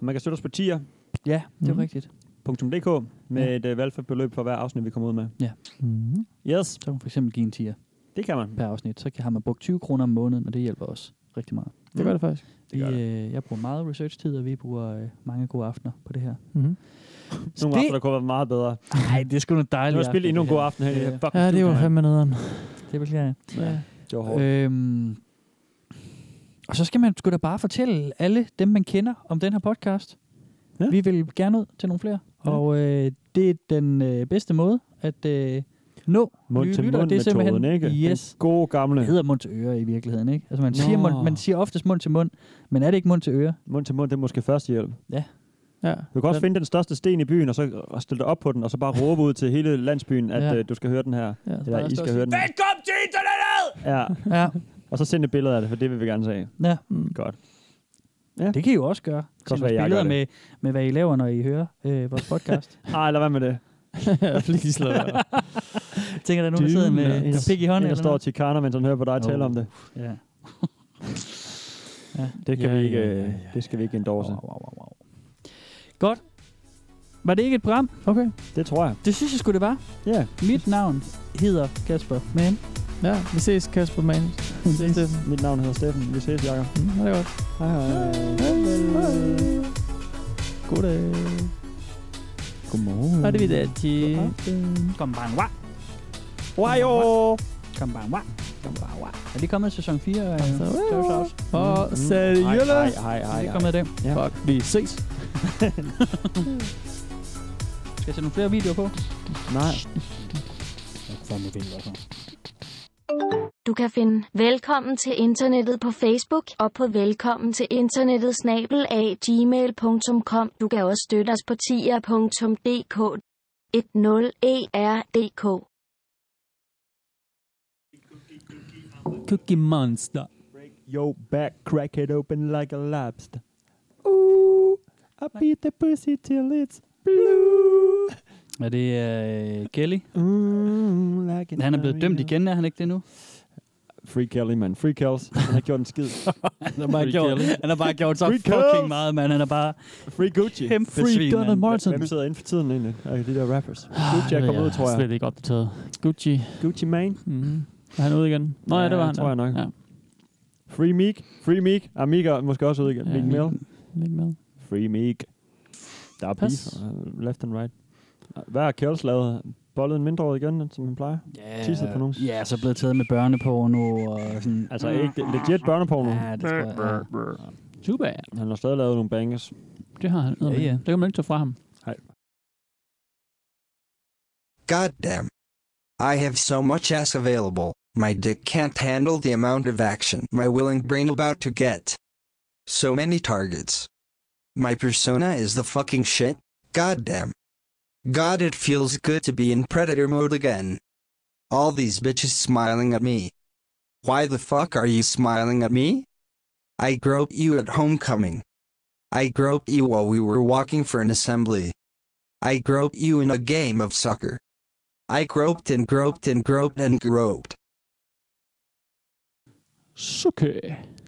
Man kan støtte os på tier.
Ja, det er
Mhm.
mm. rigtigt.
.dk med et øh, valgfrit beløb for hver afsnit, vi kommer ud med.
Ja.
Mm.
Yes.
Så kan man for eksempel give en tier.
Det kan man.
Per afsnit. Så kan- har man brugt 20 kroner om måneden, og det hjælper os rigtig meget.
Mhm.
Det gør det faktisk.
Vi, øh, jeg bruger meget research-tid, og vi bruger øh, mange gode aftener på det her.
Mm-hmm.
Nogle aftener, der kunne have været meget bedre.
Nej, det er sgu nogle dejlige
Nu har jeg spillet endnu en god aften her. i det her fucking
Ja, det var
studie, mand.
fandme nederen.
Det beklager jeg.
Ja.
Det var hårdt.
Øhm, og så skal man sgu da bare fortælle alle dem, man kender, om den her podcast.
Ja.
Vi vil gerne ud til nogle flere. Ja. Og øh, det er den øh, bedste måde at øh, nå
Mund
nye
til
lyttere.
mund
Det er simpelthen,
metoden, ikke?
Yes.
Den gode gamle.
Det hedder mund til øre i virkeligheden, ikke? Altså man
Nå.
siger, mund, man siger oftest mund til mund, men er det ikke mund til øre?
Mund til mund, det er måske førstehjælp.
Ja.
Ja.
Du kan også finde den største sten i byen, og så og stille dig op på den, og så bare råbe ud til hele landsbyen, at
Ja.
ja. øh, du skal høre den her.
Ja,
Ja,
bare
eller I
stå og
skal
sige,
høre den her.
Velkommen til internettet!
Ja.
ja.
Og så send et billede af det, for det vil vi gerne se.
Ja.
Mm.
Godt. Ja.
Det kan I jo også gøre.
også
Send
være,
os
jeg gør
billeder
det.
med, med, hvad I laver, når I hører øh, vores
(laughs)
podcast.
Ah, lad være med
(laughs)
det.
Please, lad være.
Tænker der er nogen, der sidder med en pik i hånden?
Der
eller
står
noget?
Chicana, mens han hører på dig tale om det. (laughs)
Ja.
Det kan
Ja,
vi ikke,
ja,
øh, det skal vi ikke endorse.
Godt. Var det ikke et program?
Okay.
Det tror jeg.
Det synes jeg skulle det var.
Ja.
Mit navn hedder Kasper Mann.
Ja, vi ses, Kasper Mann. Vi ses, Steffen.
Mit navn hedder Steffen. Vi ses, Jacob.
Mm, ha' det godt.
Hej, hej.
Goddag.
Godmorgen.
Arrivederci.
Konbanwa.
Wajo.
Konbanwa. Konbanwa. Er det kommet sæson 4? Altså,
Og seriøle.
Hej, hej,
Mm. Det er
hej, hej.
kommet i dag.
Ja.
Fuck, vi ses.
(laughs) Skal jeg sætte nogle flere videoer på?
Nej.
Jeg fandme billeder på.
Du kan finde Velkommen til internettet på Facebook og på velkommen til internettet snabel af gmail.com. Du kan også støtte os på tier.dk E 10er.dk
Cookie Monster.
Yo, back, crack it open like a lobster. Ooh, I beat the pussy till it's blue.
Er det øh, Kelly?
Mm, like
Øh, Han er blevet dømt igen, er han ikke det nu?
Free Kelly, man. Free Kells. Han har gjort en skid.
Han har bare gjort- han har bare gjort så fucking meget, man. Han er bare...
Free Gucci.
Kæmpe Free svin, Donald mand. Ah, Martin.
Hvem sidder inden for tiden egentlig? Af de der rappers. Gucci
det
er
ved
kommet
jeg
ud, tror jeg.
slet ikke opdateret. Gucci.
Gucci Mane.
Mm. Er han ude igen? Nå ja, det var han.
tror
ja.
jeg nok.
Ja.
Free Meek. Free Meek. Ah, Meek er måske også ude igen.
Ja,
Meek Mill.
Meek Mill.
Free Meek. Der er beef.
Pas.
uh, Left and right. Hvad har Kjells lavet? Bollet en mindreårig igen, som han plejer?
Ja,
Tisset på nogen?
Ja, så er blevet taget med børneporno og sådan...
Altså
Ah.
ikke det, legit børneporno.
Ja, det tror jeg. Ja.
Too bad.
Han har stadig lavet nogle bangers.
Det har han.
Ja, ja.
Det kan man ikke tage fra ham.
Hej.
Goddamn. I have so much ass available, my dick can't handle the amount of action my willing brain about to get. So many targets. My persona is the fucking shit, goddamn. God, it feels good to be in predator mode again. All these bitches smiling at me. Why the fuck are you smiling at me? I groped you at homecoming. I groped you while we were walking for an assembly. I groped you in a game of soccer. I groped and groped and groped and groped.
Sukke.